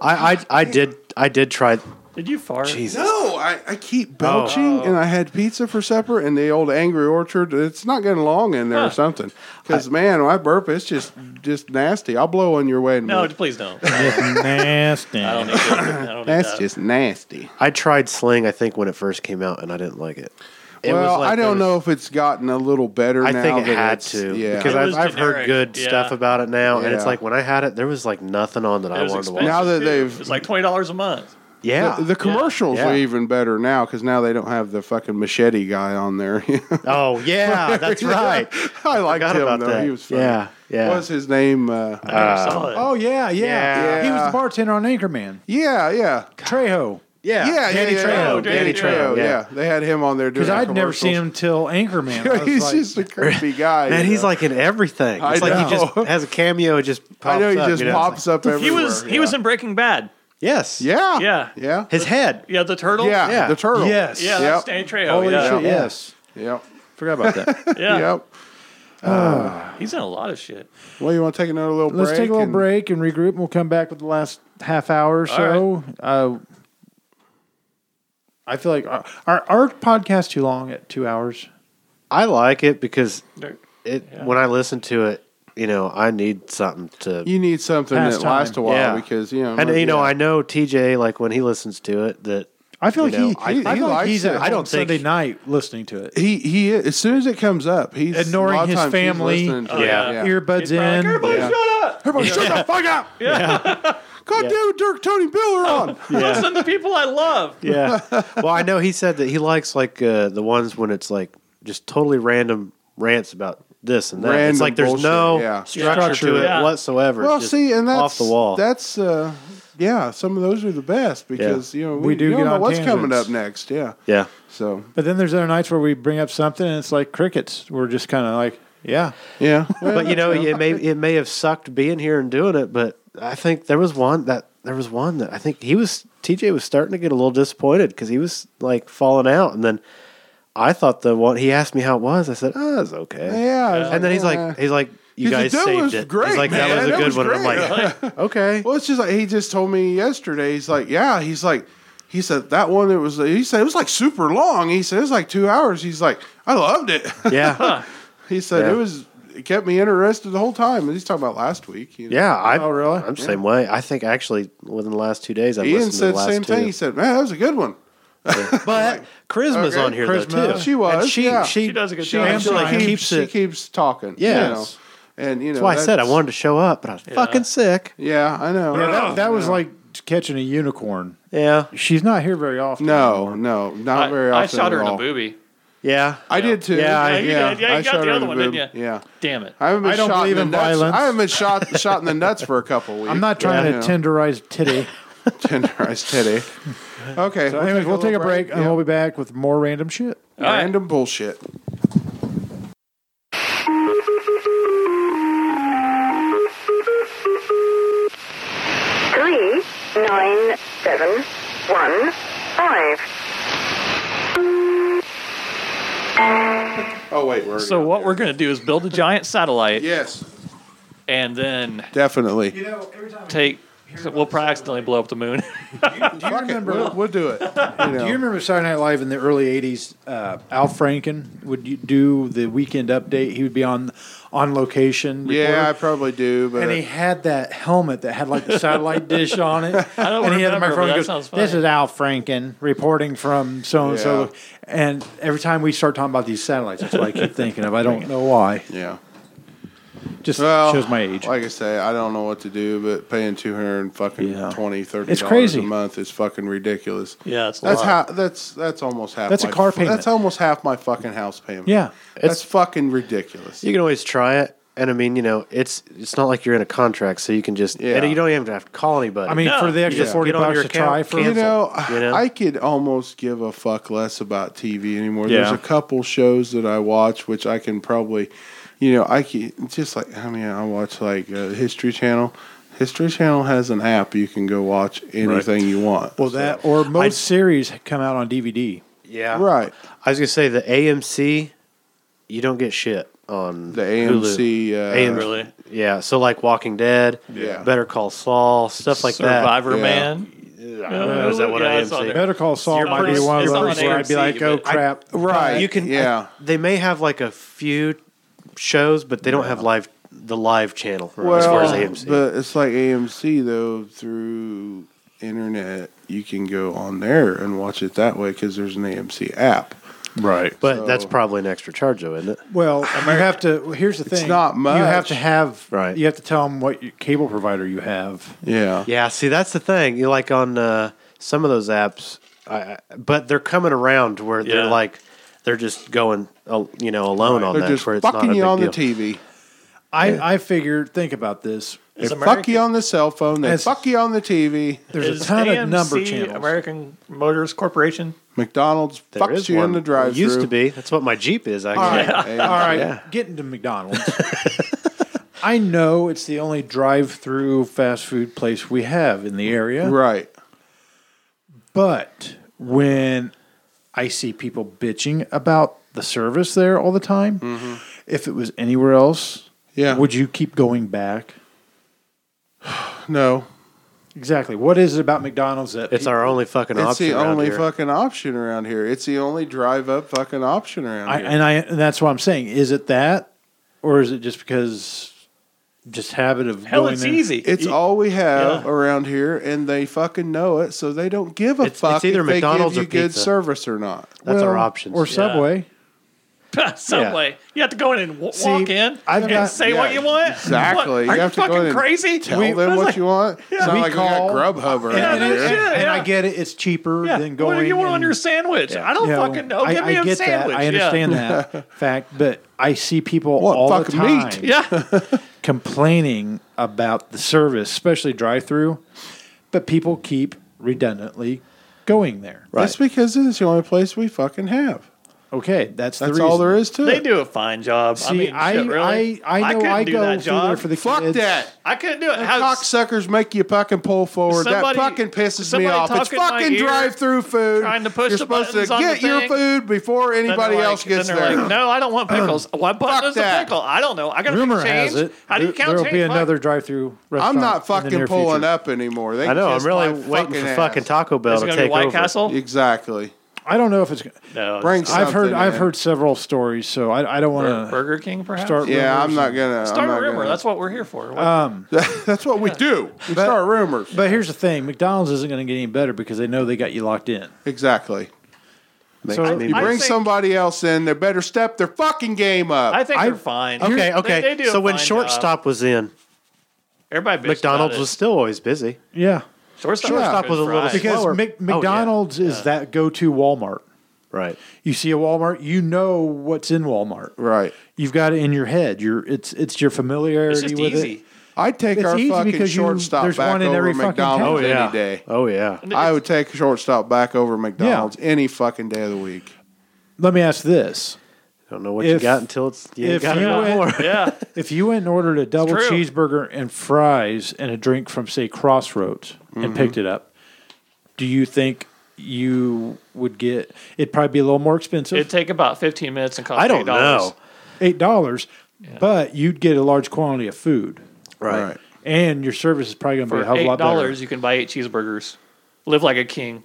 Speaker 7: I, I I did I did try
Speaker 5: Did you fart?
Speaker 7: Jesus.
Speaker 6: no, I, I keep Oh. belching, and I had pizza for supper, and the old Angry Orchard. It's not getting long in there or something. Because man, when I burp, it's just just nasty. I'll blow on your way in a
Speaker 5: No,
Speaker 6: minute.
Speaker 5: please don't.
Speaker 4: "It's nasty.
Speaker 5: I don't need that. I don't need
Speaker 6: That's
Speaker 5: that.
Speaker 6: just nasty.
Speaker 7: I tried Sling I think when it first came out and I didn't like it. It was
Speaker 6: well,
Speaker 7: like
Speaker 6: I
Speaker 7: there
Speaker 6: don't
Speaker 7: was-
Speaker 6: know if it's gotten a little better.
Speaker 7: I
Speaker 6: now
Speaker 7: think it
Speaker 6: that
Speaker 7: had
Speaker 6: it's-
Speaker 7: to
Speaker 6: Yeah.
Speaker 7: because
Speaker 5: It
Speaker 7: I've,
Speaker 5: was
Speaker 7: I've heard
Speaker 5: generic,
Speaker 7: good
Speaker 5: yeah.
Speaker 7: stuff about it now, and it's
Speaker 6: Yeah.
Speaker 7: like when I had it, there was like nothing on that
Speaker 5: It
Speaker 7: I
Speaker 5: was
Speaker 7: wanted to watch.
Speaker 5: expensive,
Speaker 6: Now that
Speaker 5: too.
Speaker 6: they've-
Speaker 5: it's like twenty dollars a month.
Speaker 7: yeah,
Speaker 6: The, the commercials
Speaker 7: Yeah.
Speaker 6: are even better now because now they don't have the fucking machete guy on there.
Speaker 7: oh yeah, that's right.
Speaker 6: I liked
Speaker 7: Forgot
Speaker 6: him
Speaker 7: about
Speaker 6: though.
Speaker 7: that.
Speaker 6: He was funny.
Speaker 7: Yeah, yeah.
Speaker 6: What was his name? Uh,
Speaker 5: I never saw it.
Speaker 4: Oh yeah, yeah,
Speaker 7: Yeah.
Speaker 4: He was the bartender on Anchorman.
Speaker 6: yeah, yeah.
Speaker 4: Trejo.
Speaker 7: Yeah,
Speaker 6: Yeah, yeah,
Speaker 4: Danny
Speaker 6: yeah,
Speaker 4: Trejo.
Speaker 6: yeah.
Speaker 5: Danny
Speaker 7: Trejo,
Speaker 6: Yeah.
Speaker 7: yeah.
Speaker 6: they had him on there doing
Speaker 4: Because I'd never
Speaker 6: commercials.
Speaker 4: seen him till Anchorman. I was
Speaker 6: he's
Speaker 4: like,
Speaker 6: just a creepy guy.
Speaker 7: Man,
Speaker 6: you
Speaker 7: he's
Speaker 6: know?
Speaker 7: like in everything.
Speaker 6: I
Speaker 7: It's like he
Speaker 6: know.
Speaker 7: just has a cameo. It just pops
Speaker 6: I know he
Speaker 7: up,
Speaker 6: just
Speaker 7: you know?
Speaker 6: pops up
Speaker 5: he
Speaker 6: everywhere.
Speaker 5: was
Speaker 6: yeah.
Speaker 5: he was in Breaking Bad.
Speaker 7: Yes.
Speaker 6: Yeah,
Speaker 5: Yeah.
Speaker 6: yeah,
Speaker 7: His head.
Speaker 5: Yeah, the turtle.
Speaker 6: yeah,
Speaker 7: Yeah.
Speaker 6: The turtle.
Speaker 4: Yes.
Speaker 5: yeah, that's
Speaker 6: Yep.
Speaker 5: Danny Trejo.
Speaker 4: Holy
Speaker 5: yeah.
Speaker 4: shit! Yes,
Speaker 6: Yep.
Speaker 4: forgot about that.
Speaker 5: yeah,
Speaker 6: Yep.
Speaker 5: he's in a lot of shit.
Speaker 6: Well, you want to take another little break?
Speaker 4: Let's take a little
Speaker 6: and-
Speaker 4: break and regroup, and we'll come back with the last half hour or so. Uh, I feel like our, our our podcast too long at two hours.
Speaker 7: I like it because
Speaker 5: There-
Speaker 7: it when I listen to it, you know, I need something to.
Speaker 6: You need something
Speaker 4: Pass
Speaker 6: that
Speaker 4: time.
Speaker 6: lasts a while
Speaker 7: Yeah.
Speaker 6: because you know,
Speaker 7: and you know,
Speaker 6: yeah.
Speaker 7: I know TJ like when he listens to it that
Speaker 4: I feel
Speaker 7: You
Speaker 4: like
Speaker 7: know,
Speaker 4: he,
Speaker 6: I-
Speaker 4: I,
Speaker 6: he
Speaker 4: feel like
Speaker 6: likes
Speaker 4: he's
Speaker 6: it.
Speaker 4: at
Speaker 6: I
Speaker 4: home
Speaker 7: don't think-
Speaker 4: Sunday night listening to it.
Speaker 6: He he is, as soon as it comes up, he's
Speaker 4: Ignoring
Speaker 6: a lot of
Speaker 4: his
Speaker 6: times he's
Speaker 4: family. uh,
Speaker 6: listening to
Speaker 5: Oh,
Speaker 6: it.
Speaker 5: yeah.
Speaker 4: Earbuds
Speaker 5: He's probably like,
Speaker 4: in.
Speaker 5: Everybody
Speaker 6: Yeah.
Speaker 5: shut up.
Speaker 6: Everybody, Oh, shut the fuck up! God damn it, Dirk, Tony, Bill are on.
Speaker 5: Listen to people I love.
Speaker 7: Yeah. well, I know he said that he likes like uh, the ones when it's like just totally random rants about this and that. it's
Speaker 6: Random
Speaker 7: like there's
Speaker 6: bullshit,
Speaker 7: no
Speaker 6: yeah.
Speaker 7: structure,
Speaker 5: Structure,
Speaker 7: to it
Speaker 5: yeah.
Speaker 7: whatsoever.
Speaker 6: well,
Speaker 7: Just
Speaker 6: see, and that's
Speaker 7: off the wall.
Speaker 6: That's uh, yeah, some of those are the best because you know we,
Speaker 4: We do
Speaker 6: you don't
Speaker 4: get
Speaker 6: know
Speaker 4: on
Speaker 6: what's coming
Speaker 4: tangents.
Speaker 6: up next. Yeah,
Speaker 7: yeah.
Speaker 6: so
Speaker 4: But then there's other nights where we bring up something and it's like crickets. We're just kind of like, yeah,
Speaker 6: yeah,
Speaker 7: But you know, it may it may have sucked being here and doing it, but I think there was one that there was one that I think he was TJ was starting to get a little disappointed because he was like falling out, and then I thought the one he asked me how it was. I said, "Oh, it's okay."
Speaker 6: yeah.
Speaker 7: And then he's
Speaker 6: yeah.
Speaker 7: like, he's like, you
Speaker 6: He's like,
Speaker 7: guys
Speaker 6: "That
Speaker 7: saved
Speaker 6: was
Speaker 7: it.
Speaker 6: great,
Speaker 7: he's like,
Speaker 6: man.
Speaker 7: that was a
Speaker 6: That
Speaker 7: good
Speaker 6: was
Speaker 7: one. And I'm
Speaker 6: great."
Speaker 7: like, okay.
Speaker 6: well, it's just like he just told me yesterday. He's like, yeah, he's like. He said that one. It was. He said it was like super long. He said it was like two hours. He's like, I loved it.
Speaker 7: Yeah.
Speaker 6: He said
Speaker 7: Yeah.
Speaker 6: it was it kept me interested the whole time. And he's talking about last week. You know.
Speaker 7: Yeah. I,
Speaker 4: Oh, really?
Speaker 7: I'm the same way. I think actually within the last two days, I've
Speaker 6: Ian
Speaker 7: listened to the
Speaker 6: said the
Speaker 7: last
Speaker 6: same
Speaker 7: two.
Speaker 6: thing. He said, "Man, that was a good one."
Speaker 7: But Charisma's
Speaker 6: Okay,
Speaker 7: on here, though,
Speaker 4: Charisma.
Speaker 7: too.
Speaker 6: She was,
Speaker 7: And she,
Speaker 6: yeah.
Speaker 7: she,
Speaker 5: She does a good
Speaker 6: She,
Speaker 5: job.
Speaker 4: I'm
Speaker 6: she,
Speaker 4: sorry.
Speaker 6: keeps,
Speaker 7: keeps
Speaker 6: she
Speaker 7: it-
Speaker 6: keeps talking.
Speaker 7: Yes.
Speaker 6: You know? And you know
Speaker 7: That's why I said I wanted to show up, but I was
Speaker 5: Yeah.
Speaker 7: fucking sick.
Speaker 6: Yeah, I know.
Speaker 4: yeah that, that was like catching a unicorn.
Speaker 7: Yeah.
Speaker 4: She's not here very often.
Speaker 6: no, no, not
Speaker 5: I,
Speaker 6: very
Speaker 5: I
Speaker 6: often.
Speaker 5: shot her
Speaker 6: at
Speaker 5: in
Speaker 6: all.
Speaker 5: a boobie.
Speaker 7: Yeah.
Speaker 6: I did too.
Speaker 7: Yeah, I-
Speaker 5: Yeah, you did. Yeah, you
Speaker 6: I
Speaker 5: got
Speaker 6: shot
Speaker 5: the
Speaker 6: her
Speaker 5: other
Speaker 6: in
Speaker 5: one,
Speaker 6: the
Speaker 5: didn't
Speaker 6: boob.
Speaker 5: ya?
Speaker 6: Yeah.
Speaker 5: Damn it.
Speaker 6: I haven't been
Speaker 4: I don't
Speaker 6: shot
Speaker 4: believe
Speaker 6: the
Speaker 4: in
Speaker 6: nuts.
Speaker 4: violence.
Speaker 6: I haven't been shot shot in the nuts for a couple weeks.
Speaker 4: I'm not trying
Speaker 6: Yeah.
Speaker 4: to tenderize titty.
Speaker 6: tenderized titty. Okay.
Speaker 4: So anyways, we'll take a break and
Speaker 6: Yeah.
Speaker 4: we'll be back with more random shit.
Speaker 5: All right.
Speaker 6: Random bullshit.
Speaker 8: Three, nine, seven, one, five.
Speaker 6: Oh wait, we're
Speaker 5: So what we're gonna do is build a giant satellite
Speaker 6: yes,
Speaker 5: and then
Speaker 6: definitely.
Speaker 4: know, every time
Speaker 5: take We'll probably accidentally blow up the moon.
Speaker 4: Do you remember?
Speaker 6: We'll, we'll do it. You
Speaker 4: Do you
Speaker 6: know.
Speaker 4: remember Saturday Night Live in the early '80s? Uh, Al Franken would you do the weekend update. He would be on on location.
Speaker 6: Yeah, I
Speaker 4: reporter.
Speaker 6: probably do, but
Speaker 4: and he had that helmet that had like the satellite dish on it.
Speaker 5: I don't
Speaker 4: and he had a microphone
Speaker 5: remember, but
Speaker 4: and
Speaker 5: that sounds
Speaker 4: This
Speaker 5: funny."
Speaker 4: is Al Franken reporting from so and so.
Speaker 6: Yeah.
Speaker 4: And every time we start talking about these satellites, that's what I keep thinking of. I don't know why.
Speaker 6: yeah.
Speaker 4: Just
Speaker 6: Well,
Speaker 4: shows my age.
Speaker 6: Like I say, I don't know what to do, but paying two hundred and fucking
Speaker 4: Yeah.
Speaker 6: twenty, thirty
Speaker 4: It's
Speaker 6: dollars
Speaker 4: crazy.
Speaker 6: a month is fucking ridiculous.
Speaker 5: Yeah, it's a
Speaker 6: that's how
Speaker 5: lot.
Speaker 6: that's that's almost half.
Speaker 4: That's a
Speaker 6: my-
Speaker 4: car payment.
Speaker 6: That's almost half my fucking house payment.
Speaker 4: Yeah.
Speaker 6: that's fucking ridiculous.
Speaker 7: You can always try it, and I mean, you know, it's it's not like you're in a contract, so you can just
Speaker 6: Yeah.
Speaker 7: and you don't even have to call anybody.
Speaker 4: I mean,
Speaker 5: No,
Speaker 4: for the
Speaker 5: you
Speaker 4: extra
Speaker 7: just
Speaker 4: forty
Speaker 7: get on
Speaker 4: bucks
Speaker 7: your
Speaker 4: to
Speaker 7: account,
Speaker 4: try for,
Speaker 7: cancel.
Speaker 6: you know,
Speaker 7: you know?
Speaker 6: I could almost give a fuck less about TV anymore.
Speaker 4: Yeah.
Speaker 6: There's a couple shows that I watch, which I can probably, you know, I can just like I mean, I watch like uh, History Channel. History Channel has an app you can go watch anything you want.
Speaker 4: well,
Speaker 6: So-
Speaker 4: that or most series come out on DVD.
Speaker 7: yeah,
Speaker 6: right.
Speaker 7: I was gonna say the AMC, you don't get shit on
Speaker 6: The
Speaker 7: Hulu.
Speaker 6: AMC, uh,
Speaker 7: AMC.
Speaker 5: Really?
Speaker 7: Yeah, so like Walking Dead,
Speaker 6: Yeah.
Speaker 7: Better Call Saul, stuff like
Speaker 5: Survivor
Speaker 6: Yeah.
Speaker 5: Man.
Speaker 7: that. Uh, is that what
Speaker 5: Yeah,
Speaker 7: I
Speaker 5: I
Speaker 7: am
Speaker 5: saw
Speaker 7: saying?
Speaker 5: that.
Speaker 4: Better Call Saul
Speaker 5: You're
Speaker 4: might be
Speaker 5: pretty-
Speaker 4: one of
Speaker 5: it's on
Speaker 4: those where I'd be
Speaker 5: AMC,
Speaker 4: like, "Oh
Speaker 5: but-
Speaker 4: crap!"
Speaker 6: Right.
Speaker 7: You can,
Speaker 6: yeah.
Speaker 7: I- they may have like a few shows, but they don't have live the live channel as far as
Speaker 6: well,
Speaker 7: AMC.
Speaker 6: but it's like AMC though through internet, you can go on there and watch it that way because there's an AMC app.
Speaker 4: right.
Speaker 7: but that's probably an extra charge, though, isn't it?
Speaker 4: Well, you have to. well, Here's the thing.
Speaker 6: not
Speaker 4: You have to
Speaker 6: much.
Speaker 4: have.
Speaker 7: Right.
Speaker 4: You have to tell them what your cable provider you have.
Speaker 6: Yeah.
Speaker 7: Yeah, see, that's the thing. You like on uh, some of those apps, I, I, but they're coming around to where they're
Speaker 5: Yeah.
Speaker 7: like they're just going, uh, you know, alone on
Speaker 6: They're
Speaker 7: that.
Speaker 6: just
Speaker 7: where it's not
Speaker 6: fucking
Speaker 7: a
Speaker 6: you
Speaker 7: big
Speaker 6: on
Speaker 7: deal.
Speaker 6: the TV.
Speaker 4: I I figured. Think about this.
Speaker 6: They
Speaker 5: Is
Speaker 6: fuck you on the cell phone. They
Speaker 4: It's-
Speaker 6: fuck you on the TV.
Speaker 4: There's
Speaker 5: Is
Speaker 4: a ton of
Speaker 5: AMC
Speaker 4: number channels.
Speaker 5: American Motors Corporation.
Speaker 6: McDonald's
Speaker 7: There
Speaker 6: fucks
Speaker 7: is
Speaker 6: you in
Speaker 7: one.
Speaker 6: the drive
Speaker 7: It used to be. That's what my Jeep is. Actually,
Speaker 4: All right.
Speaker 6: Yeah.
Speaker 4: All right.
Speaker 6: Yeah.
Speaker 4: Getting to McDonald's. I know it's the only drive-through fast food place we have in the area.
Speaker 6: Right.
Speaker 4: But when I see people bitching about the service there all the time, if it was anywhere else,
Speaker 6: Yeah.
Speaker 4: would you keep going back?
Speaker 6: No.
Speaker 4: Exactly. What is it about McDonald's that
Speaker 7: it's our only fucking
Speaker 6: It's
Speaker 7: option.
Speaker 6: the
Speaker 7: around
Speaker 6: only
Speaker 7: here.
Speaker 6: fucking option around here. It's the only drive up fucking option around
Speaker 4: I,
Speaker 6: here.
Speaker 4: and I and that's what I'm saying. Is it that, or is it just because just habit of
Speaker 5: Hell,
Speaker 4: going
Speaker 5: it's
Speaker 4: there?
Speaker 5: easy.
Speaker 6: It's all we have
Speaker 5: Yeah.
Speaker 6: around here, and they fucking know it, so they don't give a
Speaker 7: It's- it's
Speaker 6: fuck
Speaker 7: either
Speaker 6: if they
Speaker 7: McDonald's
Speaker 6: give
Speaker 7: or
Speaker 6: you good
Speaker 7: pizza.
Speaker 6: service or not.
Speaker 7: That's our
Speaker 4: Well,
Speaker 7: options.
Speaker 4: or Subway.
Speaker 5: Subway. You have to go in and w-
Speaker 4: See,
Speaker 5: walk in
Speaker 4: I've
Speaker 5: and
Speaker 4: got-
Speaker 5: say
Speaker 6: yeah,
Speaker 5: what you want.
Speaker 6: exactly.
Speaker 5: What,
Speaker 6: You
Speaker 5: are you,
Speaker 6: have to go
Speaker 5: fucking
Speaker 6: in and
Speaker 5: crazy?
Speaker 6: Tell
Speaker 5: We-
Speaker 6: them
Speaker 5: It's
Speaker 6: what
Speaker 5: like,
Speaker 6: you want. It's not
Speaker 4: we
Speaker 6: like
Speaker 4: call-
Speaker 6: we got Grubhub around
Speaker 5: Yeah, no
Speaker 6: here.
Speaker 5: shit.
Speaker 4: And I
Speaker 5: yeah.
Speaker 4: get it; it's cheaper
Speaker 5: Yeah.
Speaker 4: than going.
Speaker 5: what do you want
Speaker 4: and-
Speaker 5: on your sandwich? I don't
Speaker 4: you know,
Speaker 5: fucking know.
Speaker 4: I-
Speaker 5: Give
Speaker 4: I,
Speaker 5: me a
Speaker 4: get
Speaker 5: sandwich.
Speaker 4: That. I
Speaker 5: Yeah.
Speaker 4: understand that fact, but I see people
Speaker 6: What,
Speaker 4: all the
Speaker 6: fucking meat?
Speaker 4: time
Speaker 5: Yeah.
Speaker 4: complaining about the service, especially drive-through. But people keep redundantly going there.
Speaker 6: That's because it's the only place we fucking have.
Speaker 4: Okay, that's,
Speaker 6: That's
Speaker 4: the
Speaker 6: all
Speaker 4: reason.
Speaker 6: there is to
Speaker 5: They
Speaker 6: it.
Speaker 5: do a fine job. I
Speaker 4: See,
Speaker 5: mean,
Speaker 4: I,
Speaker 5: shit, really.
Speaker 4: I, I know
Speaker 5: couldn't
Speaker 4: I,
Speaker 5: do
Speaker 4: go
Speaker 5: that
Speaker 4: through there
Speaker 5: job.
Speaker 4: for the
Speaker 6: Fuck
Speaker 4: kids.
Speaker 6: that.
Speaker 5: I couldn't do it. How,
Speaker 6: Cocksuckers make you fucking pull forward.
Speaker 5: Somebody-
Speaker 6: that fucking pisses me
Speaker 5: somebody
Speaker 6: off. It's
Speaker 5: talking in my
Speaker 6: fucking
Speaker 5: ear,
Speaker 6: drive-through food.
Speaker 5: trying to push
Speaker 6: You're
Speaker 5: the
Speaker 6: supposed to
Speaker 5: buttons on the
Speaker 6: get your
Speaker 5: thing.
Speaker 6: food before
Speaker 5: Then they're
Speaker 6: anybody
Speaker 5: like-
Speaker 6: else
Speaker 5: then
Speaker 6: gets
Speaker 5: they're
Speaker 6: there.
Speaker 5: Like, no, I don't want pickles. What
Speaker 6: Fuck
Speaker 5: button is a
Speaker 6: that.
Speaker 5: pickle? I don't know. I got to
Speaker 4: Rumor
Speaker 5: make change.
Speaker 4: has it
Speaker 5: how do you
Speaker 4: th-
Speaker 5: count
Speaker 4: there'll
Speaker 5: change?
Speaker 4: be
Speaker 5: Fuck.
Speaker 4: another drive-through restaurant.
Speaker 6: I'm not
Speaker 4: in the
Speaker 6: fucking
Speaker 4: near
Speaker 6: pulling
Speaker 4: future.
Speaker 6: up anymore. They
Speaker 7: I know. I'm
Speaker 6: kiss
Speaker 7: really
Speaker 6: my
Speaker 7: waiting for
Speaker 6: ass.
Speaker 7: fucking Taco Bell
Speaker 5: Is it
Speaker 7: to
Speaker 5: going to be
Speaker 7: take
Speaker 5: White
Speaker 7: over.
Speaker 5: Castle?
Speaker 6: Exactly.
Speaker 4: I don't know if it's.
Speaker 5: no.
Speaker 6: Bring
Speaker 5: it's-
Speaker 4: I've heard.
Speaker 6: something
Speaker 4: I've
Speaker 6: in.
Speaker 4: heard several stories, so I, I don't want to.
Speaker 5: Burger King, perhaps?
Speaker 4: start-
Speaker 6: Yeah, I'm
Speaker 4: rumors
Speaker 6: not gonna.
Speaker 5: Start
Speaker 6: I'm
Speaker 5: a
Speaker 6: not
Speaker 5: rumor.
Speaker 6: gonna-
Speaker 5: That's what we're here for. What-
Speaker 6: that's what we do. We start rumors.
Speaker 4: But here's the thing: McDonald's isn't going to get any better because they know they got you locked in.
Speaker 6: exactly.
Speaker 4: So-
Speaker 7: I mean,
Speaker 6: You
Speaker 5: I
Speaker 6: bring
Speaker 5: think-
Speaker 6: somebody else in, they better step their fucking game up.
Speaker 5: I think
Speaker 4: I-
Speaker 5: they're fine.
Speaker 7: okay,
Speaker 5: They-
Speaker 7: okay.
Speaker 5: they do a
Speaker 7: so when
Speaker 5: fine
Speaker 7: shortstop was in,
Speaker 5: job. everybody bitched about
Speaker 7: McDonald's
Speaker 5: it.
Speaker 7: was still always busy.
Speaker 4: Yeah,
Speaker 5: shortstop,
Speaker 7: shortstop
Speaker 5: good
Speaker 7: was a little
Speaker 5: fries.
Speaker 7: slow.
Speaker 4: because
Speaker 7: Slower.
Speaker 4: Mc,
Speaker 7: Oh, yeah.
Speaker 4: McDonald's is that go-to Walmart.
Speaker 7: Right.
Speaker 4: You see a Walmart, you know what's in Walmart.
Speaker 6: right.
Speaker 4: You've got it in your head. Your it's it's your familiarity
Speaker 5: it's just
Speaker 4: with
Speaker 5: easy.
Speaker 4: it.
Speaker 6: I'd take
Speaker 4: It's
Speaker 6: our
Speaker 4: easy
Speaker 6: fucking
Speaker 4: because you-
Speaker 6: shortstop
Speaker 4: there's
Speaker 6: back
Speaker 4: one in
Speaker 6: over
Speaker 4: every fucking town.
Speaker 6: McDonald's
Speaker 4: Oh,
Speaker 6: any day.
Speaker 7: Oh yeah.
Speaker 6: I would take shortstop back over McDonald's any fucking day of the week.
Speaker 4: Let me ask this:
Speaker 7: Don't know what you
Speaker 4: If-
Speaker 7: got until it's you
Speaker 4: if
Speaker 7: got
Speaker 4: you
Speaker 7: a lot
Speaker 4: went-
Speaker 7: more.
Speaker 5: Yeah,
Speaker 4: If you went and ordered a double
Speaker 5: true.
Speaker 4: cheeseburger and fries and a drink from, say, Crossroads
Speaker 5: Mm-hmm.
Speaker 4: and picked it up, do you think you would get? It'd probably be a little more expensive,
Speaker 5: it'd take about 15 minutes and cost
Speaker 7: I don't
Speaker 5: $8.
Speaker 7: know.
Speaker 4: eight dollars, but you'd get a large quantity of food.
Speaker 6: Right.
Speaker 4: and your service is probably going to be
Speaker 5: For
Speaker 4: a hell of a
Speaker 5: eight
Speaker 4: lot better.
Speaker 5: dollars, you can buy eight cheeseburgers, live like a king.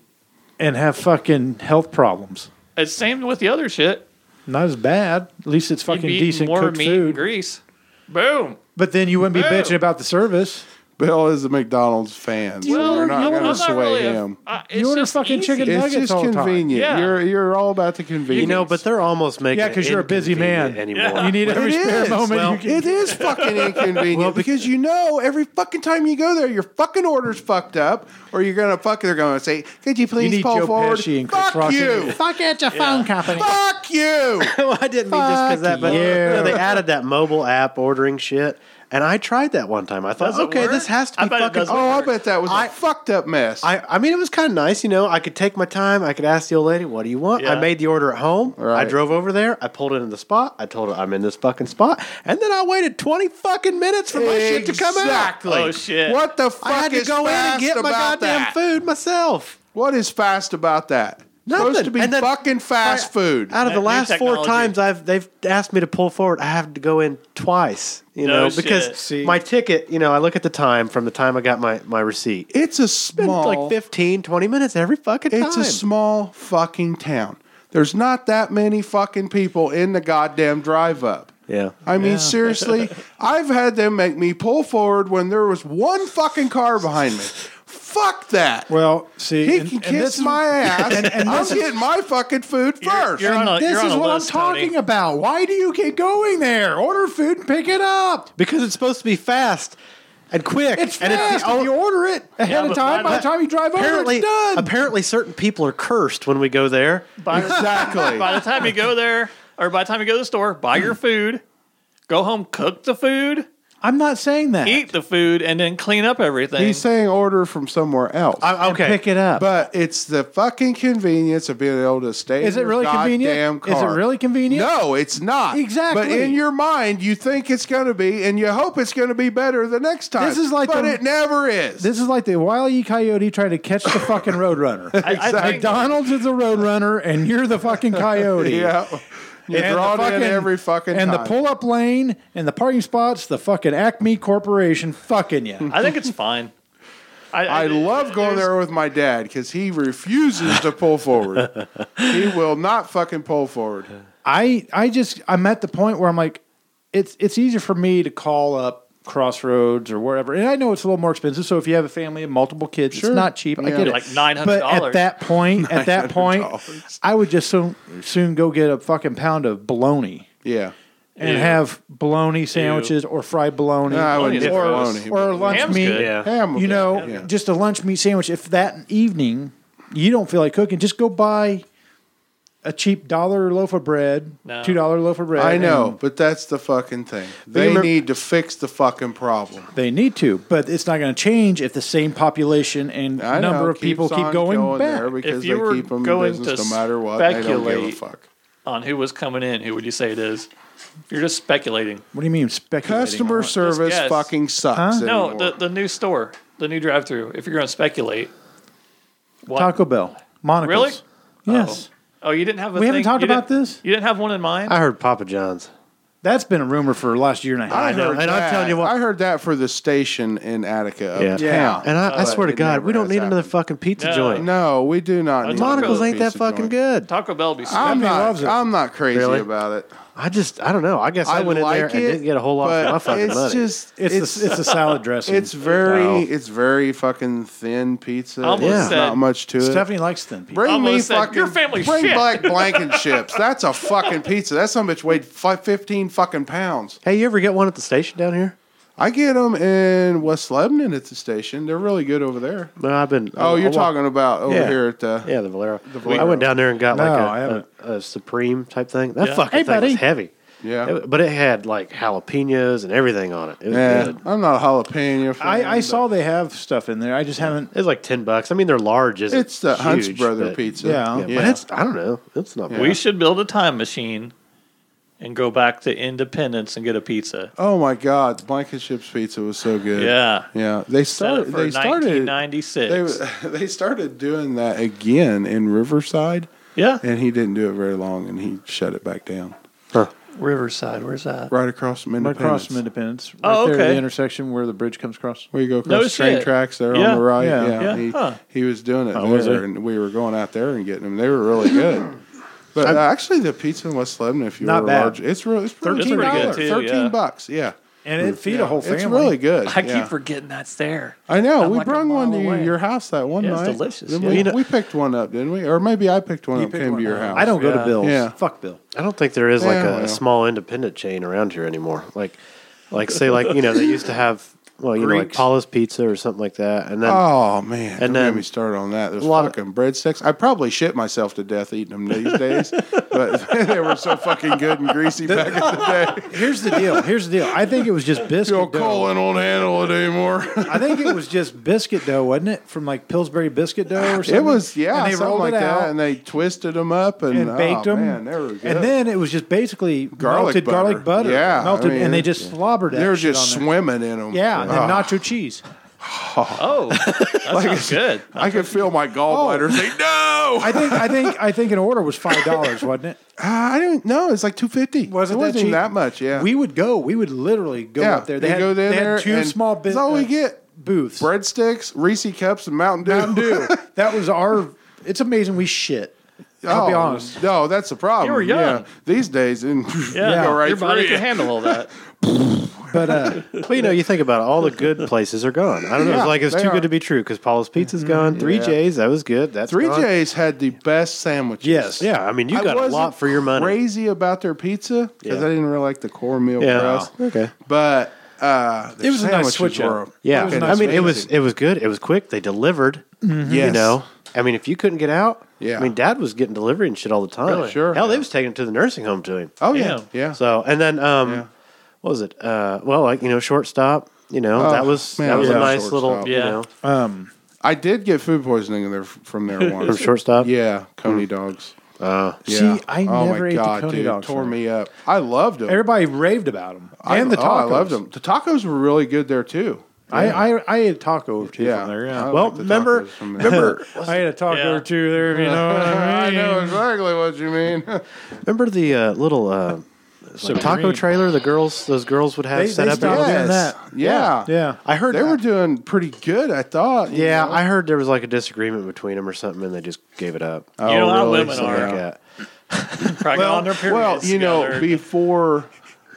Speaker 4: And have fucking health problems.
Speaker 5: It's same with the other shit.
Speaker 4: Not as bad. At least it's
Speaker 5: You'd
Speaker 4: fucking
Speaker 5: be eating
Speaker 4: decent
Speaker 5: more
Speaker 4: cooked
Speaker 5: meat and
Speaker 4: food.
Speaker 5: grease. Boom.
Speaker 4: But then you wouldn't be
Speaker 5: Boom.
Speaker 4: bitching about the service.
Speaker 6: Bill is a McDonald's fan. so
Speaker 5: Well,
Speaker 6: we're
Speaker 5: you
Speaker 6: not
Speaker 5: know,
Speaker 6: going
Speaker 5: I'm
Speaker 6: to
Speaker 5: not
Speaker 6: sway
Speaker 5: really a-
Speaker 6: him.
Speaker 5: I- it's
Speaker 4: You order
Speaker 5: just
Speaker 4: fucking chicken
Speaker 5: easy.
Speaker 6: It's
Speaker 4: nuggets
Speaker 6: just
Speaker 4: all the time.
Speaker 6: convenient.
Speaker 5: Yeah.
Speaker 6: You're you're all about the
Speaker 7: You
Speaker 6: convenience.
Speaker 7: know, but they're almost making
Speaker 4: Yeah,
Speaker 7: because
Speaker 4: because you're a busy man.
Speaker 7: anymore.
Speaker 4: You need
Speaker 6: It
Speaker 4: every spare
Speaker 6: is.
Speaker 4: moment
Speaker 7: Well,
Speaker 4: you can.
Speaker 6: It is fucking inconvenient because you know every fucking time you go there, your fucking order's fucked up, or you're gonna fuck. They're gonna say, "Could you please
Speaker 4: need
Speaker 6: pull
Speaker 4: Joe
Speaker 6: forward?"
Speaker 4: Pesci and Chris
Speaker 6: fuck
Speaker 4: Rock in
Speaker 6: you!
Speaker 4: it.
Speaker 6: Fuck it's a phone company. Fuck you!
Speaker 7: well, I didn't mean just because that, but
Speaker 4: Fuck
Speaker 7: you
Speaker 4: you.
Speaker 7: know, they added that mobile app ordering shit, and I tried that one time. I thought,
Speaker 5: Does it
Speaker 7: okay,
Speaker 5: work?
Speaker 7: this has to
Speaker 5: I
Speaker 7: be
Speaker 5: bet it
Speaker 7: fucking.
Speaker 5: doesn't.
Speaker 6: Oh, I bet that was a
Speaker 7: I-
Speaker 6: fucked up mess.
Speaker 7: I, I mean, it was kind of nice, you know. I could take my time. I could ask the old lady, "What do you want?"
Speaker 5: Yeah.
Speaker 7: I made the order at home. I
Speaker 6: Right.
Speaker 7: drove over there. I pulled it in the spot. I told her I'm in this fucking spot, and then I waited twenty fucking minutes for my shit to come out.
Speaker 6: Exactly.
Speaker 5: Oh, shit.
Speaker 6: What the fuck
Speaker 7: I had to
Speaker 6: is
Speaker 7: go in
Speaker 6: fast
Speaker 7: and get my
Speaker 6: about
Speaker 7: goddamn
Speaker 6: that?
Speaker 7: food myself.
Speaker 6: What is fast about that? Supposed
Speaker 7: Nothing.
Speaker 6: to be
Speaker 7: And then-
Speaker 6: fucking fast food.
Speaker 7: Out of
Speaker 5: That
Speaker 7: the
Speaker 5: new
Speaker 7: last four
Speaker 5: technology.
Speaker 7: times I've they've asked me to pull forward, I have to go in twice. You
Speaker 5: No
Speaker 7: know, because
Speaker 5: shit.
Speaker 4: See.
Speaker 7: my ticket, you know, I look at the time from the time I got my, my receipt. It's
Speaker 6: it's a
Speaker 7: been
Speaker 6: small,
Speaker 7: like 15, 20 minutes every fucking time.
Speaker 6: It's a small fucking town. There's not that many fucking people in the goddamn drive up.
Speaker 7: yeah.
Speaker 6: I mean, seriously, I've had them make me pull forward when there was one fucking car behind me. Fuck that.
Speaker 4: Well, see,
Speaker 6: he
Speaker 4: and-
Speaker 6: can
Speaker 4: and
Speaker 6: kiss
Speaker 4: this-
Speaker 6: my ass. And, I'm getting my fucking food 1st
Speaker 5: you're on a-
Speaker 4: This
Speaker 5: you're on
Speaker 4: is
Speaker 5: a
Speaker 4: what
Speaker 5: list,
Speaker 4: I'm talking
Speaker 5: Tony.
Speaker 4: about. Why do you keep going there? Order food and pick it up.
Speaker 7: Because it's supposed to be fast and quick.
Speaker 4: It's
Speaker 7: and
Speaker 4: fast.
Speaker 7: the
Speaker 4: if
Speaker 7: only-
Speaker 4: you order it ahead
Speaker 5: but
Speaker 4: of time,
Speaker 5: why
Speaker 4: by the
Speaker 5: not?
Speaker 4: time you drive over,
Speaker 7: apparently,
Speaker 4: it's done.
Speaker 7: apparently certain people are cursed when we go there.
Speaker 5: By,
Speaker 6: exactly.
Speaker 5: by the time you go there, or by the time you go to the store, buy your food, go home, cook the food,
Speaker 4: I'm not saying that.
Speaker 5: eat the food, and then clean up everything.
Speaker 6: He's saying order from somewhere else.
Speaker 7: I, okay.
Speaker 4: Pick it up.
Speaker 6: but it's the fucking convenience of being able to stay.
Speaker 4: Is
Speaker 6: in
Speaker 4: it
Speaker 6: your
Speaker 4: really
Speaker 6: goddamn
Speaker 4: convenient? Is it
Speaker 6: car.
Speaker 4: really convenient?
Speaker 6: No, it's not.
Speaker 4: Exactly.
Speaker 6: But in your mind, you think it's going to be, and you hope it's going to be better the next time.
Speaker 4: This is like
Speaker 6: but
Speaker 4: the-
Speaker 6: it never is.
Speaker 4: This is like the Wile E. Coyote trying to catch the fucking roadrunner.
Speaker 5: I, I think,
Speaker 4: McDonald's is the roadrunner, and you're the fucking coyote.
Speaker 6: yeah, you're
Speaker 4: And the
Speaker 6: drawn in
Speaker 4: fucking-
Speaker 6: every fucking
Speaker 4: and
Speaker 6: time.
Speaker 4: the pull up lane and the parking spots, the fucking Acme Corporation fucking you.
Speaker 5: I think it's fine.
Speaker 6: I love going
Speaker 5: there's-
Speaker 6: there with my dad because he refuses to pull forward. he will not fucking pull forward.
Speaker 4: I I just I'm at the point where I'm like, it's it's easier for me to call up Crossroads or wherever, and I know it's a little more expensive. So if you have a family and multiple kids,
Speaker 6: Sure.
Speaker 4: it's not cheap. I
Speaker 6: Yeah.
Speaker 4: get it,
Speaker 5: Like $900.
Speaker 4: But at that point, at that point,
Speaker 6: $900.
Speaker 4: I would just soon soon go get a fucking pound of bologna
Speaker 6: Yeah,
Speaker 4: and
Speaker 5: Ew.
Speaker 4: have bologna sandwiches or fried bologna.
Speaker 6: No, I wouldn't.
Speaker 5: Bologna's
Speaker 6: Or,
Speaker 5: gross.
Speaker 4: or a lunch
Speaker 5: Ham's
Speaker 4: meat,
Speaker 5: good.
Speaker 7: Yeah.
Speaker 6: Ham,
Speaker 4: you know,
Speaker 6: yeah.
Speaker 4: just a lunch meat sandwich. If that evening you don't feel like cooking, just go buy a cheap dollar loaf of bread,
Speaker 5: No.
Speaker 4: two dollar loaf of bread.
Speaker 6: I know,
Speaker 4: and
Speaker 6: but that's the fucking thing. They
Speaker 4: remember-
Speaker 6: need to fix the fucking problem.
Speaker 4: they need to, but it's not going to change if the same population and
Speaker 6: I know,
Speaker 4: number of
Speaker 6: keeps
Speaker 4: people keep
Speaker 6: on
Speaker 4: going, back.
Speaker 6: there because
Speaker 5: If you
Speaker 6: they
Speaker 5: were
Speaker 6: keep them
Speaker 5: going
Speaker 6: in business
Speaker 5: to
Speaker 6: no matter what. They don't give a
Speaker 5: speculate-
Speaker 6: fuck.
Speaker 5: on who was coming in, who would you say it is? You're just speculating.
Speaker 4: what do you mean speculating?
Speaker 6: Customer
Speaker 4: on it?
Speaker 6: service
Speaker 5: guess.
Speaker 6: fucking sucks.
Speaker 5: No,
Speaker 6: anymore.
Speaker 5: the, the new store, the new drive through. If you're going to speculate, what?
Speaker 4: Taco Bell, Monica.
Speaker 5: Really?
Speaker 4: Yes.
Speaker 5: Oh, you didn't have. A
Speaker 4: We haven't
Speaker 5: thing-
Speaker 4: talked
Speaker 5: you didn't-
Speaker 4: about this?
Speaker 5: You didn't have one in mind.
Speaker 7: I heard Papa John's.
Speaker 4: That's been a rumor for the last year and a half.
Speaker 6: I
Speaker 7: know,
Speaker 6: heard
Speaker 7: and I'm
Speaker 6: that.
Speaker 7: telling you what-
Speaker 6: I heard that for the station in Attica.
Speaker 7: Yeah.
Speaker 6: Uptown.
Speaker 4: Yeah.
Speaker 7: And I, I
Speaker 6: But
Speaker 7: swear
Speaker 6: Oh,
Speaker 7: to
Speaker 6: it
Speaker 7: God,
Speaker 6: never
Speaker 7: we don't
Speaker 6: has
Speaker 7: need another
Speaker 6: happened.
Speaker 7: fucking pizza
Speaker 5: No.
Speaker 7: joint.
Speaker 6: No, we do not. Need
Speaker 7: Monocles
Speaker 6: another
Speaker 7: ain't that
Speaker 6: piece of
Speaker 7: fucking
Speaker 6: joint.
Speaker 7: good.
Speaker 5: Taco Bell be
Speaker 6: I'm
Speaker 5: sweet.
Speaker 4: Everybody
Speaker 6: not.
Speaker 4: loves it.
Speaker 6: I'm not crazy
Speaker 7: Really?
Speaker 6: about it.
Speaker 7: I just, I don't know. I guess I, went in
Speaker 6: like
Speaker 7: there
Speaker 6: it,
Speaker 7: and didn't get a whole lot
Speaker 6: but
Speaker 7: for my fucking
Speaker 6: it's
Speaker 7: money.
Speaker 6: Just,
Speaker 4: It's,
Speaker 6: it's
Speaker 4: the, it's a salad dressing.
Speaker 6: it's very
Speaker 7: Wow.
Speaker 6: it's very fucking thin pizza.
Speaker 5: Almost
Speaker 6: There's
Speaker 5: said-
Speaker 6: not much to it.
Speaker 4: Stephanie likes thin people.
Speaker 6: Bring me
Speaker 5: Almost said,
Speaker 6: fucking
Speaker 5: "Your family's
Speaker 6: bring
Speaker 5: shit."
Speaker 6: black blanket chips. That's a fucking pizza. That some bitch weighed fi- fifteen fucking pounds.
Speaker 7: hey, you ever get one at the station down here?
Speaker 6: I get them in West Lebanon at the station. They're really good over there.
Speaker 7: No, I've been.
Speaker 6: Oh,
Speaker 7: I- I
Speaker 6: you're
Speaker 7: walk-
Speaker 6: talking about over
Speaker 7: Yeah.
Speaker 6: here at the
Speaker 7: Yeah, the Valero. I
Speaker 6: Valero.
Speaker 7: went down there and got
Speaker 4: No, I
Speaker 7: like
Speaker 4: haven't.
Speaker 7: a, a, a supreme type thing. That
Speaker 5: Yeah.
Speaker 7: fucking
Speaker 4: Hey,
Speaker 7: thing
Speaker 4: buddy.
Speaker 7: was heavy.
Speaker 6: yeah.
Speaker 7: It- but it had like jalapenos and everything on it. It was
Speaker 6: Yeah.
Speaker 7: good.
Speaker 6: I'm not a jalapeno. Fan,
Speaker 4: I, I
Speaker 6: but
Speaker 4: saw they have stuff in there. I just haven't.
Speaker 7: It was like ten bucks. I mean, they're large. Isn't
Speaker 6: it's the Hunt's
Speaker 7: huge,
Speaker 6: brother
Speaker 7: but-
Speaker 6: pizza.
Speaker 4: Yeah.
Speaker 7: Yeah, but it's I don't know. It's not.
Speaker 5: We
Speaker 7: bad.
Speaker 5: should build a time machine and go back to Independence and get a pizza.
Speaker 6: Oh my God, Blankenship's pizza was so good.
Speaker 5: Yeah.
Speaker 6: yeah. They
Speaker 5: Set it
Speaker 6: started.
Speaker 5: for
Speaker 6: They started.
Speaker 5: 1996.
Speaker 6: They they started doing that again in Riverside,
Speaker 5: yeah.
Speaker 6: and he didn't do it very long, and he shut it back down.
Speaker 7: Huh.
Speaker 5: Riverside, where's that?
Speaker 6: Right across from
Speaker 4: Right
Speaker 6: Independence.
Speaker 4: across from Independence. Right
Speaker 5: Oh,
Speaker 4: there at
Speaker 5: okay.
Speaker 4: the intersection where the bridge comes across.
Speaker 6: Where you go across
Speaker 5: No
Speaker 6: the train
Speaker 5: shit.
Speaker 6: tracks there
Speaker 5: Yeah.
Speaker 6: on the right.
Speaker 4: Yeah.
Speaker 6: Yeah.
Speaker 5: Yeah.
Speaker 6: He,
Speaker 5: Huh.
Speaker 6: he was doing it
Speaker 4: Oh,
Speaker 6: there,
Speaker 4: was he?
Speaker 6: and we were going out there and getting them. They were really good. But uh, actually, the pizza in West Lebanon, if you
Speaker 4: Not
Speaker 6: were
Speaker 4: bad.
Speaker 6: large, it's really it's
Speaker 5: It's
Speaker 6: thirteen
Speaker 5: pretty good,
Speaker 6: dollars,
Speaker 5: too,
Speaker 6: thirteen
Speaker 5: yeah.
Speaker 6: bucks. Yeah,
Speaker 4: And it feed a whole family.
Speaker 6: it's really good.
Speaker 5: I
Speaker 6: yeah.
Speaker 5: keep forgetting that's there.
Speaker 6: I know
Speaker 5: I'm
Speaker 6: we
Speaker 5: like a
Speaker 6: brought one to
Speaker 5: mile away.
Speaker 6: you, your house that one
Speaker 5: Yeah, it's
Speaker 6: night.
Speaker 5: delicious,
Speaker 6: Didn't
Speaker 5: yeah.
Speaker 6: We,
Speaker 5: You know-
Speaker 6: we picked one up, didn't we? Or maybe I picked one
Speaker 4: You
Speaker 6: up,
Speaker 4: picked
Speaker 6: came
Speaker 4: one
Speaker 6: to your
Speaker 4: up.
Speaker 6: house.
Speaker 4: I don't go
Speaker 5: Yeah.
Speaker 4: to Bill's.
Speaker 6: Yeah.
Speaker 4: Fuck Bill.
Speaker 7: I don't think there is like
Speaker 6: Yeah,
Speaker 7: a,
Speaker 6: well.
Speaker 7: a small independent chain around here anymore. Like, like say like you know they used to have well you know like
Speaker 5: Greeks.
Speaker 7: Paula's Pizza or something like that, and then
Speaker 6: Oh man!
Speaker 7: And
Speaker 6: And then
Speaker 7: then-
Speaker 6: me start on that. There's
Speaker 7: a lot of-
Speaker 6: fucking breadsticks. I probably shit myself to death eating them these days, but they were so fucking good and greasy back in the day.
Speaker 4: Here's the deal. Here's the deal. I think it was just
Speaker 6: Yo,
Speaker 4: biscuit dough.
Speaker 6: Colin won't handle it anymore.
Speaker 4: I think it was just biscuit dough, wasn't it? From like Pillsbury biscuit dough or something.
Speaker 6: it was yeah,
Speaker 4: And they
Speaker 6: something
Speaker 4: rolled
Speaker 6: like
Speaker 4: it out
Speaker 6: that, and they twisted them up and,
Speaker 4: and baked
Speaker 6: oh,
Speaker 4: them.
Speaker 6: Man, they were good.
Speaker 4: And then it was just basically
Speaker 6: Garlic
Speaker 4: melted
Speaker 6: butter.
Speaker 4: garlic butter.
Speaker 6: Yeah, I
Speaker 4: melted,
Speaker 6: mean,
Speaker 4: and they
Speaker 6: it's-
Speaker 4: just slobbered.
Speaker 6: they were
Speaker 4: that shit
Speaker 6: just
Speaker 4: on there.
Speaker 6: swimming in them.
Speaker 4: Yeah, and then
Speaker 6: Ah.
Speaker 4: nacho cheese.
Speaker 5: Oh, that sounds good.
Speaker 6: I could feel my gallbladder say no.
Speaker 4: I think I think I think an order was five dollars, wasn't it?
Speaker 6: I don't know. It's like two fifty.
Speaker 4: Wasn't
Speaker 6: it
Speaker 4: that
Speaker 6: wasn't
Speaker 4: cheap?
Speaker 6: that much. Yeah,
Speaker 4: We would go. We would literally go
Speaker 6: Yeah,
Speaker 4: up there. They
Speaker 6: you
Speaker 4: had,
Speaker 6: go down
Speaker 4: they had
Speaker 6: there
Speaker 4: two
Speaker 6: and
Speaker 4: small bits.
Speaker 6: that's all we get.
Speaker 4: booths.
Speaker 6: breadsticks, Reese cups, and Mountain Dew.
Speaker 4: Mountain Dew. that was our. It's amazing we shit. I'll be honest.
Speaker 6: Oh, No, that's the problem.
Speaker 5: You were young.
Speaker 6: Yeah. These days, and
Speaker 5: Yeah,
Speaker 6: you go right
Speaker 5: your body
Speaker 6: through
Speaker 5: can
Speaker 6: you.
Speaker 5: handle all that.
Speaker 4: But uh,
Speaker 7: Well, you know, you think about it, all the good places are gone. I don't know.
Speaker 6: Yeah,
Speaker 7: It's like it's
Speaker 6: they
Speaker 7: too
Speaker 6: are. Mm-hmm.
Speaker 7: good to be true because Paula's Pizza's gone. Three J's, that was good. That's
Speaker 6: Three
Speaker 7: gone.
Speaker 6: J's had the best sandwiches.
Speaker 7: Yes. Yeah. I mean, you
Speaker 6: I
Speaker 7: got a
Speaker 6: wasn't
Speaker 7: lot for your money.
Speaker 6: Crazy about their pizza because
Speaker 7: Yeah.
Speaker 6: I didn't really like the core meal
Speaker 7: Yeah.
Speaker 6: crust.
Speaker 7: Oh, okay.
Speaker 6: But uh, their
Speaker 4: It was a nice
Speaker 6: sandwiches
Speaker 4: switch up.
Speaker 6: were-
Speaker 7: Yeah.
Speaker 6: fucking
Speaker 7: I mean, it was
Speaker 6: amazing. Mm-hmm.
Speaker 7: it was good. It was quick. They delivered. You
Speaker 6: Yes.
Speaker 7: know, I mean, if you couldn't get out,
Speaker 6: Yeah.
Speaker 7: I mean, Dad was getting delivery and shit all the time.
Speaker 6: Really? Sure.
Speaker 7: Hell, they was taking it to the nursing home to him.
Speaker 6: Oh yeah,
Speaker 5: Yeah.
Speaker 6: yeah.
Speaker 7: So and then um,
Speaker 6: Yeah.
Speaker 7: what was it? Uh, well, like you know, shortstop. You know,
Speaker 6: Oh,
Speaker 7: that was
Speaker 6: man,
Speaker 7: that
Speaker 6: I
Speaker 7: was a
Speaker 6: love
Speaker 7: nice little
Speaker 6: shortstop.
Speaker 7: you
Speaker 5: Yeah.
Speaker 7: know
Speaker 6: I did get food poisoning there from there once.
Speaker 7: from shortstop. Uh,
Speaker 6: Yeah,
Speaker 7: Mm.
Speaker 6: Coney dogs.
Speaker 4: see,
Speaker 6: Yeah.
Speaker 4: I
Speaker 6: oh
Speaker 4: never
Speaker 6: my
Speaker 4: ate
Speaker 6: God,
Speaker 4: the Coney
Speaker 6: dude,
Speaker 4: dogs.
Speaker 6: Tore me up. I loved them.
Speaker 4: Everybody raved about them
Speaker 6: I,
Speaker 4: and the
Speaker 6: oh,
Speaker 4: tacos.
Speaker 6: I loved them. The tacos were really good there too.
Speaker 4: I, I, I ate a taco or two
Speaker 6: Yeah.
Speaker 4: from there. Yeah.
Speaker 6: I
Speaker 7: Well,
Speaker 6: like the
Speaker 7: remember-
Speaker 6: tacos from there.
Speaker 7: Remember,
Speaker 4: I ate a taco
Speaker 5: Yeah.
Speaker 4: or two there. if You know what I
Speaker 6: I
Speaker 4: mean?
Speaker 6: know exactly what you mean.
Speaker 7: remember the uh, little uh, like taco trailer the girls those girls would have
Speaker 4: They-
Speaker 7: set
Speaker 4: they
Speaker 7: up.
Speaker 4: stopped
Speaker 7: in-
Speaker 4: doing
Speaker 6: Yes.
Speaker 4: that.
Speaker 6: Yeah.
Speaker 4: Yeah.
Speaker 7: I heard
Speaker 6: They
Speaker 7: that.
Speaker 6: were doing pretty good, I thought. you
Speaker 7: Yeah,
Speaker 6: know?
Speaker 7: I heard there was like a disagreement between them or something, and they just gave it up.
Speaker 6: Oh,
Speaker 5: You know how women
Speaker 7: Something
Speaker 5: are.
Speaker 7: like that.
Speaker 5: Probably on their periods.
Speaker 6: Well, you know,
Speaker 5: together.
Speaker 6: before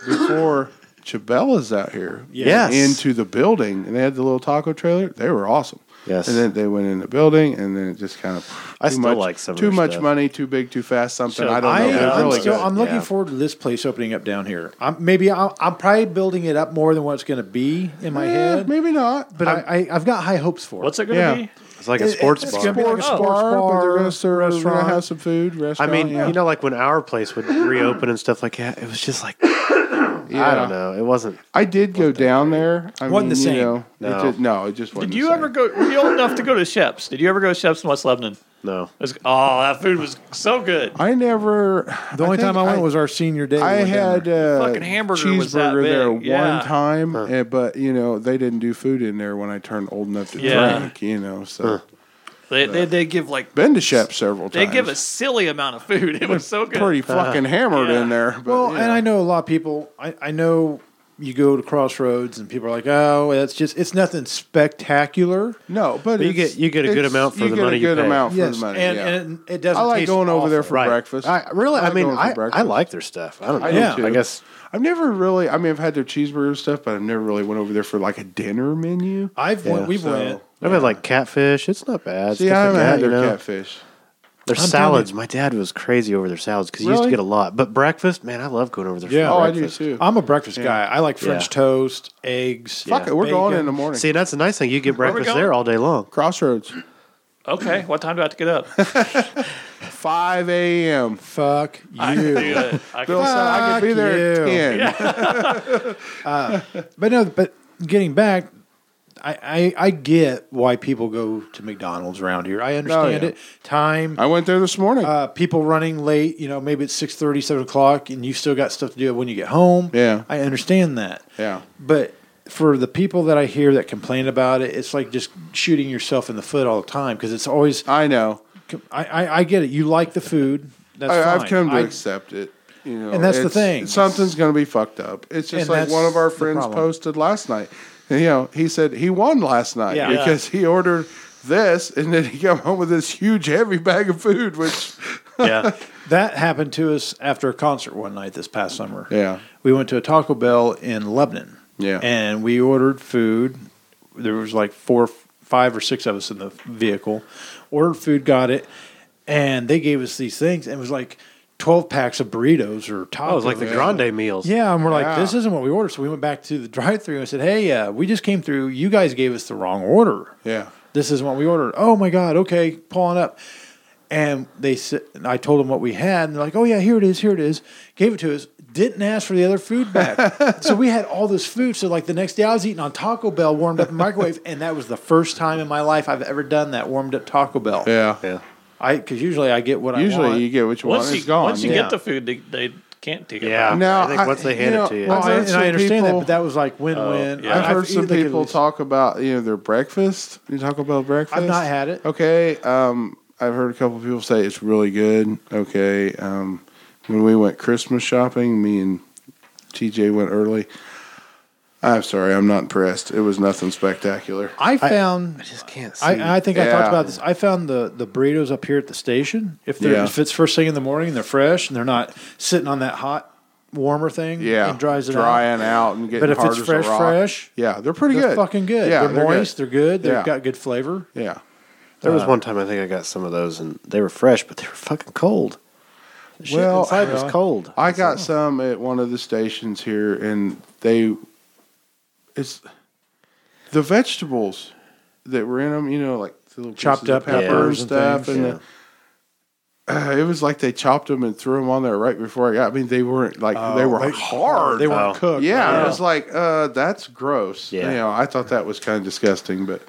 Speaker 6: before Chabella's out here
Speaker 7: Yes.
Speaker 6: into the building and they had the little taco trailer, they were awesome.
Speaker 7: Yes.
Speaker 6: And then they went in the building and then it just kind of
Speaker 7: I
Speaker 6: too
Speaker 7: still
Speaker 6: much,
Speaker 7: like some of
Speaker 6: too
Speaker 7: their
Speaker 6: much
Speaker 7: stuff.
Speaker 6: money, too big, too fast, something.
Speaker 5: So
Speaker 6: I don't
Speaker 4: I,
Speaker 6: know. They're
Speaker 4: am
Speaker 6: really
Speaker 4: still,
Speaker 6: good.
Speaker 4: I'm looking
Speaker 7: yeah.
Speaker 4: forward to this place opening up down here. I'm, maybe I'm, I'm probably building it up more than what it's going to be in my
Speaker 6: Yeah,
Speaker 4: head.
Speaker 6: Eh, maybe not.
Speaker 4: But I, I, I've got high hopes for
Speaker 5: what's
Speaker 4: it.
Speaker 5: it going to
Speaker 6: Yeah.
Speaker 5: be?
Speaker 7: It's like a sports
Speaker 4: it's
Speaker 7: bar.
Speaker 4: gonna be like a
Speaker 6: sports
Speaker 4: sports
Speaker 6: bar, but they're
Speaker 4: bar,
Speaker 6: gonna serve, we're gonna
Speaker 4: restaurant.
Speaker 6: have some food,
Speaker 7: I
Speaker 6: restaurant.
Speaker 7: mean,
Speaker 6: yeah.
Speaker 7: you know, like when our place would reopen and stuff like that, it was just like I
Speaker 6: Yeah.
Speaker 7: don't know. It wasn't.
Speaker 6: I did go down there. I
Speaker 4: Wasn't
Speaker 6: mean,
Speaker 4: the same.
Speaker 6: You know,
Speaker 7: No.
Speaker 6: It just, no, it just wasn't.
Speaker 5: Did
Speaker 6: the
Speaker 5: you
Speaker 6: same.
Speaker 5: ever go? Were you old enough to go to Sheps? Did you ever go to Sheps in West Lebanon? It
Speaker 7: No.
Speaker 5: was- oh, that food was so good.
Speaker 6: I never.
Speaker 4: The only
Speaker 6: think
Speaker 4: time I went was our senior day. we
Speaker 6: I
Speaker 4: went down
Speaker 6: had
Speaker 4: there.
Speaker 6: uh,
Speaker 5: Fucking hamburger
Speaker 6: cheeseburger
Speaker 5: was that
Speaker 6: there
Speaker 5: big, yeah.
Speaker 6: one time, eh, but you know they didn't do food in there when I turned old enough to
Speaker 5: Yeah.
Speaker 6: drink. You know, so
Speaker 5: They, they, they give like
Speaker 6: been to Shep several
Speaker 5: they
Speaker 6: times.
Speaker 5: give a silly amount of food. It was so good.
Speaker 6: pretty
Speaker 7: Uh-huh.
Speaker 6: fucking hammered
Speaker 5: Yeah.
Speaker 6: in there. But,
Speaker 4: well,
Speaker 6: you
Speaker 4: and
Speaker 6: know.
Speaker 4: I know a lot of people. I, I know you go to Crossroads and people are like, "Oh, it's just it's nothing spectacular."
Speaker 6: no, but,
Speaker 7: you
Speaker 6: it's-
Speaker 7: get- you get a good
Speaker 6: it's-
Speaker 7: amount for the
Speaker 6: get
Speaker 7: money
Speaker 6: a
Speaker 7: you
Speaker 6: good
Speaker 7: pay.
Speaker 6: amount for
Speaker 4: yes,
Speaker 6: the money.
Speaker 4: and,
Speaker 6: yeah.
Speaker 4: and it doesn't.
Speaker 6: I like
Speaker 4: taste
Speaker 6: going over
Speaker 4: awful.
Speaker 6: there for breakfast.
Speaker 7: I really. I, mean,
Speaker 6: going for
Speaker 7: I, I
Speaker 6: breakfast.
Speaker 7: like their stuff. I don't know.
Speaker 6: I
Speaker 4: Yeah.
Speaker 6: do too.
Speaker 7: I guess
Speaker 6: I've never really. I mean, I've had their cheeseburger and stuff, but I've never really went over there for like a dinner menu.
Speaker 4: I've went, we've
Speaker 6: so-
Speaker 4: went.
Speaker 7: I've had like catfish. It's not bad.
Speaker 6: See,
Speaker 7: Stuff
Speaker 6: I haven't
Speaker 7: like that,
Speaker 6: had
Speaker 7: you
Speaker 6: their
Speaker 7: know?
Speaker 6: catfish.
Speaker 7: Their
Speaker 4: telling
Speaker 7: salads. My dad was crazy over their salads because he used to
Speaker 6: Really?
Speaker 7: get a lot. But breakfast, man, I love going over there.
Speaker 4: Yeah.
Speaker 7: for
Speaker 6: Oh, I do
Speaker 7: breakfast.
Speaker 6: too.
Speaker 4: I'm a breakfast guy. I like French
Speaker 7: Yeah.
Speaker 4: toast, eggs.
Speaker 6: Fuck it, we're going in the
Speaker 4: morning.
Speaker 6: morning.
Speaker 7: See, that's the nice thing. You get
Speaker 5: we
Speaker 7: breakfast
Speaker 5: going?
Speaker 7: there all day long.
Speaker 6: Crossroads,
Speaker 5: Okay, what time do I have to get up?
Speaker 6: five a.m.
Speaker 4: Fuck
Speaker 5: I can do
Speaker 4: you.
Speaker 5: it. I can-
Speaker 6: Bill said I could be
Speaker 4: Fuck
Speaker 6: there at
Speaker 4: you.
Speaker 6: ten.
Speaker 4: But no, but getting back, I, I I get why people go to McDonald's around here. I understand
Speaker 6: yeah.
Speaker 4: it. Time,
Speaker 6: I went there this morning.
Speaker 4: uh, people running late. You know, maybe it's 6.30, 7 o'clock, and you still got stuff to do when you get home.
Speaker 6: Yeah.
Speaker 4: I understand that.
Speaker 6: Yeah.
Speaker 4: But for the people that I hear that complain about it, it's like just shooting yourself in the foot all the time because it's always. I,
Speaker 6: I know.
Speaker 4: I I get it. You like the food. That's
Speaker 6: I,
Speaker 4: fine.
Speaker 6: I've come to
Speaker 4: I-
Speaker 6: accept it. You know,
Speaker 4: And that's the
Speaker 6: it's-
Speaker 4: thing.
Speaker 6: Something's going to be fucked up. It's just
Speaker 4: And
Speaker 6: like
Speaker 4: that's
Speaker 6: one of our
Speaker 4: the
Speaker 6: friends
Speaker 4: problem.
Speaker 6: posted last night. And, you know, he said he won last night
Speaker 4: Yeah.
Speaker 6: because he ordered this and then he came home with this huge heavy bag of food, which
Speaker 7: Yeah.
Speaker 4: That happened to us after a concert one night this past summer.
Speaker 6: Yeah.
Speaker 4: We went to a Taco Bell in Lebanon.
Speaker 6: Yeah.
Speaker 4: And we ordered food. There was like four, five or six of us in the vehicle. Ordered food, got it, and they gave us these things and it was like 12 packs of burritos or tacos.
Speaker 7: Oh, it was like the grande meals.
Speaker 4: Yeah, and we're like,
Speaker 6: Yeah.
Speaker 4: this isn't what we ordered. So we went back to the drive-through and said, "Hey, uh, we just came through. You guys gave us the wrong order.
Speaker 6: Yeah.
Speaker 4: this is what we ordered. Oh my god, okay, pulling up." And they said, and I told them what we had, and they're like, "Oh yeah, here it is, here it is." Gave it to us. Didn't ask for the other food back, so we had all this food. So like the next day, I was eating on Taco Bell, warmed up in the microwave, and that was the first time in my life I've ever done that warmed up Taco Bell.
Speaker 6: yeah.
Speaker 7: Yeah.
Speaker 4: I because usually I get what I
Speaker 6: Usually
Speaker 4: want.
Speaker 6: you get what you
Speaker 5: Once
Speaker 6: want.
Speaker 5: you,
Speaker 6: it's gone.
Speaker 5: once you
Speaker 4: yeah.
Speaker 5: get the food, they, they can't take it.
Speaker 7: Yeah.
Speaker 5: back.
Speaker 6: Now,
Speaker 7: I think once they hand it
Speaker 6: know,
Speaker 7: to you.
Speaker 4: No,
Speaker 6: I've
Speaker 4: I,
Speaker 6: heard
Speaker 4: and
Speaker 6: some
Speaker 4: I understand that,
Speaker 6: people-
Speaker 4: but that was like win-win.
Speaker 5: yeah.
Speaker 6: I've
Speaker 4: I've
Speaker 6: heard some
Speaker 4: eaten-
Speaker 6: people talk about you know their breakfast. You talk about breakfast.
Speaker 4: I've not had it.
Speaker 6: Okay. Um, I've heard a couple people say it's really good. Okay. Um, when we went Christmas shopping, me and TJ went early. I'm sorry, I'm not impressed. It was nothing spectacular.
Speaker 4: I found. I,
Speaker 7: Just can't see.
Speaker 4: I, think I
Speaker 6: Yeah.
Speaker 4: talked about this. I found the, the burritos up here at the station. If they're
Speaker 6: Yeah.
Speaker 4: if it's first thing in the morning and they're fresh and they're not sitting on that hot warmer thing,
Speaker 6: Yeah,
Speaker 4: and dries it out.
Speaker 6: drying out and getting
Speaker 4: But if
Speaker 6: hard
Speaker 4: it's
Speaker 6: as a
Speaker 4: fresh,
Speaker 6: rock.
Speaker 4: fresh,
Speaker 6: yeah, they're pretty
Speaker 4: they're
Speaker 6: good.
Speaker 4: fucking good.
Speaker 6: Yeah,
Speaker 4: they're, moist. They're good. They've
Speaker 6: Yeah.
Speaker 4: got good flavor.
Speaker 6: Yeah,
Speaker 7: there was one time I think I got some of those and they were fresh, but they were fucking cold. The shit
Speaker 6: Well,
Speaker 7: inside was
Speaker 6: yeah.
Speaker 7: cold.
Speaker 6: I got some at one of the stations here, and they, it's the vegetables that were in them. You know, like the little
Speaker 4: Chopped
Speaker 6: pieces of
Speaker 4: up
Speaker 6: pepper and
Speaker 4: peppers and
Speaker 6: stuff,
Speaker 4: things,
Speaker 6: and
Speaker 7: yeah.
Speaker 6: the, uh, it was like they chopped them and threw them on there right before I got. I mean, they weren't like they were hard.
Speaker 4: Oh, They weren't
Speaker 7: Oh.
Speaker 4: cooked.
Speaker 6: yeah, and I was like, uh, that's gross.
Speaker 7: Yeah.
Speaker 6: You know, I thought that was kind of disgusting, but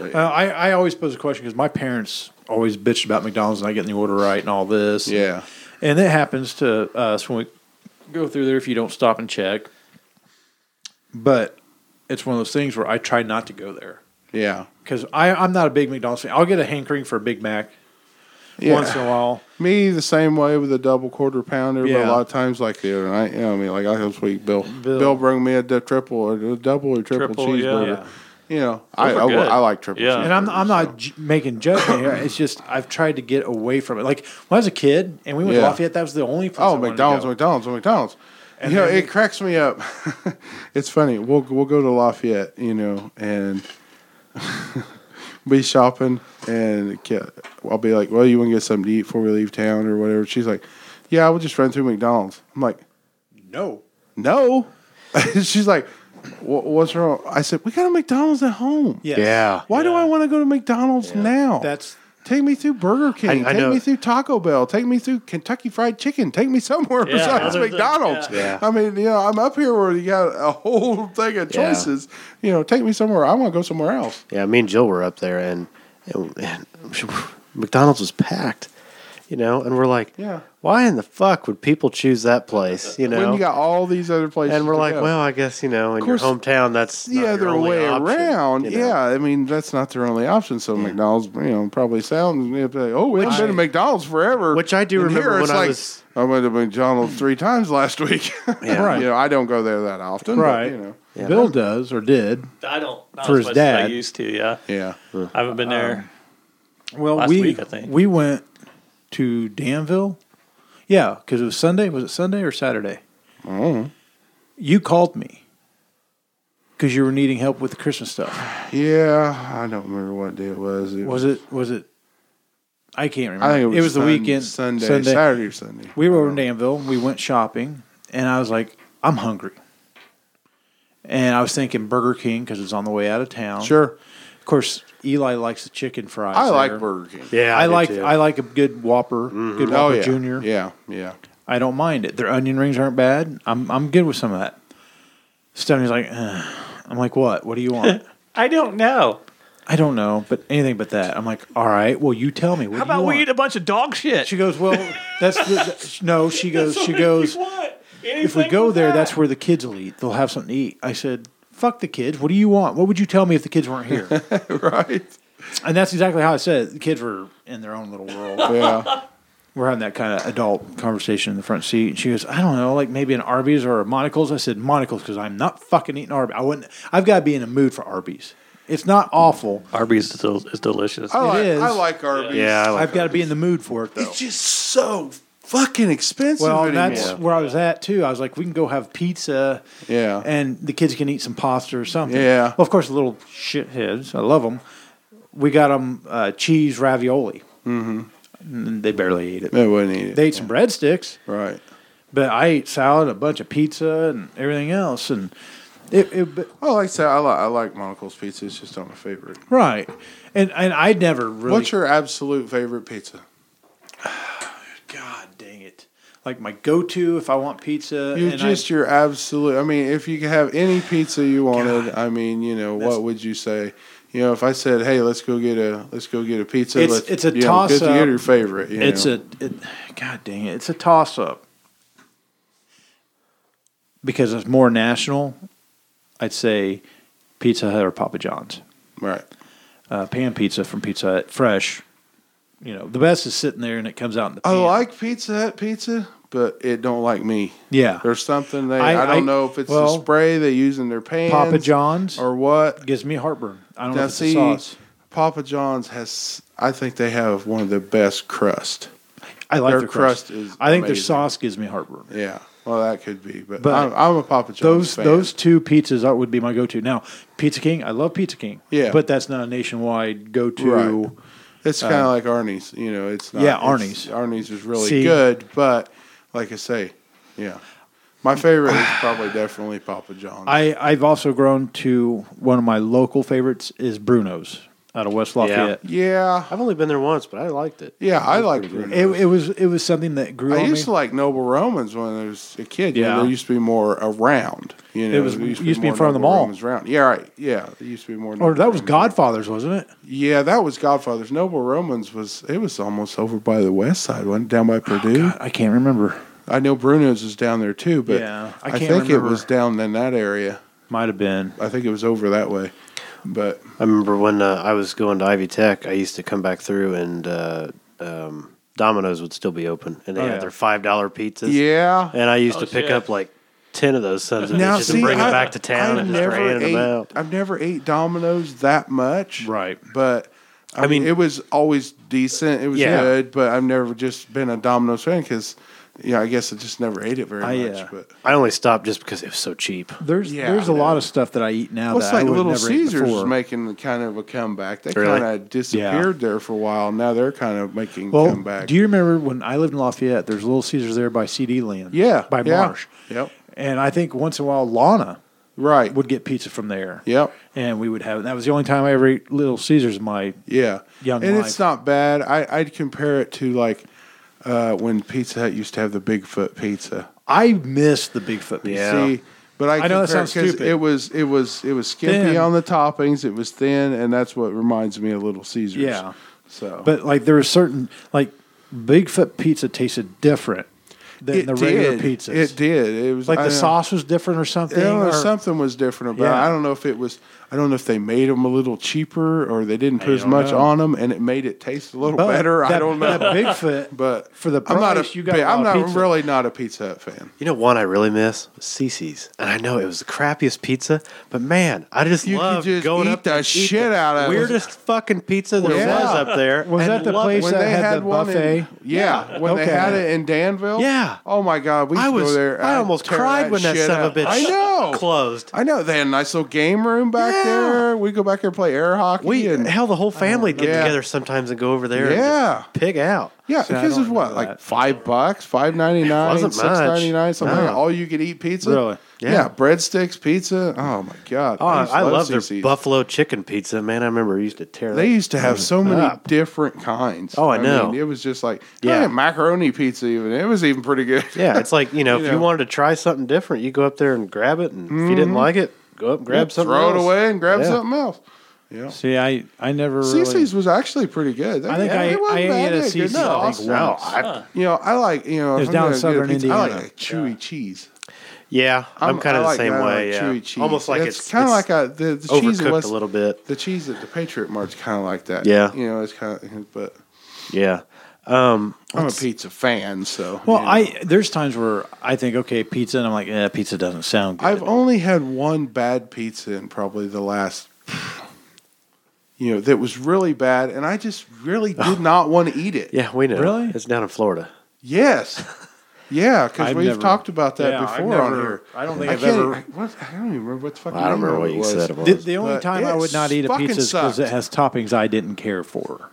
Speaker 4: Uh, I, I always pose a question because my parents always bitched about McDonald's and I getting the order right and all this.
Speaker 6: yeah,
Speaker 4: And it happens to us when we go through there if you don't stop and check. But it's one of those things where I try not to go there
Speaker 6: yeah,
Speaker 4: because I'm not a big McDonald's fan. I'll get a hankering for a Big Mac
Speaker 6: yeah.
Speaker 4: once in a while.
Speaker 6: Me the same way with a double quarter pounder, but
Speaker 4: Yeah.
Speaker 6: a lot of times like the other night, you know, what I mean, like I this week, Bill, Bill,
Speaker 4: Bill.
Speaker 6: brought me a du- triple or a double or triple,
Speaker 5: Triple, yeah.
Speaker 6: cheeseburger. You know, I,
Speaker 5: Those
Speaker 6: I,
Speaker 5: are good.
Speaker 6: I like triple.
Speaker 5: Yeah.
Speaker 6: cheeseburgers.
Speaker 4: And I'm, I'm not j- making judgment here. It's just I've tried to get away from it. Like when I was a kid and we went
Speaker 6: Yeah.
Speaker 4: to Lafayette, that was the only place. I
Speaker 6: Oh,
Speaker 4: wanted to
Speaker 6: McDonald's,
Speaker 4: go.
Speaker 6: McDonald's, McDonald's. you know, it cracks me up. it's funny. We'll we'll go to Lafayette, you know, and be shopping, and ki- I'll be like, "Well, you want to get something to eat before we leave town or whatever?" She's like, "Yeah, we'll just run through McDonald's." I'm like,
Speaker 4: No.
Speaker 6: "No." She's like, "Wha- "What's wrong?" I said, "We got a McDonald's at home.
Speaker 4: Yes.
Speaker 7: Yeah.
Speaker 6: Why do I want to go to McDonald's now?
Speaker 4: That's
Speaker 6: Take me through Burger King.
Speaker 7: I
Speaker 6: take
Speaker 7: know-
Speaker 6: me through Taco Bell. Take me through Kentucky Fried Chicken. Take me somewhere
Speaker 5: Yeah,
Speaker 6: besides
Speaker 5: other than-
Speaker 6: McDonald's.
Speaker 7: yeah. Yeah.
Speaker 6: I mean, you know, I'm up here where you got a whole thing of
Speaker 7: Yeah.
Speaker 6: choices. You know, take me somewhere. I want to go somewhere else.
Speaker 7: Yeah, me and Jill were up there, and, and, and McDonald's was packed, you know, and we're like,
Speaker 6: Yeah. Uh,
Speaker 7: why in the fuck would people choose that place, you
Speaker 6: When
Speaker 7: know?
Speaker 6: you got all these other places,
Speaker 7: and we're
Speaker 6: to
Speaker 7: like,
Speaker 6: go.
Speaker 7: well, I guess you know, in
Speaker 6: course-
Speaker 7: your hometown, that's not
Speaker 6: yeah,
Speaker 7: your
Speaker 6: their
Speaker 7: only
Speaker 6: way
Speaker 7: option,
Speaker 6: around.
Speaker 7: you know?
Speaker 6: Yeah, I mean, that's not their only option. So McDonald's, you know, probably sounds. they'd be Like, oh, we haven't been to McDonald's forever.
Speaker 7: which I do
Speaker 6: And
Speaker 7: remember
Speaker 6: here
Speaker 7: when
Speaker 6: it's
Speaker 7: I
Speaker 6: like,
Speaker 7: was-
Speaker 6: I went to McDonald's three times last week.
Speaker 7: Yeah.
Speaker 6: You know, I don't go there that often. but,
Speaker 4: right.
Speaker 6: you know.
Speaker 7: Yeah.
Speaker 4: Bill does or did.
Speaker 5: I don't. Not
Speaker 4: For
Speaker 5: as
Speaker 4: his
Speaker 5: much as I
Speaker 4: dad. Um,
Speaker 5: used to. Yeah.
Speaker 6: Yeah.
Speaker 5: I haven't been there.
Speaker 4: Well,
Speaker 5: Last
Speaker 4: we
Speaker 5: week, I think.
Speaker 4: we went to Danville. Yeah, because it was Sunday. Was it Sunday or Saturday? You called me because you were needing help with the Christmas stuff.
Speaker 6: Yeah, I don't remember what day it was. It
Speaker 4: Was it? Was it? I can't remember.
Speaker 6: I think it was,
Speaker 4: the
Speaker 6: Sun-
Speaker 4: weekend.
Speaker 6: Sunday, Saturday or Sunday.
Speaker 4: We were over in Danville. and We went shopping, and I was like, I'm hungry. And I was thinking Burger King because it's on the way out of town.
Speaker 6: Sure,
Speaker 4: Of course, Eli likes the chicken fries.
Speaker 6: I like
Speaker 4: there.
Speaker 6: Burger King.
Speaker 7: yeah,
Speaker 4: I,
Speaker 7: do
Speaker 4: like
Speaker 7: too.
Speaker 4: I like a good Whopper, good
Speaker 6: oh
Speaker 4: Whopper
Speaker 6: yeah,
Speaker 4: Junior.
Speaker 6: Yeah, yeah.
Speaker 4: I don't mind it. Their onion rings aren't bad. I'm I'm good with some of that. Stephanie's like, "Ugh." I'm like, what? What do you want?
Speaker 5: I don't know.
Speaker 4: I don't know, but anything but that. I'm like, all right. Well, you tell me. What
Speaker 5: How
Speaker 4: do you
Speaker 5: about we
Speaker 4: want?"
Speaker 5: eat a bunch of dog shit?
Speaker 4: She goes, well, that's the, that- no. She goes, she goes. If we go there, that's where the kids will eat. They'll have something to eat. I said, fuck the kids. What do you want? What would you tell me if the kids weren't here?
Speaker 6: Right.
Speaker 4: and that's exactly how I said. It. The kids were in their own little world.
Speaker 6: Yeah.
Speaker 4: we're having that kind of adult conversation in the front seat. And she goes, I don't know, like maybe an Arby's or a Monocles. I said, Monocles, because I'm not fucking eating Arby's. I wouldn't, I've got to be in a mood for Arby's. It's not awful.
Speaker 5: Arby's is, del- is delicious.
Speaker 6: I, like,
Speaker 4: is.
Speaker 6: I like Arby's.
Speaker 7: Yeah, I like
Speaker 4: I've got to be in the mood for it, though.
Speaker 6: It's just so fucking expensive.
Speaker 4: Well,
Speaker 6: anymore.
Speaker 4: that's where I was at too. I was like, we can go have pizza,
Speaker 6: Yeah.
Speaker 4: and the kids can eat some pasta or something.
Speaker 6: Yeah.
Speaker 4: Well, of course, the little shitheads, I love them. We got them uh, cheese ravioli. Mm-hmm. And they barely ate it.
Speaker 6: They wouldn't eat it.
Speaker 4: They ate some breadsticks,
Speaker 6: right.
Speaker 4: but I ate salad, a bunch of pizza, and everything else. And it, it but-
Speaker 6: I like that. I like I like Monocle's pizza. It's just not my favorite.
Speaker 4: right, and and I never really.
Speaker 6: What's your absolute favorite pizza?
Speaker 4: God dang it! Like my go-to if I want pizza.
Speaker 6: You
Speaker 4: Uh, and I-
Speaker 6: just your absolute. I mean, if you could have any pizza you wanted, I mean, you know,
Speaker 4: That's-
Speaker 6: what would you say? You know, if I said, "Hey, let's go get a let's go get a pizza,"
Speaker 4: It's-
Speaker 6: let's,
Speaker 4: it's a
Speaker 6: you know, 'cause You
Speaker 4: toss-up.
Speaker 6: get your favorite. You
Speaker 4: It's
Speaker 6: know.
Speaker 4: a it, god dang it! It's a toss up because it's more national. I'd say Pizza Hut or Papa John's.
Speaker 6: right.
Speaker 4: Uh, pan pizza from Pizza Hut, fresh. You know, the best is sitting there and it comes out in the.
Speaker 6: I
Speaker 4: pan.
Speaker 6: like Pizza Hut pizza, but it don't like me.
Speaker 4: Yeah.
Speaker 6: There's something they.
Speaker 4: I-
Speaker 6: I, don't
Speaker 4: I-
Speaker 6: know if it's
Speaker 4: well,
Speaker 6: the spray they use in their pans,
Speaker 4: Papa John's
Speaker 6: or what.
Speaker 4: gives me heartburn. I don't know
Speaker 6: Now
Speaker 4: if it's
Speaker 6: see,
Speaker 4: the sauce.
Speaker 6: Papa John's has. I think they have one of the best crust.
Speaker 4: I like
Speaker 6: their
Speaker 4: their, crust.
Speaker 6: crust is
Speaker 4: I think their
Speaker 6: amazing.
Speaker 4: sauce gives me heartburn.
Speaker 6: Yeah. Well, that could be, but,
Speaker 4: But
Speaker 6: I'm, I'm a Papa John's
Speaker 4: Those
Speaker 6: fan.
Speaker 4: those two pizzas are, would be my go to. Now, Pizza King, I love Pizza King.
Speaker 6: Yeah.
Speaker 4: but that's not a nationwide go to.
Speaker 6: Right. It's kind of like Arnie's, you know. It's not,
Speaker 4: Uh, Yeah, Arnie's.
Speaker 6: it's- Arnie's is really
Speaker 4: See-
Speaker 6: good, but like I say, yeah, my favorite is probably definitely Papa John's.
Speaker 4: I, I've also grown to one of my local favorites is Bruno's out of West Lafayette.
Speaker 6: yeah,
Speaker 7: I've only been there once, but I liked it.
Speaker 6: yeah, I like Bruno's.
Speaker 4: It, it was it was something that grew
Speaker 6: I
Speaker 4: on
Speaker 6: used to
Speaker 4: me.
Speaker 6: like Noble Romans when I was a kid. Yeah,
Speaker 4: Yeah.
Speaker 6: there used to be more around. You know,
Speaker 4: was-
Speaker 6: there
Speaker 4: used to be in
Speaker 6: more
Speaker 4: front of the
Speaker 6: Noble
Speaker 4: mall.
Speaker 6: Romans around. Yeah, right. Yeah, there used to be more.
Speaker 4: or
Speaker 6: Noble
Speaker 4: that was
Speaker 6: Romans.
Speaker 4: Godfather's, wasn't it?
Speaker 6: Yeah, that was Godfather's. Noble Romans was it was almost over by the west side, one down
Speaker 4: Oh,
Speaker 6: by Purdue.
Speaker 4: I can't remember.
Speaker 6: I know Bruno's is down there too, but
Speaker 4: Yeah, I
Speaker 6: I,
Speaker 4: can't
Speaker 6: think
Speaker 4: remember.
Speaker 6: it was down in that area.
Speaker 4: Might have been.
Speaker 6: I think it was over that way. But
Speaker 7: I remember when uh, I was going to Ivy Tech, I used to come back through and uh, um, Domino's would still be open, and they
Speaker 4: Oh,
Speaker 7: had
Speaker 4: yeah.
Speaker 7: their five dollar pizzas.
Speaker 6: yeah,
Speaker 7: and I used
Speaker 5: Oh,
Speaker 7: to pick
Speaker 5: shit.
Speaker 7: up like ten of those sons of
Speaker 6: now
Speaker 7: bitches
Speaker 6: see,
Speaker 7: and bring
Speaker 6: I,
Speaker 7: them back to town
Speaker 6: I've
Speaker 7: and just
Speaker 6: never
Speaker 7: ran
Speaker 6: ate,
Speaker 7: them out.
Speaker 6: I've never ate Domino's that much,
Speaker 4: Right.
Speaker 6: But I, mean,
Speaker 7: mean-
Speaker 6: it was always decent. It was
Speaker 7: Yeah.
Speaker 6: good, but I've never just been a Domino's fan because, yeah, I guess I just never ate it very
Speaker 4: I,
Speaker 6: much.
Speaker 4: uh,
Speaker 6: But
Speaker 7: I only stopped just because it was so cheap.
Speaker 4: There's
Speaker 6: Yeah,
Speaker 4: there's a
Speaker 6: I
Speaker 4: lot
Speaker 6: know.
Speaker 4: of stuff that I eat now
Speaker 6: Well,
Speaker 4: that
Speaker 6: it's
Speaker 4: I
Speaker 6: like
Speaker 4: would
Speaker 6: Little
Speaker 4: never
Speaker 6: Caesars
Speaker 4: eat
Speaker 6: was
Speaker 4: before.
Speaker 6: making kind of a comeback. They
Speaker 7: Really?
Speaker 6: kind of disappeared there for a while. Now they're kind of making
Speaker 4: well,
Speaker 6: comeback.
Speaker 4: do you remember when I lived in Lafayette? There's Little Caesars there by CD Land.
Speaker 6: yeah,
Speaker 4: by
Speaker 6: yeah.
Speaker 4: Marsh.
Speaker 6: Yep.
Speaker 4: And I think once in a while Lana
Speaker 6: Right.
Speaker 4: would get pizza from there.
Speaker 6: Yep.
Speaker 4: And we would have it. That was the only time I ever ate Little Caesars in my
Speaker 6: Yeah.
Speaker 4: Young
Speaker 6: and
Speaker 4: life.
Speaker 6: it's not bad. I, I'd compare it to like uh, when Pizza Hut used to have the Bigfoot pizza.
Speaker 4: I miss the Bigfoot pizza.
Speaker 7: Yeah.
Speaker 6: See, but I,
Speaker 4: I know that
Speaker 6: compare it
Speaker 4: sounds
Speaker 6: 'cause
Speaker 4: stupid.
Speaker 6: It was it was it was skimpy
Speaker 4: Thin.
Speaker 6: on the toppings. It was thin, and that's what reminds me of Little Caesars.
Speaker 4: Yeah.
Speaker 6: So,
Speaker 4: But like there were certain like Bigfoot pizza tasted different than the regular
Speaker 6: did.
Speaker 4: pizzas.
Speaker 6: It did. It was
Speaker 4: Like
Speaker 6: I
Speaker 4: the
Speaker 6: don't know.
Speaker 4: sauce was different or something.
Speaker 6: Yeah,
Speaker 4: or-
Speaker 6: something was different about
Speaker 4: Yeah.
Speaker 6: it. I don't know if it was. I don't know if they made them a little cheaper or they didn't put as
Speaker 4: don't
Speaker 6: much
Speaker 4: know.
Speaker 6: on them, and it made it taste a little
Speaker 4: but
Speaker 6: better. I
Speaker 4: that-
Speaker 6: don't know.
Speaker 4: That Bigfoot,
Speaker 6: but
Speaker 4: for the price
Speaker 6: I'm not a,
Speaker 4: you got, a
Speaker 6: I'm
Speaker 4: lot
Speaker 6: not
Speaker 4: of pizza.
Speaker 6: really not a Pizza Hut fan.
Speaker 7: You know one I really miss? Cece's. And I know it was the crappiest pizza, but man, I just
Speaker 6: You could
Speaker 7: loved
Speaker 6: just
Speaker 7: going
Speaker 6: eat
Speaker 7: up
Speaker 6: the
Speaker 7: there and eat
Speaker 6: shit out of it.
Speaker 7: weirdest fucking pizza there
Speaker 6: Yeah.
Speaker 7: was up there.
Speaker 4: Was
Speaker 7: and
Speaker 4: that the
Speaker 7: loved it.
Speaker 4: place that had, the buffet?
Speaker 6: in, yeah, when they
Speaker 4: Okay.
Speaker 6: had it in Danville,
Speaker 7: Yeah.
Speaker 6: Oh my God, we used
Speaker 7: I
Speaker 6: to
Speaker 7: was
Speaker 6: go there.
Speaker 7: I
Speaker 6: I'd
Speaker 7: almost
Speaker 6: tear
Speaker 7: cried when that
Speaker 6: shit
Speaker 7: son
Speaker 6: out.
Speaker 7: of a bitch
Speaker 6: I know
Speaker 7: closed.
Speaker 6: I know. They had a nice little game room back
Speaker 7: Yeah.
Speaker 6: there. We go back there and play air hockey.
Speaker 7: We
Speaker 6: and
Speaker 7: hell the whole family get
Speaker 6: Yeah.
Speaker 7: together sometimes and go over there
Speaker 6: Yeah.
Speaker 7: and just pig out.
Speaker 6: Yeah,
Speaker 4: See, I
Speaker 6: because
Speaker 4: don't
Speaker 6: it's what,
Speaker 4: remember
Speaker 6: like
Speaker 4: that.
Speaker 6: five bucks, five ninety nine,
Speaker 7: Wasn't
Speaker 6: six ninety nine, something
Speaker 7: No.
Speaker 6: like that. All you could eat pizza.
Speaker 4: Really?
Speaker 6: Yeah.
Speaker 7: Yeah.
Speaker 6: breadsticks, pizza. Oh my god.
Speaker 7: Oh,
Speaker 6: used to
Speaker 7: I, love their
Speaker 6: CC's.
Speaker 7: buffalo chicken pizza, man. I remember I used to tear
Speaker 6: They
Speaker 7: that.
Speaker 6: used to have so many
Speaker 7: Up.
Speaker 6: different kinds.
Speaker 7: Oh, I know.
Speaker 6: mean, it was just like
Speaker 7: Yeah.
Speaker 6: yeah, macaroni pizza. Even it was even pretty good.
Speaker 7: Yeah, it's like you know,
Speaker 6: You
Speaker 7: if
Speaker 6: know.
Speaker 7: you wanted to try something different, you go up there and grab it, and if you didn't like it, go up and grab something.
Speaker 6: Mm-hmm. Throw it
Speaker 7: else.
Speaker 6: away and grab
Speaker 7: Yeah.
Speaker 6: something else. Yeah.
Speaker 4: See, I I never really.
Speaker 6: CC's was actually pretty good.
Speaker 4: I think
Speaker 6: Yeah,
Speaker 4: I-
Speaker 6: it wasn't
Speaker 4: I
Speaker 6: bad.
Speaker 4: ate at
Speaker 6: They had good
Speaker 4: CC's, I think,
Speaker 6: sauce.
Speaker 4: once.
Speaker 6: I, you know, I like you know.
Speaker 4: It was
Speaker 6: if I'm
Speaker 4: down
Speaker 6: gonna
Speaker 4: in
Speaker 6: get a
Speaker 4: southern
Speaker 6: pizza, I
Speaker 4: Indiana.
Speaker 6: like a chewy cheese.
Speaker 7: Yeah, I'm, kind of
Speaker 6: I
Speaker 7: the
Speaker 6: like
Speaker 7: same
Speaker 6: that,
Speaker 7: way.
Speaker 6: like
Speaker 7: yeah,
Speaker 6: chewy cheese.
Speaker 7: almost like
Speaker 6: it's,
Speaker 7: it's
Speaker 6: kind of
Speaker 7: it's
Speaker 6: like a the, the cheese
Speaker 7: overcooked
Speaker 6: was
Speaker 7: a little bit.
Speaker 6: The cheese at the Patriot Mart's kind of like that.
Speaker 7: Yeah.
Speaker 6: you know, it's kind of but
Speaker 7: Yeah,
Speaker 6: I'm a pizza fan, so.
Speaker 4: Well,
Speaker 6: you know.
Speaker 4: I there's times where I think okay pizza, and I'm like, eh, pizza doesn't sound good.
Speaker 6: I've only had one bad pizza in probably the last, you know, that was really bad, and I just really did not want to eat it.
Speaker 7: Yeah, we know.
Speaker 4: Really?
Speaker 7: It's down in Florida.
Speaker 6: Yes. Yeah, because
Speaker 4: I've
Speaker 6: we've
Speaker 4: never-
Speaker 6: talked about that
Speaker 4: Yeah, I've
Speaker 6: before on
Speaker 4: never-
Speaker 6: here.
Speaker 4: I don't think I've
Speaker 6: can't-
Speaker 4: ever-
Speaker 6: I, what, I don't even remember what the fucking
Speaker 7: I don't
Speaker 6: name
Speaker 7: remember
Speaker 6: of
Speaker 7: what
Speaker 6: it
Speaker 7: you
Speaker 6: was. Oh,
Speaker 7: said about
Speaker 4: the, the only
Speaker 6: But
Speaker 4: time I
Speaker 6: it
Speaker 4: would not eat a
Speaker 6: fucking
Speaker 4: pizza is because it
Speaker 6: sucked.
Speaker 4: has toppings I didn't care for.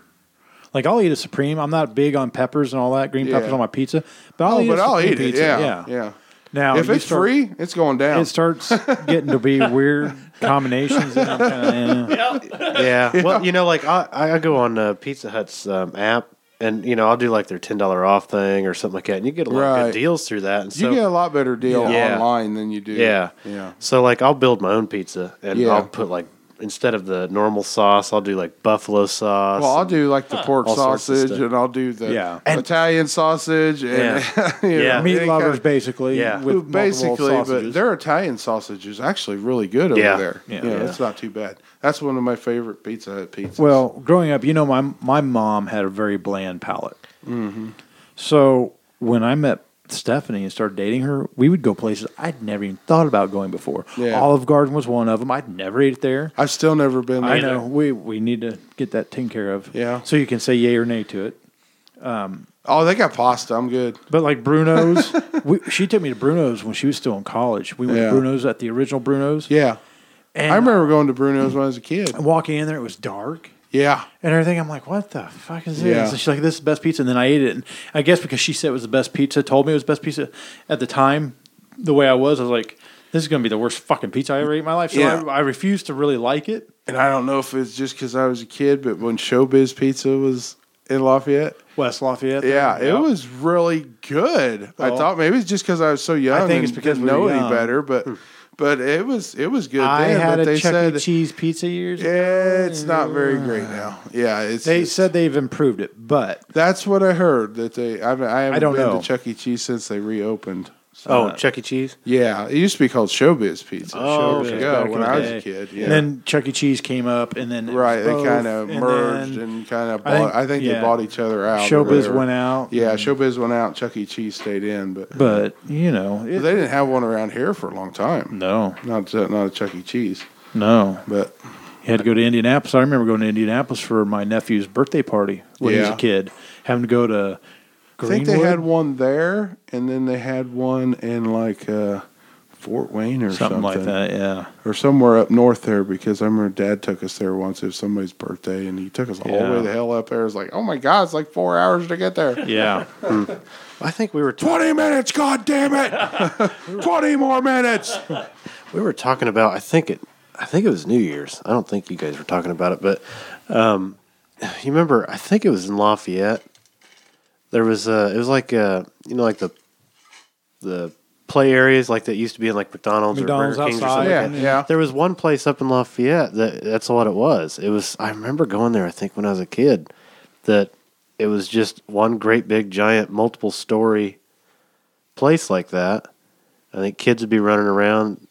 Speaker 4: Like I'll eat a supreme. I'm not big on peppers and all that green peppers
Speaker 6: Yeah.
Speaker 4: on my pizza, but I'll
Speaker 6: Oh,
Speaker 4: eat
Speaker 6: but
Speaker 4: a
Speaker 6: I'll
Speaker 4: Supreme
Speaker 6: eat it.
Speaker 4: pizza.
Speaker 6: Yeah, yeah.
Speaker 4: Now
Speaker 6: if
Speaker 4: you
Speaker 6: it's
Speaker 4: start-
Speaker 6: free, it's going down.
Speaker 4: it starts getting to be weird combinations. And I'm kinda, eh.
Speaker 7: Yeah. Well, you know, like I, I go on uh, Pizza Hut's um, app, and you know, I'll do like their ten dollar off thing or something like that, and you get a lot of
Speaker 6: Right.
Speaker 7: good deals through that. And
Speaker 6: you
Speaker 7: so,
Speaker 6: get a lot better deal
Speaker 7: Yeah.
Speaker 6: online than you do.
Speaker 7: yeah,
Speaker 6: yeah.
Speaker 7: So like, I'll build my own pizza, and
Speaker 6: Yeah.
Speaker 7: I'll put like instead of the normal sauce, I'll do like buffalo sauce.
Speaker 6: Well, I'll do like the pork
Speaker 7: All sorts of
Speaker 6: sausage,
Speaker 7: stuff.
Speaker 6: and I'll do the
Speaker 4: Yeah.
Speaker 7: And-
Speaker 6: Italian sausage, and
Speaker 7: Yeah.
Speaker 6: you know,
Speaker 7: Yeah.
Speaker 6: any
Speaker 4: meat
Speaker 6: kind
Speaker 4: lovers
Speaker 6: of-
Speaker 4: basically.
Speaker 7: Yeah.
Speaker 4: with multiple
Speaker 6: basically, but
Speaker 4: sausages.
Speaker 6: their Italian sausage is actually really good
Speaker 7: Yeah.
Speaker 6: over there.
Speaker 4: Yeah.
Speaker 6: you know,
Speaker 4: Yeah.
Speaker 6: it's not too bad. That's one of my favorite Pizza Hut pizzas.
Speaker 4: Well, growing up, you know, my my mom had a very bland palate. Mm-hmm. So when I met Stephanie and started dating her, we would go places I'd never even thought about going before.
Speaker 6: Yeah.
Speaker 4: Olive Garden was one of them. I'd never ate it there.
Speaker 6: I've still never been. There.
Speaker 4: I know we we need to get that taken care of.
Speaker 6: Yeah.
Speaker 4: So you can say yay or nay to it.
Speaker 6: Oh, they got pasta. I'm good.
Speaker 4: But like Bruno's, we, she took me to Bruno's when she was still in college. We went
Speaker 6: Yeah.
Speaker 4: to Bruno's at the original Bruno's.
Speaker 6: Yeah,
Speaker 4: And
Speaker 6: I remember going to Bruno's when I was a kid.
Speaker 4: walking in there. It was dark.
Speaker 6: Yeah,
Speaker 4: and everything. I'm like, what the fuck is this?
Speaker 6: Yeah.
Speaker 4: And she's like, this is the best pizza. And then I ate it. And I guess because she said it was the best pizza, told me it was the best pizza at the time, the way I was, I was like, this is going to be the worst fucking pizza I ever ate in my life. So
Speaker 6: Yeah.
Speaker 4: I, I refused to really like it.
Speaker 6: and I don't know if it's just because I was a kid, but when Showbiz Pizza was in Lafayette,
Speaker 4: West Lafayette.
Speaker 6: yeah,
Speaker 4: there,
Speaker 6: it
Speaker 4: yeah.
Speaker 6: was really good. I
Speaker 4: Well,
Speaker 6: thought maybe it's just because I was so young.
Speaker 4: I think it's
Speaker 6: and
Speaker 4: because
Speaker 6: didn't
Speaker 4: we
Speaker 6: know
Speaker 4: were
Speaker 6: any
Speaker 4: young.
Speaker 6: better, but but it was it was good.
Speaker 4: I
Speaker 6: then,
Speaker 4: had
Speaker 6: but
Speaker 4: a
Speaker 6: they
Speaker 4: Chuck
Speaker 6: said,
Speaker 4: E. Cheese pizza years. ago.
Speaker 6: Yeah, it's not very great now. Yeah, it's
Speaker 4: They
Speaker 6: it's-
Speaker 4: said they've improved it, but
Speaker 6: that's what I heard that they. I've, I haven't
Speaker 4: don't
Speaker 6: been
Speaker 4: know.
Speaker 6: to Chuck E. Cheese since they reopened. So-
Speaker 7: oh Chuck E. Cheese.
Speaker 6: yeah, it used to be called Showbiz Pizza.
Speaker 7: Oh,
Speaker 6: years
Speaker 7: okay.
Speaker 6: ago
Speaker 4: back in
Speaker 6: when
Speaker 4: the
Speaker 6: I was
Speaker 4: day.
Speaker 6: a kid. Yeah.
Speaker 4: And then Chuck E. Cheese came up, and then it was
Speaker 6: right, they
Speaker 4: both,
Speaker 6: kind of
Speaker 4: and
Speaker 6: merged
Speaker 4: then
Speaker 6: and kind of
Speaker 4: I think-
Speaker 6: bought. I think
Speaker 4: yeah.
Speaker 6: they bought each other out. or
Speaker 4: Showbiz
Speaker 6: whatever.
Speaker 4: went out.
Speaker 6: Yeah, Showbiz went out. Chuck E. Cheese stayed in, but,
Speaker 4: but you know,
Speaker 6: but
Speaker 4: it,
Speaker 6: they didn't have one around here for a long time.
Speaker 4: no,
Speaker 6: Not uh, not a Chuck E. Cheese,
Speaker 4: no.
Speaker 6: but
Speaker 4: You had to go to Indianapolis. I remember going to Indianapolis for my nephew's birthday party when he was
Speaker 6: Yeah.
Speaker 4: a kid, having to go to
Speaker 6: I
Speaker 4: Greenwood.
Speaker 6: think they had one there, and then they had one in like uh, Fort Wayne or
Speaker 4: something,
Speaker 6: something,
Speaker 4: like that. Yeah,
Speaker 6: or somewhere up north there. Because I remember Dad took us there once. It was somebody's birthday, and he took us all
Speaker 4: Yeah.
Speaker 6: the way the hell up there. It was like, oh my god, it's like four hours to get there.
Speaker 4: yeah.
Speaker 7: I think we were t-
Speaker 6: Twenty minutes, god damn it! Twenty more minutes.
Speaker 4: Hmm.
Speaker 7: we were talking about. I think it. I think it was New Year's. I don't think you guys were talking about it, but um, you remember? I think it was in Lafayette. There was a. It was like a. You know, like the the play areas like that used to be in like McDonald's,
Speaker 4: McDonald's
Speaker 7: or Burger King's or
Speaker 4: outside,
Speaker 7: something.
Speaker 6: yeah,
Speaker 7: like that.
Speaker 6: yeah.
Speaker 7: There was one place up in Lafayette that that's what it was. It was. I remember going there. I think when I was a kid, that it was just one great big giant multiple story place like that. I think kids would be running around.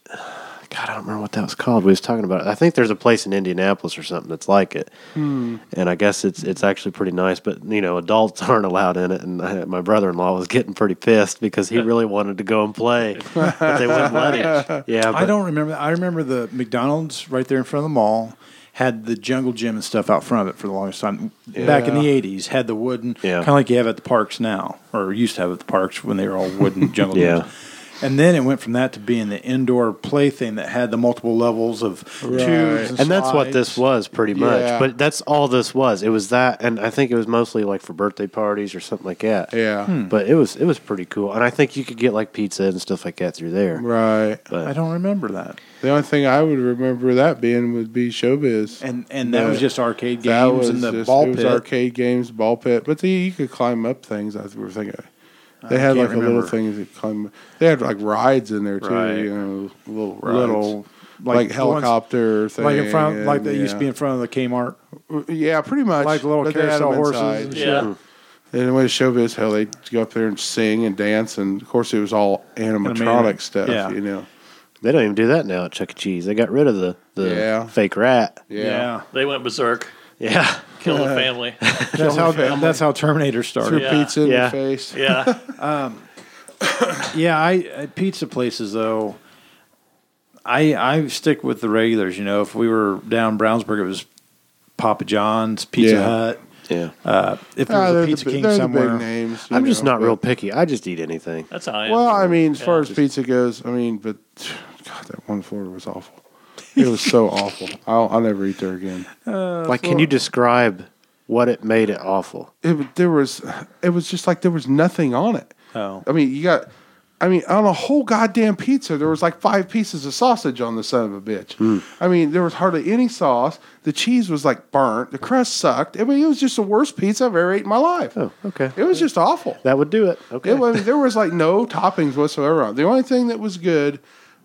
Speaker 7: God, I don't remember what that was called. We was talking about it. I think there's a place in Indianapolis or something that's like it,
Speaker 4: Hmm.
Speaker 7: and I guess it's it's actually pretty nice. But you know, adults aren't allowed in it, and I, my brother-in-law was getting pretty pissed because he really wanted to go and play, but they wouldn't let him. Yeah, but,
Speaker 4: I don't remember. I remember the McDonald's right there in front of the mall had the jungle gym and stuff out front of it for the longest time. Back in the '80s, had the wooden,
Speaker 7: Yeah.
Speaker 4: kind of like you have at the parks now, or used to have at the parks when they were all wooden jungle
Speaker 7: Yeah.
Speaker 4: gyms. And then it went from that to being the indoor play thing that had the multiple levels of tubes, and,
Speaker 7: and that's what this
Speaker 4: slides.
Speaker 7: was pretty much.
Speaker 6: Yeah.
Speaker 7: But that's all this was. It was that, and I think it was mostly like for birthday parties or something like that.
Speaker 6: Yeah. Hmm.
Speaker 7: but it was it was pretty cool, and I think you could get like pizza and stuff like that through there.
Speaker 6: Right.
Speaker 4: I don't remember that.
Speaker 6: The only thing I would remember that being would be Showbiz.
Speaker 4: and and that
Speaker 6: But
Speaker 4: was just arcade
Speaker 6: that
Speaker 4: games
Speaker 6: was
Speaker 4: and the
Speaker 6: just-
Speaker 4: ball
Speaker 6: it was
Speaker 4: pit.
Speaker 6: arcade games, ball pit. But the, you could climb up things. I we were thinking they had
Speaker 4: can't
Speaker 6: like a
Speaker 4: remember.
Speaker 6: little thing that climb. They had like rides in there too.
Speaker 4: Right.
Speaker 6: You know, little rides.
Speaker 4: Little,
Speaker 6: like,
Speaker 4: like the ones-
Speaker 6: helicopter thing,
Speaker 4: like in front,
Speaker 6: and,
Speaker 4: like that
Speaker 6: yeah.
Speaker 4: used to be in front of the Kmart,
Speaker 6: Yeah, pretty much.
Speaker 4: like little
Speaker 6: but they had
Speaker 4: carousel
Speaker 6: them
Speaker 4: horses.
Speaker 6: inside.
Speaker 4: and shit.
Speaker 5: Yeah.
Speaker 6: And when Showbiz, hell, they go up there and sing and dance, and of course it was all animatronic
Speaker 4: Animated.
Speaker 6: stuff.
Speaker 4: Yeah.
Speaker 6: You know.
Speaker 7: They don't even do that now at Chuck E. Cheese. They got rid of the the
Speaker 6: Yeah.
Speaker 7: fake rat.
Speaker 4: yeah.
Speaker 5: They went berserk.
Speaker 7: Yeah,
Speaker 5: Kill
Speaker 4: Uh,
Speaker 5: the family.
Speaker 4: That's how that's how Terminator started.
Speaker 6: Threw
Speaker 5: Yeah.
Speaker 6: pizza in
Speaker 7: Yeah.
Speaker 6: your face.
Speaker 5: Yeah.
Speaker 4: Yeah, I at pizza places though. I I stick with the regulars. You know, if we were down Brownsburg, it was Papa John's, Pizza
Speaker 6: Yeah.
Speaker 4: Hut.
Speaker 7: Yeah.
Speaker 4: Uh, if there
Speaker 6: Ah,
Speaker 4: was
Speaker 6: they're
Speaker 4: a
Speaker 6: the
Speaker 4: Pizza
Speaker 6: big-
Speaker 4: King
Speaker 6: they're the
Speaker 4: somewhere,
Speaker 6: big names, you
Speaker 7: I'm just
Speaker 6: know,
Speaker 7: not
Speaker 6: but-
Speaker 7: real picky. I just eat anything.
Speaker 5: That's how I am.
Speaker 6: Well, I mean, as far
Speaker 5: Yeah.
Speaker 6: as pizza goes, I mean, but God, that one Florida was awful. It was so awful. I'll, I'll never eat there again. Uh,
Speaker 7: like, can you describe what it made it awful?
Speaker 6: It w- there was, it was just like there was nothing on it.
Speaker 4: Oh.
Speaker 6: I mean, you got, I mean, on a whole goddamn pizza, there was like five pieces of sausage on the son of a bitch. I mean, there was hardly any sauce. The cheese was like burnt. The crust sucked. I mean, it was just the worst pizza I've ever ate in my life.
Speaker 7: Oh, okay.
Speaker 6: It was just awful.
Speaker 7: That would do it. Okay.
Speaker 6: It was, there was like no toppings whatsoever on. it. The only thing that was good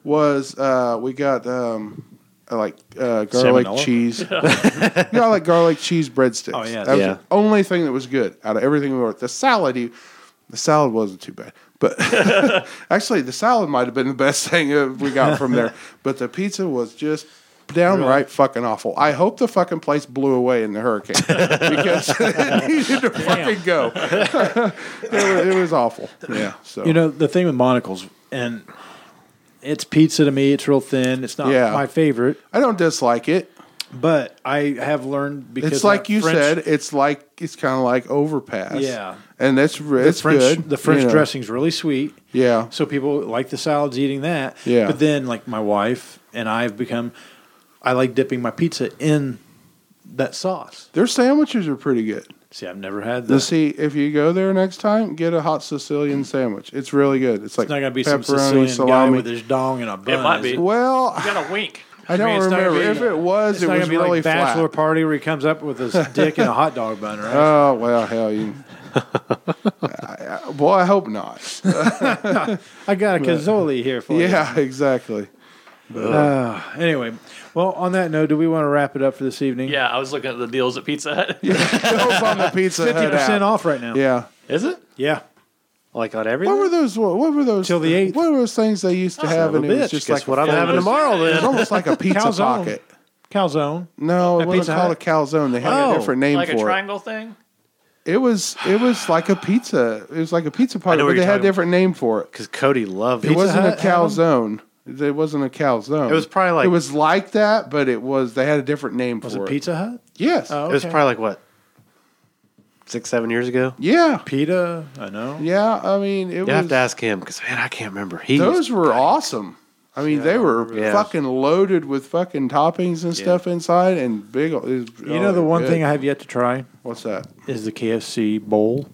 Speaker 6: was uh, we got um, uh, like uh, garlic
Speaker 4: Salmonella?
Speaker 6: cheese. you know, like garlic cheese breadsticks.
Speaker 4: Oh, yeah.
Speaker 6: that was
Speaker 7: Yeah.
Speaker 6: the only thing that was good out of everything we ordered. The salad, you, the salad wasn't too bad, but actually the salad might have been the best thing uh, we got from there. But the pizza was just. Downright fucking awful. I hope the fucking place blew away in the hurricane because it needed to fucking go. it, was, it was awful. Yeah. So
Speaker 4: you know, the thing with monocles and it's pizza to me. It's real thin. It's not
Speaker 6: Yeah.
Speaker 4: my favorite,
Speaker 6: I don't dislike it.
Speaker 4: but I have learned because
Speaker 6: It's like
Speaker 4: my
Speaker 6: you
Speaker 4: French-
Speaker 6: said. It's like it's kind of like overpass.
Speaker 4: Yeah.
Speaker 6: and that's re-
Speaker 4: the
Speaker 6: it's
Speaker 4: French
Speaker 6: good.
Speaker 4: the French
Speaker 6: you know.
Speaker 4: dressing's really sweet.
Speaker 6: Yeah,
Speaker 4: So people like the salads eating that.
Speaker 6: Yeah.
Speaker 4: But then like my wife and I have become I like dipping my pizza in that sauce.
Speaker 6: their sandwiches are pretty good.
Speaker 4: See, I've never had
Speaker 6: Now,
Speaker 4: this.
Speaker 6: See, if you go there next time, get a hot Sicilian sandwich. It's really good. It's like
Speaker 4: It's not gonna be some Sicilian
Speaker 6: pepperoni,
Speaker 4: guy
Speaker 6: salami.
Speaker 4: with his dong and a bun.
Speaker 5: might
Speaker 4: is
Speaker 5: be.
Speaker 6: well,
Speaker 5: You got a wink.
Speaker 6: I don't
Speaker 4: mean, it's not gonna
Speaker 6: remember
Speaker 4: be-
Speaker 6: if it was.
Speaker 4: It's
Speaker 6: It
Speaker 4: not
Speaker 6: was
Speaker 4: gonna be
Speaker 6: really
Speaker 4: like bachelor
Speaker 6: flat.
Speaker 4: party where he comes up with his dick and a hot dog bun, right?
Speaker 6: Oh well, hell you. I, I, boy, I hope not.
Speaker 4: I got a cazoli here for you.
Speaker 6: yeah, exactly.
Speaker 4: Anyway, well, on that note, do we want to wrap it up for this evening?
Speaker 5: Yeah, I was looking at the deals at Pizza Hut.
Speaker 6: Those on the pizza. Hut
Speaker 4: Fifty percent
Speaker 6: app.
Speaker 4: off right now.
Speaker 6: Yeah.
Speaker 7: Is it?
Speaker 4: Yeah.
Speaker 7: Like on
Speaker 6: What were
Speaker 7: everything?
Speaker 6: those? What, what were those?
Speaker 4: Till the eighth.
Speaker 6: What were those things they used to have?
Speaker 7: Son
Speaker 6: And
Speaker 7: of a
Speaker 6: it was
Speaker 7: bitch.
Speaker 6: just
Speaker 7: Guess
Speaker 6: like
Speaker 7: what
Speaker 6: a
Speaker 7: I'm having
Speaker 6: full-
Speaker 7: tomorrow
Speaker 6: It was
Speaker 7: then.
Speaker 6: almost like a pizza
Speaker 4: Calzone.
Speaker 6: pocket.
Speaker 4: Calzone.
Speaker 6: No, it wasn't
Speaker 4: Pizza
Speaker 6: called a calzone. They had
Speaker 4: Oh,
Speaker 6: a different name
Speaker 5: like a
Speaker 6: for it.
Speaker 5: triangle thing?
Speaker 6: It was it was like a pizza. It was like a pizza pocket,
Speaker 7: know what
Speaker 6: but they
Speaker 7: you're
Speaker 6: had a
Speaker 7: talking
Speaker 6: different name for it.
Speaker 7: Because Cody loved
Speaker 6: It wasn't
Speaker 4: Hut
Speaker 6: a
Speaker 4: had
Speaker 6: calzone. It wasn't a calzone.
Speaker 7: It was probably like-
Speaker 6: it was like that, but it was they had a different name
Speaker 4: Was
Speaker 6: for
Speaker 4: it Pizza Hut?
Speaker 6: Yes.
Speaker 4: Oh.
Speaker 7: It was
Speaker 4: Okay.
Speaker 7: probably like what? Six, seven years ago?
Speaker 6: Yeah.
Speaker 4: Pita, I know.
Speaker 6: Yeah. I mean, it was.
Speaker 7: You have to ask him because, man, I can't remember. He
Speaker 6: Those
Speaker 7: was
Speaker 6: were awesome. I mean, they were
Speaker 7: Yeah.
Speaker 6: fucking loaded with fucking toppings and stuff inside, and big. You
Speaker 4: You know the one thing I have yet to try
Speaker 6: oh, What's that?
Speaker 4: is the KFC bowl.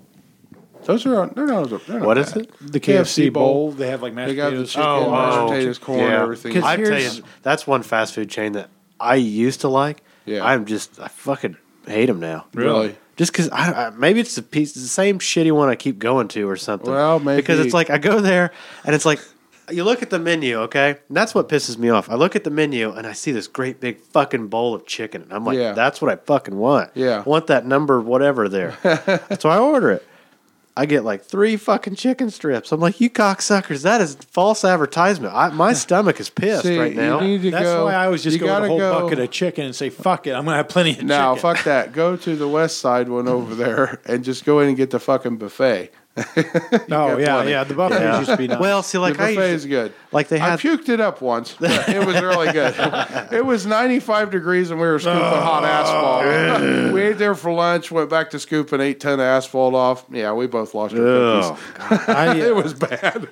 Speaker 6: Those are they're not. They're not
Speaker 7: What is
Speaker 6: bad.
Speaker 7: it?
Speaker 4: The
Speaker 6: KFC
Speaker 4: KFC,
Speaker 6: bowl.
Speaker 4: bowl. They have like mashed
Speaker 6: They got the
Speaker 4: potatoes.
Speaker 6: chicken,
Speaker 7: Oh,
Speaker 6: mashed
Speaker 7: oh.
Speaker 6: potatoes, corn,
Speaker 7: Yeah.
Speaker 6: everything.
Speaker 4: Cause-
Speaker 7: I tell
Speaker 4: Here's-
Speaker 7: you, that's one fast food chain that I used to like.
Speaker 6: Yeah.
Speaker 7: I'm just, I fucking hate them now.
Speaker 6: Really?
Speaker 7: Just because I, I maybe it's the piece, the same shitty one I keep going to or something.
Speaker 6: Well, maybe-
Speaker 7: because it's like I go there and it's like you look at the menu, okay? And that's what pisses me off. I look at the menu and I see this great big fucking bowl of chicken, and I'm like,
Speaker 6: Yeah.
Speaker 7: that's what I fucking want.
Speaker 6: Yeah.
Speaker 7: I want that number whatever there. so I order it. I get like three fucking chicken strips. I'm like, you cocksuckers, that is false advertisement. I, my stomach is pissed
Speaker 6: See,
Speaker 7: right now.
Speaker 6: you need to
Speaker 4: That's
Speaker 6: go.
Speaker 4: why I always just
Speaker 6: you
Speaker 4: go with a
Speaker 6: gotta
Speaker 4: whole
Speaker 6: go-
Speaker 4: bucket of chicken and say, fuck it, I'm going to have plenty of
Speaker 6: No,
Speaker 4: chicken.
Speaker 6: fuck that. Go to the west side one over there and just go in and get the fucking buffet.
Speaker 4: No,
Speaker 6: got
Speaker 4: Oh, yeah,
Speaker 6: plenty.
Speaker 4: yeah. The buffets
Speaker 7: Yeah.
Speaker 4: used to be nice.
Speaker 7: Well, see, like
Speaker 6: the
Speaker 7: I
Speaker 6: buffet
Speaker 7: usually-
Speaker 6: is good.
Speaker 7: like they
Speaker 6: I
Speaker 7: had
Speaker 6: puked it up once, but it was really good. it was 95 degrees and we were scooping
Speaker 4: Oh,
Speaker 6: hot asphalt. we ate there for lunch, went back to scoop and ate ton of asphalt off. Yeah, we both lost our
Speaker 7: Oh.
Speaker 6: cookies.
Speaker 4: I, uh,
Speaker 6: It was bad.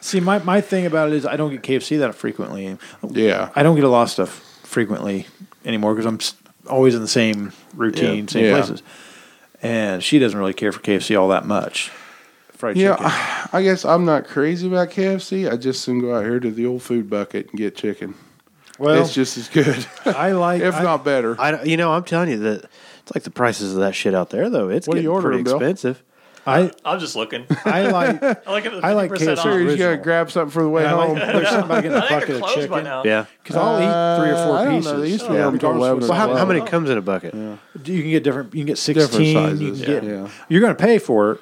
Speaker 4: see, my, my thing about it is I don't get KFC that frequently.
Speaker 6: Yeah.
Speaker 4: I don't get a lot of stuff frequently anymore because I'm s- always in the same routine, same
Speaker 6: Yeah.
Speaker 4: places. And she doesn't really care for KFC all that much. Fried
Speaker 6: Yeah,
Speaker 4: chicken.
Speaker 6: I guess I'm not crazy about KFC. I just soon go out here to the old food bucket and get chicken.
Speaker 4: Well,
Speaker 6: it's just as good,
Speaker 4: I like.
Speaker 6: if
Speaker 4: I-
Speaker 6: not better.
Speaker 7: I you know I'm telling you that it's like the prices of that shit out there though. It's
Speaker 6: What are
Speaker 7: getting
Speaker 6: you ordering,
Speaker 7: pretty
Speaker 6: Bill?
Speaker 7: expensive.
Speaker 4: I,
Speaker 5: I'm just looking.
Speaker 4: I like.
Speaker 5: I like it.
Speaker 4: I like
Speaker 5: 50%
Speaker 6: Sure,
Speaker 5: off.
Speaker 6: he's gonna
Speaker 4: original.
Speaker 6: grab something for the way
Speaker 4: I
Speaker 6: home.
Speaker 4: like there's somebody getting a
Speaker 5: I think
Speaker 4: bucket
Speaker 5: they're
Speaker 4: of
Speaker 5: closed by
Speaker 4: chicken.
Speaker 5: now.
Speaker 7: Yeah.
Speaker 4: Because I'll eat three or four
Speaker 6: Uh, I don't
Speaker 4: pieces.
Speaker 6: know. They used
Speaker 4: Yeah.
Speaker 6: to be open till
Speaker 4: Regardless
Speaker 6: 11
Speaker 4: of
Speaker 6: or
Speaker 7: Well, how, how
Speaker 6: 12.
Speaker 7: many comes in a bucket? Yeah.
Speaker 4: You can get different. You can get sixteen. You
Speaker 6: sizes,
Speaker 4: can get.
Speaker 6: yeah.
Speaker 4: You're going to pay for it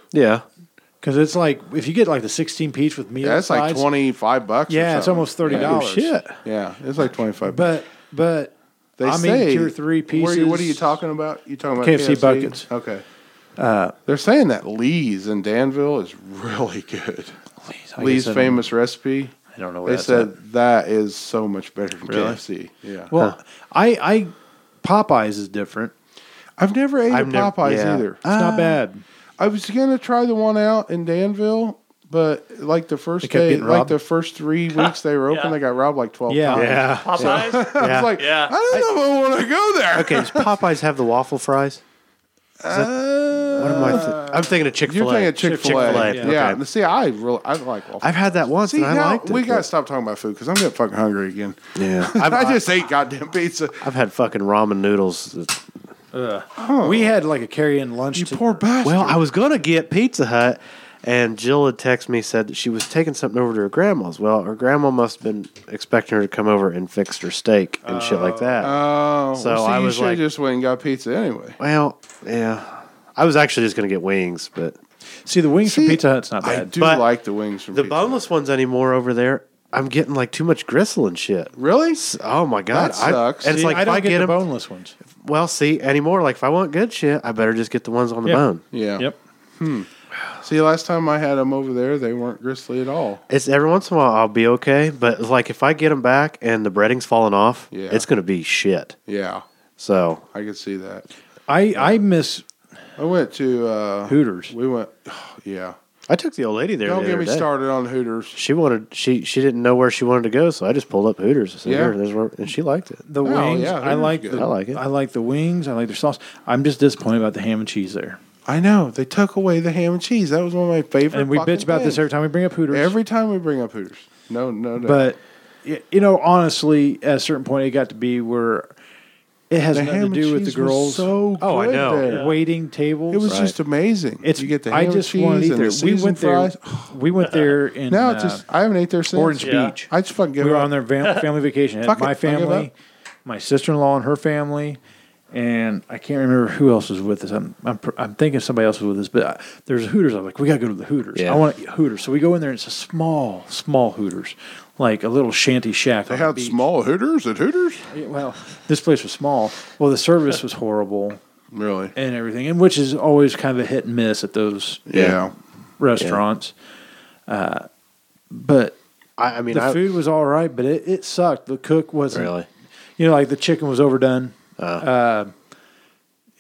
Speaker 4: because it's like if you get like the sixteen piece with meat.
Speaker 6: Yeah, that's like
Speaker 4: sides,
Speaker 6: 25 bucks. or
Speaker 4: Yeah, it's
Speaker 6: something.
Speaker 4: almost thirty dollars.
Speaker 7: Shit.
Speaker 6: Yeah, it's like 25
Speaker 4: But
Speaker 6: bucks.
Speaker 4: but
Speaker 6: They
Speaker 4: I'm eating
Speaker 6: say
Speaker 4: two or three
Speaker 6: Where you- what are you
Speaker 4: pieces.
Speaker 6: talking about? You talking about
Speaker 4: KFC
Speaker 6: KFC?
Speaker 4: buckets. Uh,
Speaker 6: Okay. They're saying that Lee's in Danville is really good.
Speaker 4: I
Speaker 6: Lee's
Speaker 4: guess I don't-
Speaker 6: famous recipe.
Speaker 4: I don't know where
Speaker 6: They
Speaker 4: that's
Speaker 6: said that is so much better than
Speaker 4: Really?
Speaker 6: KFC. Yeah.
Speaker 4: Well, I, I Popeyes is different.
Speaker 6: I've never ate
Speaker 7: I've
Speaker 6: a
Speaker 7: never-
Speaker 6: Popeyes
Speaker 7: yeah.
Speaker 6: either.
Speaker 4: It's not bad.
Speaker 6: I was gonna try the one out in Danville, but like the first
Speaker 4: They kept
Speaker 6: day,
Speaker 4: getting
Speaker 6: like
Speaker 4: robbed?
Speaker 6: the first three weeks they were open,
Speaker 5: Yeah.
Speaker 6: they got robbed like twelve
Speaker 4: Yeah.
Speaker 6: times.
Speaker 7: Yeah.
Speaker 5: Popeyes.
Speaker 6: I was like,
Speaker 5: Yeah.
Speaker 6: I don't know if I want to go there.
Speaker 7: Okay, does Popeyes have the waffle fries?
Speaker 6: Uh,
Speaker 7: What am I? Th- I'm thinking of Chick Fil
Speaker 6: You're
Speaker 7: A.
Speaker 6: thinking Chick Fil A,
Speaker 7: Chick-fil-A,
Speaker 6: yeah.
Speaker 7: okay.
Speaker 6: See, I really I like waffles.
Speaker 7: I've had that once
Speaker 6: See,
Speaker 7: and I
Speaker 6: now
Speaker 7: liked it.
Speaker 6: we gotta stop talking about food because I'm getting fucking hungry again.
Speaker 7: Yeah,
Speaker 6: i
Speaker 7: I've,
Speaker 6: just ate goddamn pizza.
Speaker 7: I've had fucking ramen noodles.
Speaker 4: We had like a carry-in lunch.
Speaker 6: You
Speaker 4: to-
Speaker 6: poor bastard.
Speaker 7: Well, I was gonna get Pizza Hut, and Jill had texted me said that she was taking something over to her grandma's. Well, her grandma must have been expecting her to come over and fix her steak and shit like that.
Speaker 6: Oh,
Speaker 7: So
Speaker 6: well, see,
Speaker 7: I
Speaker 6: you
Speaker 7: was
Speaker 6: should
Speaker 7: like-
Speaker 6: just went and got pizza anyway.
Speaker 7: well, yeah, I was actually just gonna get wings, but
Speaker 4: See the wings
Speaker 6: See,
Speaker 4: from Pizza Hut's not
Speaker 6: I
Speaker 4: bad.
Speaker 6: do
Speaker 7: But
Speaker 6: like the wings from
Speaker 7: the
Speaker 6: Pizza Hut.
Speaker 7: boneless ones anymore over there. I'm getting like too much gristle and shit.
Speaker 6: Really?
Speaker 7: Oh my god,
Speaker 6: That
Speaker 7: I-
Speaker 6: sucks.
Speaker 7: and it's
Speaker 4: See,
Speaker 7: like
Speaker 4: I
Speaker 7: if
Speaker 4: don't
Speaker 7: I
Speaker 4: get,
Speaker 7: get
Speaker 4: the
Speaker 7: them,
Speaker 4: boneless ones.
Speaker 7: well, see anymore. Like if I want good shit, I better just get the ones on the
Speaker 4: Yeah.
Speaker 7: bone.
Speaker 6: Yeah. Hmm.
Speaker 4: Yep.
Speaker 6: See, last time I had them over there, they weren't gristly at all.
Speaker 7: It's every once in a while I'll be okay, but like if I get them back and the breading's falling off,
Speaker 6: Yeah.
Speaker 7: it's gonna be shit.
Speaker 6: Yeah,
Speaker 7: So
Speaker 6: I could see that.
Speaker 4: I I miss
Speaker 6: I went to uh,
Speaker 4: Hooters.
Speaker 6: We went. yeah.
Speaker 7: I took the old lady there.
Speaker 6: Don't
Speaker 7: the
Speaker 6: get
Speaker 7: other
Speaker 6: me
Speaker 7: day.
Speaker 6: started on Hooters.
Speaker 7: She wanted she she didn't know where she wanted to go, so I just pulled up Hooters. I said,
Speaker 6: Yeah.
Speaker 7: "Here, there's where, and she liked it.
Speaker 4: the
Speaker 6: Oh,
Speaker 4: wings.
Speaker 6: yeah,
Speaker 4: I like
Speaker 6: they're
Speaker 4: the,
Speaker 6: good.
Speaker 7: I like it.
Speaker 4: I like the wings. I like their sauce. I'm just disappointed about the ham and cheese there.
Speaker 6: I know they took away the ham and cheese. That was one of my favorite.
Speaker 4: And we
Speaker 6: fucking
Speaker 4: bitch about this
Speaker 6: things.
Speaker 4: every time we bring up Hooters.
Speaker 6: Every time we bring up Hooters. No, no, no.
Speaker 4: but y- you know, honestly, at a certain point, it got to be where it has
Speaker 6: The ham
Speaker 4: nothing
Speaker 6: and
Speaker 4: to do with the
Speaker 6: cheese was
Speaker 4: girls.
Speaker 6: so
Speaker 7: Oh, I
Speaker 6: good
Speaker 7: know.
Speaker 6: there.
Speaker 4: Waiting tables.
Speaker 6: It was just amazing.
Speaker 4: It's.
Speaker 6: you get the ham
Speaker 4: I
Speaker 6: and
Speaker 4: just
Speaker 6: cheese
Speaker 4: wanted to eat
Speaker 6: and
Speaker 4: there.
Speaker 6: the
Speaker 4: We
Speaker 6: seasoned
Speaker 4: went there.
Speaker 6: fries.
Speaker 4: We went there in
Speaker 6: Now
Speaker 4: uh,
Speaker 6: it's just I haven't ate there since.
Speaker 4: Orange
Speaker 5: Yeah.
Speaker 4: Beach.
Speaker 6: I just fucking give
Speaker 4: we were
Speaker 6: up.
Speaker 4: on their fam- family vacation. It
Speaker 6: Fuck
Speaker 4: Had
Speaker 6: it, I
Speaker 4: my
Speaker 6: give
Speaker 4: family,
Speaker 6: up.
Speaker 4: my sister in law and her family, and I can't remember who else was with us. I'm I'm, pr- I'm thinking somebody else was with us, but I, there's Hooters. I'm like, we gotta go to the Hooters.
Speaker 7: Yeah.
Speaker 4: I want to eat Hooters. So we go in there. and It's a small, small Hooters, like a little shanty shack.
Speaker 6: They
Speaker 4: on the
Speaker 6: had
Speaker 4: beach.
Speaker 6: small Hooters at Hooters.
Speaker 4: Yeah, Well, this place was small. Well, the service was horrible
Speaker 6: Really?
Speaker 4: and everything, and which is always kind of a hit and miss at those
Speaker 6: Yeah.
Speaker 4: restaurants. Uh, but
Speaker 7: I, I mean,
Speaker 4: the
Speaker 7: I,
Speaker 4: food was all right, but it, it sucked. The cook wasn't
Speaker 7: Really?
Speaker 4: You know, like the chicken was overdone. Uh,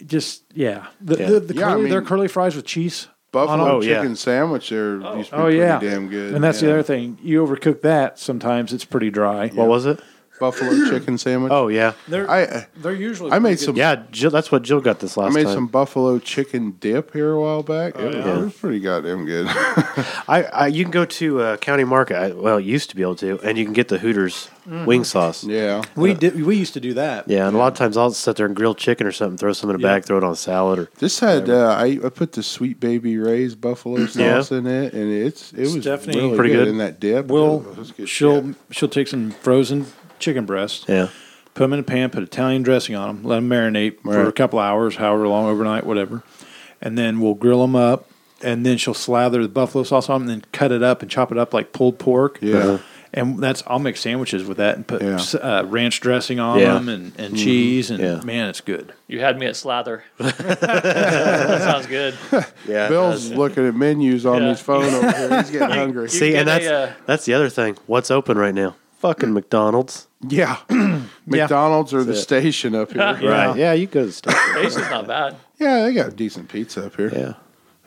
Speaker 4: just yeah, the
Speaker 7: Yeah.
Speaker 4: The, the
Speaker 6: Yeah, I
Speaker 4: curly,
Speaker 6: mean-
Speaker 4: their curly fries with cheese. on 'em.
Speaker 6: Buffalo
Speaker 7: Oh, yeah.
Speaker 6: chicken sandwich there used to
Speaker 4: Oh
Speaker 6: be pretty
Speaker 4: yeah,
Speaker 6: damn good.
Speaker 4: And that's
Speaker 6: yeah.
Speaker 4: the other thing. You overcook that sometimes; it's pretty dry.
Speaker 7: what was it?
Speaker 6: Buffalo chicken sandwich.
Speaker 7: Oh yeah,
Speaker 4: they're
Speaker 6: I uh,
Speaker 4: they're usually
Speaker 6: I made
Speaker 4: pretty
Speaker 6: some
Speaker 7: yeah. Jill, that's what Jill got this
Speaker 6: I
Speaker 7: last
Speaker 6: made
Speaker 7: time.
Speaker 6: some buffalo chicken dip here a while back. it, was, it was pretty goddamn good.
Speaker 7: I, I you can go to uh, County Market. I, well, you used to be able to, and you can get the Hooters wing sauce.
Speaker 6: yeah.
Speaker 4: good. We did we used to do that.
Speaker 7: Yeah, and a lot of times I'll sit there and grill chicken or something, throw some in a bag, throw it on a salad or
Speaker 6: This had uh, I, I put the sweet baby Ray's buffalo
Speaker 7: Yeah.
Speaker 6: sauce in it, and it's it was
Speaker 4: definitely
Speaker 6: really
Speaker 7: pretty
Speaker 6: good,
Speaker 7: good.
Speaker 6: in that dip.
Speaker 4: We'll
Speaker 6: It was good
Speaker 4: she'll
Speaker 6: shit.
Speaker 4: she'll take some frozen chicken breasts,
Speaker 7: yeah.
Speaker 4: put them in a pan, put Italian dressing on them, let them marinate for a
Speaker 6: Right.
Speaker 4: couple hours, however long, overnight, whatever. And then we'll grill them up, and then she'll slather the buffalo sauce on them, and then cut it up and chop it up like pulled pork.
Speaker 6: Yeah. Uh-huh.
Speaker 4: And that's I'll make sandwiches with that and put
Speaker 6: Yeah. Mm-hmm.
Speaker 4: s uh, ranch dressing on
Speaker 7: Yeah.
Speaker 4: them and, and cheese and
Speaker 7: Yeah.
Speaker 4: man, it's good.
Speaker 5: You had me at slather. that sounds good.
Speaker 7: Yeah.
Speaker 6: Bill's looking at menus on
Speaker 5: Yeah.
Speaker 6: his phone over here. He's getting hungry.
Speaker 5: you
Speaker 7: See,
Speaker 5: get
Speaker 7: and
Speaker 5: a,
Speaker 7: that's
Speaker 5: uh,
Speaker 7: that's the other thing. What's open right now? Fucking McDonald's.
Speaker 6: Yeah, McDonald's or the station up here. yeah.
Speaker 7: Right. Yeah, you go to the station.
Speaker 5: Taste is not bad.
Speaker 6: they got decent pizza up here.
Speaker 7: yeah.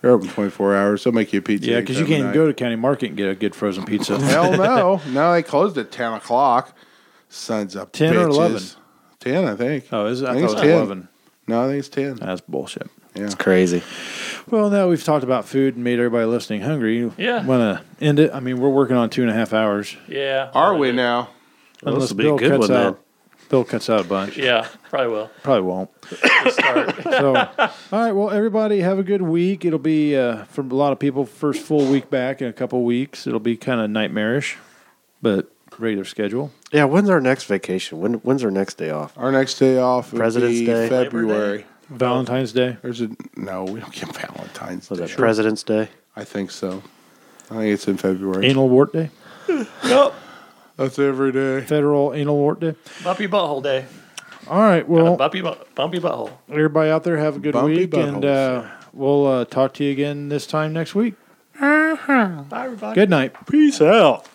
Speaker 6: They're open twenty four hours. They'll make you a pizza.
Speaker 4: Yeah, because you can't even
Speaker 6: anytime of
Speaker 4: go
Speaker 6: night.
Speaker 4: to County Market and get a good frozen pizza.
Speaker 6: Hell no, no, they closed at ten o'clock. Sons up
Speaker 4: 10 or 11?
Speaker 6: Ten, I think.
Speaker 4: Oh, Uh, is it? I
Speaker 6: think
Speaker 4: thought
Speaker 6: it's
Speaker 4: it was 11.
Speaker 6: No, I think it's ten.
Speaker 4: That's bullshit.
Speaker 6: Yeah.
Speaker 7: It's crazy.
Speaker 4: Well, now we've talked about food and made everybody listening hungry.
Speaker 5: Yeah.
Speaker 4: Want to end it? I mean, we're working on two and a half hours.
Speaker 5: Yeah.
Speaker 6: Are we now?
Speaker 7: Well,
Speaker 4: Unless
Speaker 7: this'll be a
Speaker 4: Bill
Speaker 7: good
Speaker 4: cuts
Speaker 7: one,
Speaker 4: out.
Speaker 7: then.
Speaker 4: Bill cuts out a bunch.
Speaker 5: Yeah, probably will.
Speaker 4: Probably won't.
Speaker 5: Good start.
Speaker 4: So, all right. Well, everybody, have a good week. It'll be uh, for a lot of people first full week back in a couple weeks. It'll be kind of nightmarish, but regular schedule.
Speaker 7: Yeah, when's our next vacation? When when's our next day off?
Speaker 6: Our next day off would
Speaker 7: President's
Speaker 6: be
Speaker 7: Day.
Speaker 6: February.
Speaker 4: Valentine's Day.
Speaker 6: There's a no, we don't get Valentine's
Speaker 7: Was
Speaker 6: Day.
Speaker 7: it President's Day?
Speaker 6: I think so. I think it's in February.
Speaker 4: Anal wart day.
Speaker 5: nope.
Speaker 6: That's every day.
Speaker 4: Federal anal wart day.
Speaker 5: Bumpy butthole day.
Speaker 4: All right.
Speaker 5: Got a
Speaker 4: Well,
Speaker 5: bumpy, bu- bumpy butthole.
Speaker 4: everybody out there, have a good
Speaker 6: Bumpy
Speaker 4: week, and
Speaker 6: buttholes.
Speaker 4: uh, we'll uh, talk to you again this time next week.
Speaker 5: Bye, everybody.
Speaker 4: Good night.
Speaker 7: Peace out.